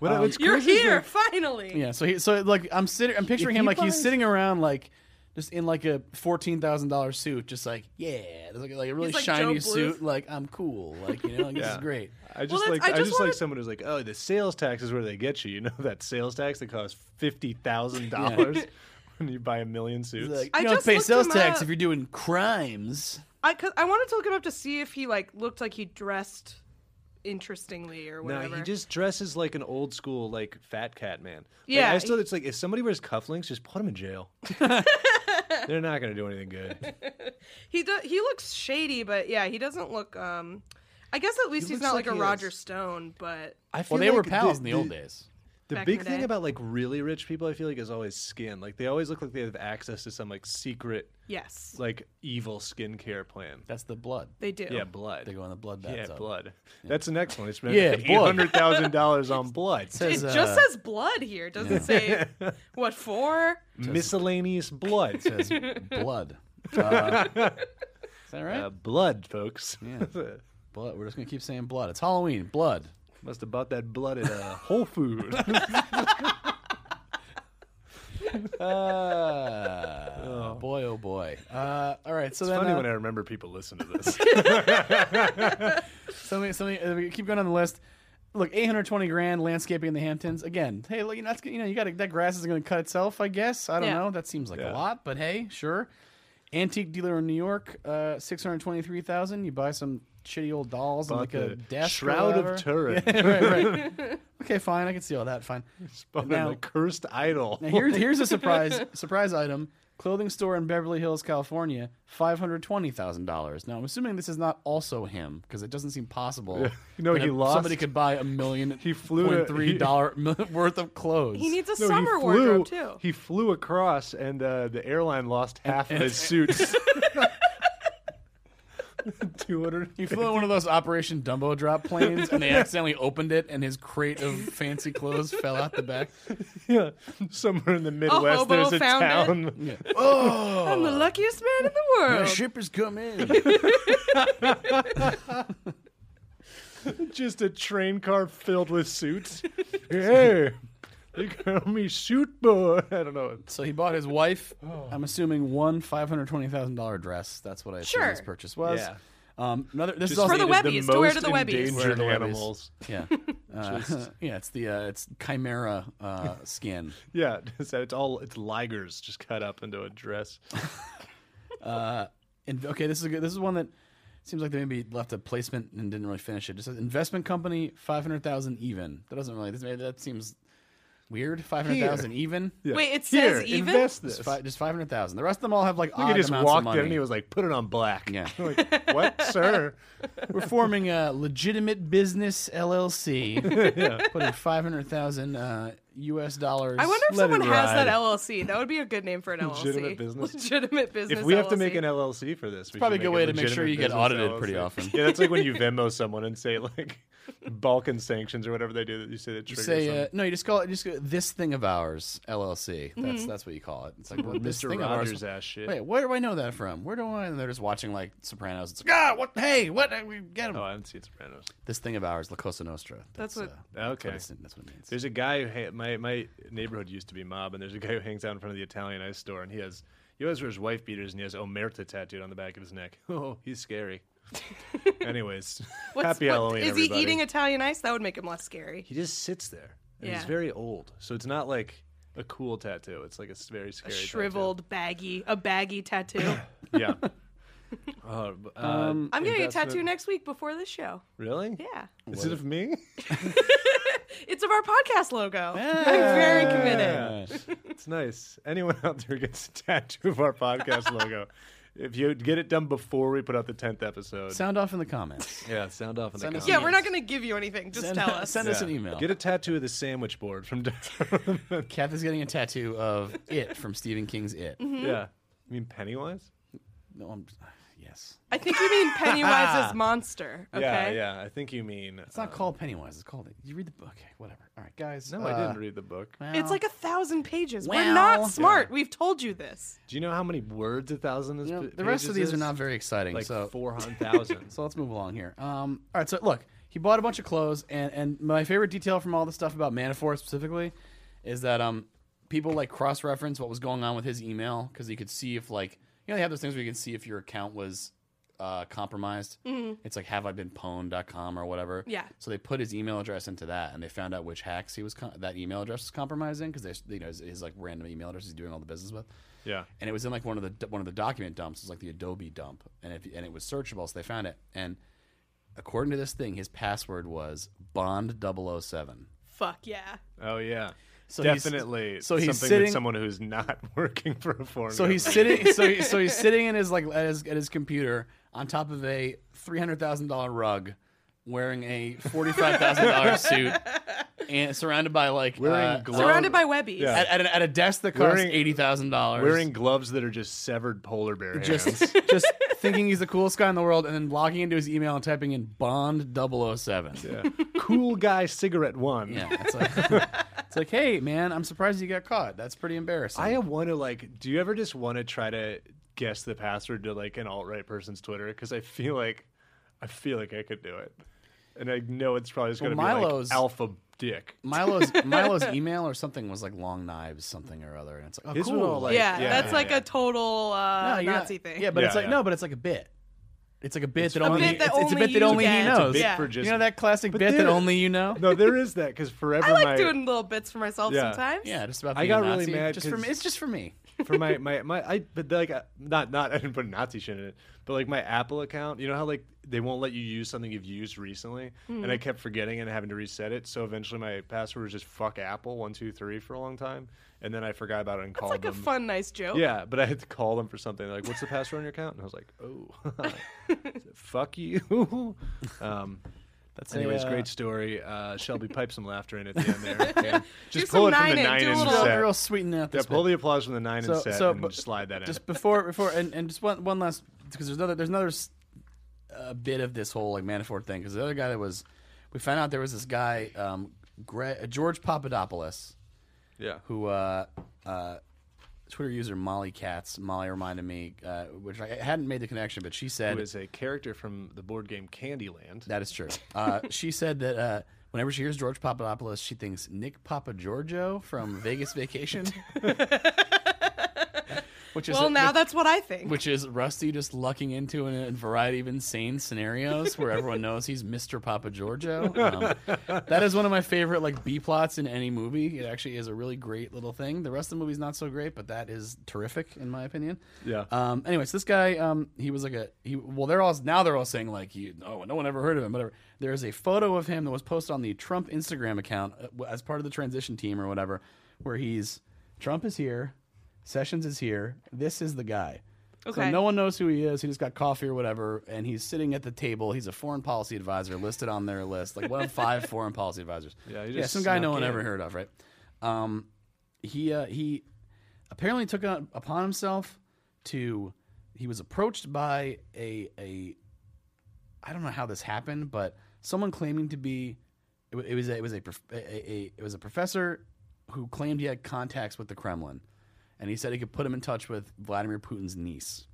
What, what's
You're
crazy is
here,
that-
finally.
Yeah, so he so like I'm sitting I'm picturing
If
him
he
like he's
buys-
sitting around like just in like a fourteen thousand dollar suit, just like yeah, there's like, like a really
He's like
shiny
Joe Bluth.
suit, like I'm cool, like you know, like, this
Yeah.
is great.
I just
Well, that's-
like
I
I just,
just wanna-
like someone who's like, oh, the sales tax is where they get you. You know that sales tax that costs fifty thousand dollars when you buy a million
He's
suits.
Like, you
I
don't
just
pay
looked
sales
him
tax
up.
if you're doing crimes.
I, cause I wanted to look him up to see if he like looked like he dressed interestingly or
no,
whatever.
he just dresses like an old school like fat cat man. Like,
Yeah,
I still
he-
it's like if somebody wears cufflinks, just put them in jail. They're not gonna do anything good.
he do, he looks shady, but yeah, he doesn't look. um I guess at least he's
looks
not
like
like,
he
a
is.
Roger Stone, but
I feel
Well, they were
like
pals in the old days.
The
back in
big
the
thing
day.
about like really rich people, I feel like, is always skin. Like they always look like they have access to some like secret,
yes,
like evil skincare plan.
That's the blood.
they do.
Yeah, blood.
They go in the blood
yeah,
baths.
blood. That's the next one. It's
Yeah,
eight
blood.
hundred thousand dollars on blood.
It
Says,
just
uh,
says blood here. It Doesn't say what for.
Miscellaneous blood.
says blood. Uh, is that right?
Uh, blood, folks.
blood. We're just gonna keep saying blood. It's Halloween. Blood.
Must have bought that blood at uh, Whole Foods.
Uh, Boy, oh boy. Uh, all right. So
it's
then,
funny
uh,
when I remember people listen to this.
Something, something. Uh, we keep going on the list. Look, eight hundred twenty grand landscaping in the Hamptons. Again, hey, look, you know, that's, you know, you got that grass is going to cut itself. I guess I don't
Yeah.
know. That seems like a
Yeah.
lot, but hey, sure. Antique dealer in New York, uh, six hundred twenty-three thousand. You buy some shitty old dolls and like
Bought
a
the
desk or
Shroud of
whatever.
Turin.
Yeah, right, right. okay, fine. I can see all that. Fine.
Bought
Now-
a cursed idol.
Now here's here's a surprise surprise item. Clothing store in Beverly Hills, California, five hundred twenty thousand dollars. Now I'm assuming this is not also him because it doesn't seem possible.
No,
that
he
a-
lost.
Somebody could buy a million.
He flew
point
to-
three
he-
dollar mil- worth of clothes.
He needs a
No,
summer
he flew,
wardrobe too.
He flew across, and uh, the airline lost half of his suits. Two hundred.
He flew in one of those Operation Dumbo Drop planes, and they accidentally opened it, and his crate of fancy clothes fell out the back.
Yeah, somewhere in the Midwest,
hobo
there's a
found it.
town. Oh.
I'm the luckiest man in the world.
shippers come in.
Just a train car filled with suits. hey, They call me shoot boy. I don't know.
So he bought his wife, I'm assuming one five hundred twenty thousand dollar dress. That's what I assume his
Sure.
purchase was.
Yeah.
Um, another. This is
Just
also
For the
needed
Webbies, to wear to the
most
Webbies.
endangered
Wear to the Webbies.
animals.
Yeah, Uh, yeah. It's the uh, it's chimera uh, skin.
Yeah, so it's all it's ligers just cut up into a dress.
And okay, this is a good, this is one that seems like they maybe left a placement and didn't really finish it. Just says investment company five hundred thousand even. That doesn't really. This, that seems weird. Five hundred thousand even.
Yeah.
Wait, it
Here,
says even?
invest this.
Just, fi- just five hundred thousand. The rest of them all have like
I
odd
think he just
amounts of
walked in
money.
and he was like, "Put it on black."
Yeah.
like, what, sir?
We're forming a legitimate business LLC. Putting five hundred thousand uh, U.S. dollars.
I wonder if
Let it
someone has that
ride.
LLC. That would be a good name for an LLC.
Legitimate business.
Legitimate business.
If we have to
LLC.
make an LLC for this, it's
probably a good way to make sure you get audited pretty often.
Yeah, that's like when you Venmo someone and say like Balkan sanctions or whatever they do that you say that
You
triggers
say
them.
uh, no. You just call it. Just go, this thing of ours, LLC. That's
Mm-hmm.
that's what you call it. It's like well, this
Mr.
thing
Rogers
of ours.
ass shit.
Wait, where do I know that from? Where do I? And they're just watching like Sopranos. It's like ah, what? Hey, what? We get him.
Oh, I haven't seen Sopranos.
This thing of ours, La Cosa Nostra.
That's what-
Okay.
That's uh, what, it's- that's what it means.
There's a guy who ha- my my neighborhood used to be mob, and there's a guy who hangs out in front of the Italian ice store, and he has he always wears wife beaters, and he has Omerta tattooed on the back of his neck. Oh, he's scary. Anyways,
What's-
happy
what-
Halloween,
Is
everybody.
he eating Italian ice? That would make him less scary.
he just sits there, and he's
Yeah.
very old, so it's not like a cool tattoo. It's like a s- very scary tattoo.
Shriveled, baggy, a baggy tattoo.
Yeah. Oh, b- uh,
Um,
I'm getting a
investment-
tattoo next week before this show.
Really?
Yeah.
Is it of me?
It's of our podcast logo. I'm very committed.
Yeah. it's nice. Anyone out there gets a tattoo of our podcast logo. If you get it done before we put out the tenth episode,
Sound off in the comments.
yeah, sound off in the
Send us-
comments.
Yeah, we're not going to give you anything. Just
send
tell us.
send us an email.
Get a tattoo of the sandwich board from.
Mm-hmm.
Kath is getting a tattoo of it from Stephen King's It.
Mm-hmm.
yeah, you mean Pennywise?
No, I'm, yes.
I think you mean Pennywise's monster. Okay.
Yeah, yeah. I think you mean.
It's not called Pennywise. It's called it. You read the book. Okay, whatever. All right, guys.
Um, no,
uh,
I didn't read the book.
well,
It's like a thousand pages. We're
Well-
not smart. We've told you this.
Do you know how many words a thousand is?
you know,
p-
the rest of
pages
these
is?
are not very exciting.
like
so
four hundred thousand.
So let's move along here. Um, all right. So look, he bought a bunch of clothes, and and my favorite detail from all the stuff about Manafort specifically is that um people like cross reference what was going on with his email because you could see if like you know they have those things where you can see if your account was uh, compromised. It's like have I been pwned.com or whatever.
Yeah.
So they put his email address into that, and they found out which hacks he was com- that email address was compromising because they you know his, his like random email address he's doing all the business with
yeah.
and it was in like one of the one of the document dumps. It was like the Adobe dump, and if, and it was searchable, so they found it. And according to this thing, his password was Bond 007.
Fuck yeah.
Oh yeah.
So he's-
Definitely.
so he's
something
sitting-
that someone who's not working for a foreign.
So he's
government.
sitting. So he, so he's sitting in his like at his, at his computer on top of a three hundred thousand dollar rug, wearing a forty five thousand dollar suit, and surrounded by like
Wearing
uh,
gloves.
Surrounded by Webbies.
Um, Yeah.
at, at, a, at a desk that costs
Wearing-
eighty thousand dollars.
wearing gloves that are just severed polar bear hands.
just just thinking he's the coolest guy in the world, and then logging into his email and typing in Bond 007.
Yeah. cool guy cigarette one.
Yeah, it's like it's like, hey man, I'm surprised you got caught. That's pretty embarrassing.
I want to like. Do you ever just want to try to guess the password to like an alt right person's Twitter? Because I feel like, I feel like I could do it, and I know it's probably just
Well,
going to be
Milo's-
like alpha dick.
Milo's Milo's email or something was like long knives something or other, and it's like oh
His was
cool.
all, like-
Yeah,
Yeah,
that's
yeah,
like
yeah.
a total uh,
you're
Nazi
not-
thing.
Yeah, but it's
Yeah,
like
yeah.
no, but it's like a bit. It's like a bit that
a
only
bit that
it's, it's a
only
bit that
you
only he
get.
knows.
Bit
Yeah.
for just
You know that classic bit
there-
that only you know.
No, there is that because forever
I like
my
doing little bits for myself
Yeah.
sometimes.
Yeah, just about.
I
being
got
a
really
Nazi.
mad
Just for
'cause-
me, it's just for me.
for my my my I but like uh, not not I didn't put Nazi shit in it, but like my Apple account, you know how like they won't let you use something you've used recently, and I
Hmm.
kept forgetting and having to reset it. So eventually, my password was just fuck Apple one two three for a long time, and then I forgot about it and
It's
called
like a
them.
fun, nice joke.
yeah, but I had to call them for something. They're like, "What's the password on your account?" And I was like, "Oh, fuck you." um,
That's
anyways,
a, uh,
great story. Uh, Shelby, pipe some laughter in at the end there. And just
some
pull it from
nine
the
in,
nine
do a
and
little-
Real,
set.
real sweeten out
Yeah,
this
pull
bit.
the applause from the nine
So-
and set
so,
and
but-
slide that in.
just before before and, and just one one last because there's another there's another s- uh, bit of this whole like Manafort thing because the other guy that was we found out there was this guy uh, um, Gre- George Papadopoulos
yeah.
who uh, uh, Twitter user Molly Katz. Molly reminded me, uh, which I hadn't made the connection, but she said
Who is a character from the board game Candyland.
That is true. Uh, she said that uh, whenever she hears George Papadopoulos, she thinks Nick Papa Giorgio from Vegas Vacation. which is
Well, now
which,
that's what I think.
which is Rusty just lucking into a variety of insane scenarios where everyone knows he's Mr. Papa Giorgio. Um, that is one of my favorite like B plots in any movie. It actually is a really great little thing. The rest of the movie's not so great, but that is terrific in my opinion.
Yeah.
Um. Anyways, this guy, um, he was like a he. Well, they're all now they're all saying like, you, oh, no one ever heard of him. Whatever. There is a photo of him that was posted on the Trump Instagram account uh, w- as part of the transition team or whatever, where he's Trump is here, Sessions is here. This is the guy. So
Okay.
no one knows who he is. He just got coffee or whatever, and he's sitting at the table. He's a foreign policy advisor listed on their list, like one of five foreign policy advisors.
Yeah, he
yeah,
just
some guy no
snuck
one
in.
ever heard of, right? Um, he uh, he apparently took it upon himself to. He was approached by a a I don't know how this happened, but someone claiming to be it, wa- it was a, it was a, prof- a, a, a it was a professor who claimed he had contacts with the Kremlin, and he said he could put him in touch with Vladimir Putin's niece.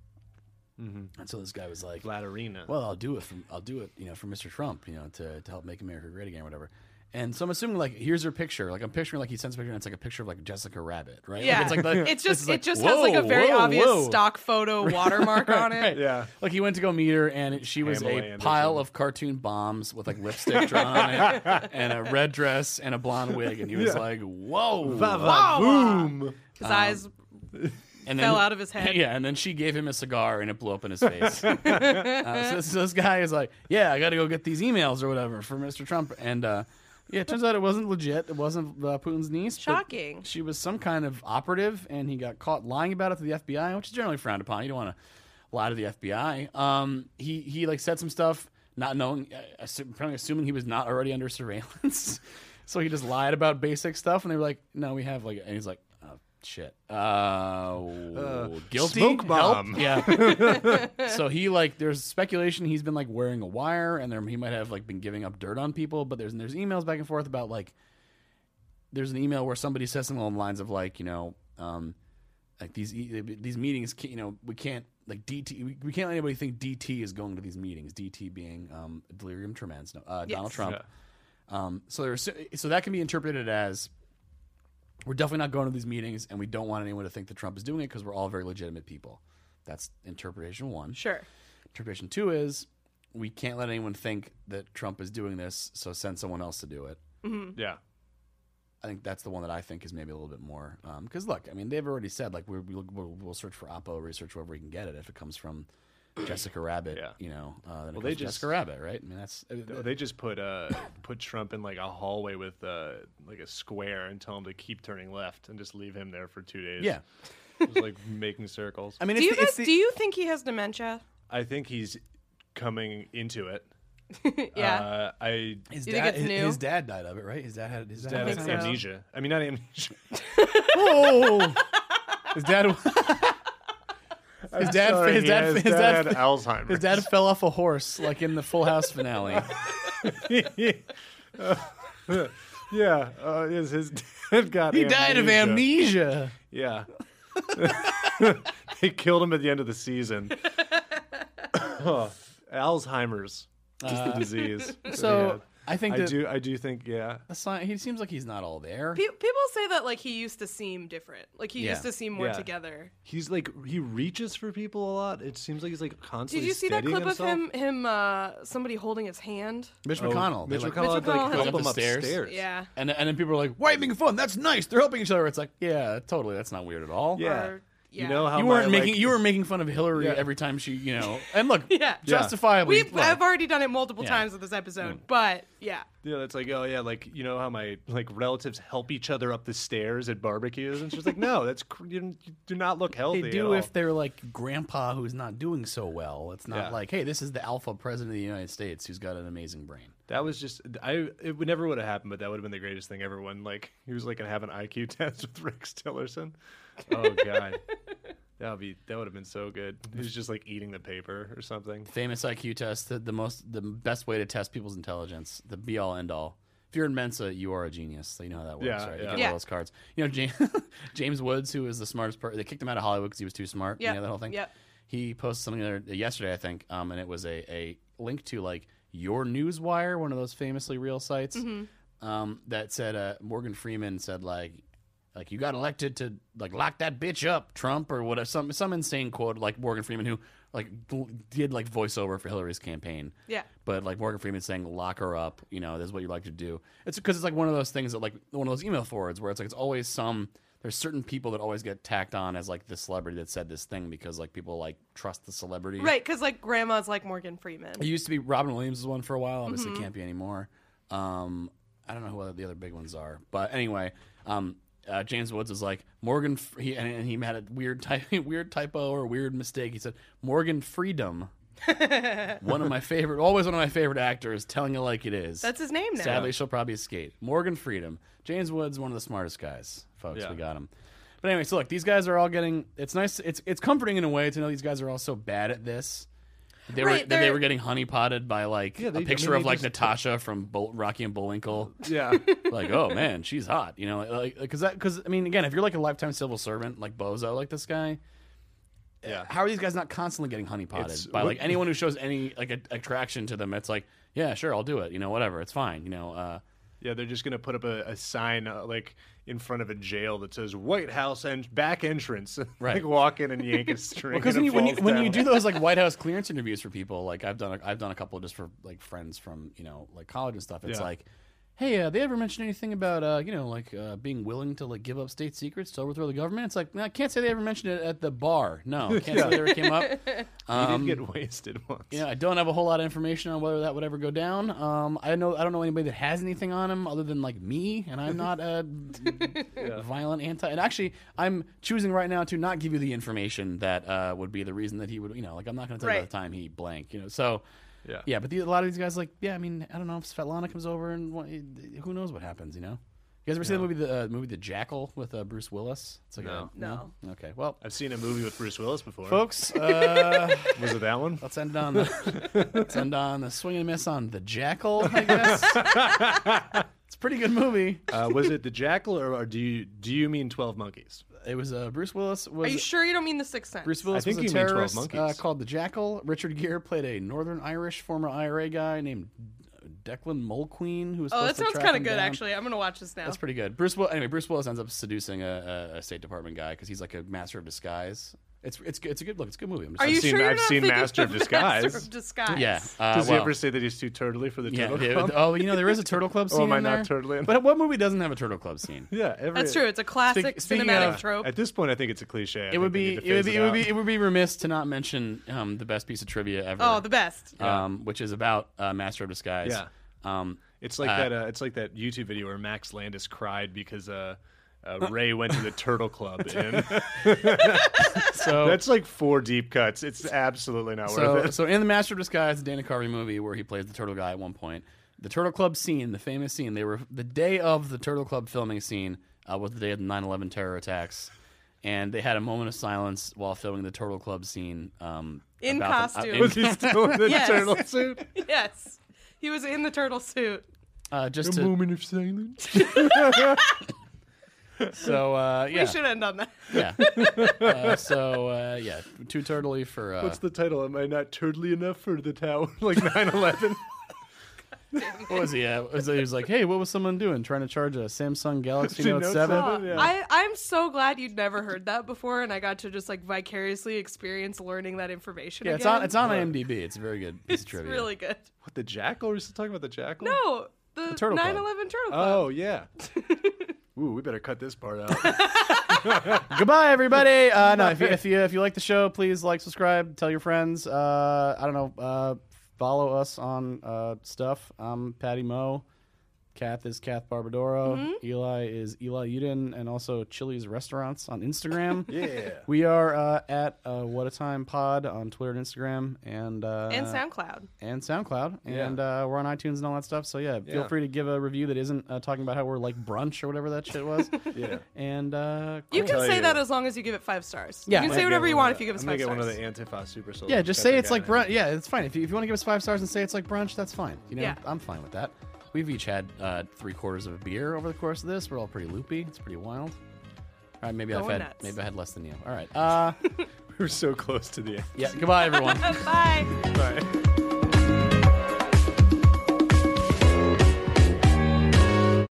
Mm-hmm.
And so this guy was like,
Vladimir.
"Well, I'll do it. From, I'll do it. You know, for Mr. Trump. You know, to, to help make America great again, or whatever." And so I'm assuming like here's her picture. Like I'm picturing like he sends a picture and it's like a picture of like Jessica Rabbit, right? Like,
yeah,
it's like the-
it's just
like,
it just
whoa,
has like a very
whoa,
obvious
whoa.
stock photo watermark on it.
Right.
Yeah.
Like he went to go meet her, and it, she was
Pamela
a
Anderson.
pile of cartoon bombs with like lipstick drawn on it, and a red dress and a blonde wig, and he was like, "Whoa!"
Boom.
His
Um,
eyes
and
fell out of his head.
Yeah, and then she gave him a cigar, and it blew up in his face. uh, so, this, so this guy is like, "Yeah, I got to go get these emails or whatever for Mr. Trump," and uh, yeah, it turns out it wasn't legit. It wasn't uh, Putin's niece. but
Shocking.
She was some kind of operative, and he got caught lying about it to the FBI, which is generally frowned upon. You don't want to lie to the FBI. Um, he he like said some stuff, not knowing, uh, assu- apparently assuming he was not already under surveillance. so he just lied about basic stuff, and they were like, "No, we have like," and he's like, "Oh shit, uh, guilty,
smoke
Help?"
bomb.
yeah." so he like, there's speculation he's been like wearing a wire, and there, he might have like been giving up dirt on people. But there's there's emails back and forth about like there's an email where somebody says something along the lines of like you know um, like these e- these meetings ca- you know we can't like DT we, we can't let anybody think DT is going to these meetings DT being um, delirium tremens no, uh, Donald
Yes.
Trump um, so there's so that can be interpreted as we're definitely not going to these meetings and we don't want anyone to think that Trump is doing it because we're all very legitimate people that's interpretation one
Sure.
interpretation two is we can't let anyone think that Trump is doing this so send someone else to do it
Yeah.
I think that's the one that I think is maybe a little bit more because look, I mean, they've already said like we're, we'll, we'll, we'll search for Oppo research wherever we can get it if it comes from Jessica Rabbit,
Yeah.
you know. Uh, then it
Well,
comes
they
from
just-
Jessica Rabbit, right? I mean, that's
No, They just put uh put Trump in like a hallway with uh like a square and tell him to keep turning left and just leave him there for two days.
yeah.
just like making circles.
I mean,
Do
it's
you
the, it's
guys
the-
do you think he has dementia?
I think he's coming into it.
yeah.
Uh, I
his,
you think
dad,
it's
his,
new?
his dad died of it, right? His dad had his dad.
dad
had
has
think so.
amnesia. I mean, not amnesia.
oh, his dad. His dad,
Sorry,
his
he
dad,
has-
his dad,
had Alzheimer's.
his dad fell off a horse like in the Full House finale.
yeah, uh, his, his dad got.
he died of amnesia.
Yeah. they killed him at the end of the season. Alzheimer's, just the disease. that he
Uh, So
had.
I think
I
that
do, I do think, yeah.
the sign, he seems like he's not all there.
Pe- people say that like he used to seem different. Like he
Yeah.
used to seem more
Yeah.
together.
He's like he reaches for people a lot. It seems like he's like
Did
constantly.
you see that clip
steadying
of him him uh somebody holding his hand?
Mitch
himself.
McConnell. They,
Oh,
like,
Mitch McConnell, had
Mitch
to, like,
McConnell
help
up
him
the stairs.
upstairs.
Yeah.
And and then people are like, "Why are you making fun? That's nice. They're helping each other." It's like, yeah, totally. That's not weird at all.
Yeah.
Or-
You
yeah.
know how
You
my,
weren't
like-
making you were making fun of Hillary
Yeah.
every time she, you know. And look,
Yeah.
justifiably.
We've
look,
I've already done it multiple
Yeah. Mm.
times with this episode, but yeah.
Yeah, that's like, oh yeah, like you know how my like relatives help each other up the stairs at barbecues, and she's like, no, that's cr- you, you do not look healthy.
they
at
do
all.
if they're like grandpa who's not doing so well. It's not
Yeah.
like, hey, this is the alpha president of the United States who's got an amazing brain.
That was just I. It would never would have happened, but that would have been the greatest thing ever. When like he was like gonna have an IQ test with Rex Tillerson. Oh god, that would be that would have been so good. He was just like eating the paper or something.
Famous IQ test, the, the most, the best way to test people's intelligence, the be all end all, if you're in Mensa, you are a genius. So you know how that works,
Yeah,
right?
yeah.
You get
Yeah.
all those cards. You know, James, James Woods, who was the smartest person, they kicked him out of Hollywood because he was too smart.
Yep,
You know that whole thing.
yep.
He posted something the other, uh, yesterday, I think, um, and it was a, a link to like Your Newswire, one of those famously real sites, um, that said uh, Morgan Freeman said like. Like you got elected to like lock that bitch up, Trump or whatever. Some some insane quote like Morgan Freeman who like gl- did like voiceover for Hillary's campaign.
Yeah.
But like Morgan Freeman saying, lock her up. You know, this is what you like to do. It's because it's like one of those things that like one of those email forwards where it's like it's always some. There's certain people that always get tacked on as like the celebrity that said this thing because like people like trust the celebrity.
Right, because like grandma's like Morgan Freeman.
It used to be Robin Williams was one for a while. Obviously, it can't be anymore. Um, I don't know who the other big ones are, but anyway, um, uh, James Woods is like Morgan. F- He and, and he had a weird type, weird typo or weird mistake. He said Morgan Freedom. one of my favorite, always one of my favorite actors, telling it like it is.
That's his name now.
Sadly, she'll probably escape. Morgan Freedom. James Woods, one of the smartest guys, folks.
Yeah.
We got him. But anyway, so look, these guys are all getting. It's nice. It's it's comforting in a way to know these guys are all so bad at this. They were that
Right,
they
they're-
were getting honeypotted by like
Yeah, they- I
a picture
mean,
of
they
like
just-
Natasha from Bull, Rocky and Bullwinkle.
Yeah.
like, oh man, she's hot. You know, like because that because I mean, again, if you're like a lifetime civil servant like Bozo, like this guy.
Yeah.
How are these guys not constantly getting honeypotted
It's-
by like anyone who shows any like a, attraction to them? It's like, yeah, sure, I'll do it. You know, whatever, it's fine. You know, uh,
Yeah, they're just gonna put up a, a sign uh, like in front of a jail that says White House and back entrance.
Right.
like walk in and yank a string.
because
and
when
it
you when you,
falls
when you
down.
do those like White House clearance interviews for people, like I've done a, I've done a couple just for like friends from you know like college and stuff. It's
Yeah.
like, hey, uh, they ever mentioned anything about uh, you know like uh, being willing to like give up state secrets to overthrow the government? It's like nah, I can't say they ever mentioned it at the bar. No, can't say they ever came up.
you did get wasted once.
Um, Yeah, I don't have a whole lot of information on whether that would ever go down. Um, I know I don't know anybody that has anything on him other than like me, and I'm not a violent anti. And actually, I'm choosing right now to not give you the information that uh, would be the reason that he would. You know, like I'm not going to tell you
Right.
about the time he blank. You know, so
Yeah.
yeah. But the, a lot of these guys, like, yeah, I mean, I don't know if Svetlana comes over and what, who knows what happens. You know, you guys ever see the movie the uh, movie The Jackal with uh, Bruce Willis? It's like
No.
a, Okay, well.
I've seen a movie with Bruce Willis before.
Folks, uh,
Was it that one?
Let's end on the let's end on the swing and miss on the Jackal. I guess it's a pretty good movie.
Uh, was it the Jackal, or, or do you do you mean Twelve Monkeys?
It was uh, Bruce Willis
Are
was
you sure you don't mean the Sixth Sense?
Bruce Willis
I think
was a
you mean 12
terrorist uh,
Monkeys.
called the Jackal. Richard Gere played a Northern Irish former IRA guy named Declan Mulqueen who was
oh,
supposed
that
to
sounds
track
kind of
him
good
down.
actually. I'm gonna watch this now.
That's pretty good. Bruce Willis. Anyway, Bruce Willis ends up seducing a, a, a State Department guy because he's like a master of disguise. It's it's it's a good look. It's a good movie. I'm just
Are
I've
you
seen-
sure you're
I've
not
seen
thinking
Master of
of Master
Disguise.
of Disguise?
yeah. Uh,
Does he
well-
ever say that he's too turtly for the
Yeah.
turtle?
yeah,
club?
oh, you know there is a turtle club scene.
am I
in
not
there.
turtling?
But what movie doesn't have a turtle club scene?
yeah, every,
That's true. It's a classic
Speak- speaking
cinematic
of-
trope.
At this point, I think it's a cliche. I
It
think
would
we
be
need
it
to
would
phase
be it would
out.
be it would be remiss to not mention um, the best piece of trivia ever.
oh, the best.
um, which is about uh, Master of Disguise.
Yeah.
Um,
It's like
Uh,
that. Uh, it's like that YouTube video where Max Landis cried because uh, uh, Ray went to the Turtle Club, and
so
that's like four deep cuts. It's absolutely not worth
so
it.
so in the Master of Disguise, the Dana Carvey movie where he plays the turtle guy at one point, the Turtle Club scene, the famous scene, they were the day of the Turtle Club filming scene uh, was the day of the 9/11 terror attacks. And they had a moment of silence while filming the Turtle Club scene. Um,
In
about the- uh,
costume.
in
Was he still in the
Yes.
turtle suit?
Yes, he was in the turtle suit.
uh, just to,
moment of silence.
so uh, yeah,
We should end on that.
yeah. Uh, so uh, yeah, too turtly for uh,
What's the title? Am I not turtly enough for the tower? like 9/11.
What was he? Uh, was he was like, hey, what was someone doing? Trying to charge a Samsung Galaxy
Note
Note Seven?
Uh,
seven? Yeah.
I, I'm so glad you'd never heard that before, and I got to just like vicariously experience learning that information.
Yeah,
again.
it's on. It's on IMDb. It's a very good piece
It's
of trivia.
really good.
What the jackal? Are we still talking about the jackal?
No, the,
Turtle Club.
9/11 turtle club.
Oh yeah. Ooh, we better cut this part out.
Goodbye, everybody. Uh, no, if you, if you if you like the show, please like, subscribe, tell your friends. Uh, I don't know. Uh, follow us on uh, stuff. I'm Patty Moe. Kath is Kath Barbadoro.
Mm-hmm.
Eli is Eli Uden, and also Chili's Restaurants on Instagram.
yeah.
We are uh, at uh, What a Time Pod on Twitter and Instagram, and uh,
and SoundCloud.
and SoundCloud,
Yeah.
and uh, we're on iTunes and all that stuff. So yeah, feel
Yeah.
free to give a review that isn't uh, talking about how we're like brunch or whatever that shit was.
Yeah.
And uh,
You
cool.
can
tell
say
you-
that as long as you give it five stars.
Yeah.
you
I'm
can
gonna
say whatever you want if you give us
I'm
five
gonna get
stars.
one of the Antifa super soldiers.
yeah, just
Got
say
that
it's
guy
like
in it.
brunch. Yeah, it's fine. If you, if you want to give us five stars and say it's like brunch, that's fine. You know,
Yeah.
I'm fine with that. We We've each had uh, three quarters of a beer over the course of this. We're all pretty loopy. It's pretty wild. All right, maybe I've
Going
had
nuts.
maybe I had less than you. All right. Uh,
We're so close to the end.
yeah. Goodbye, everyone.
Bye.
Bye.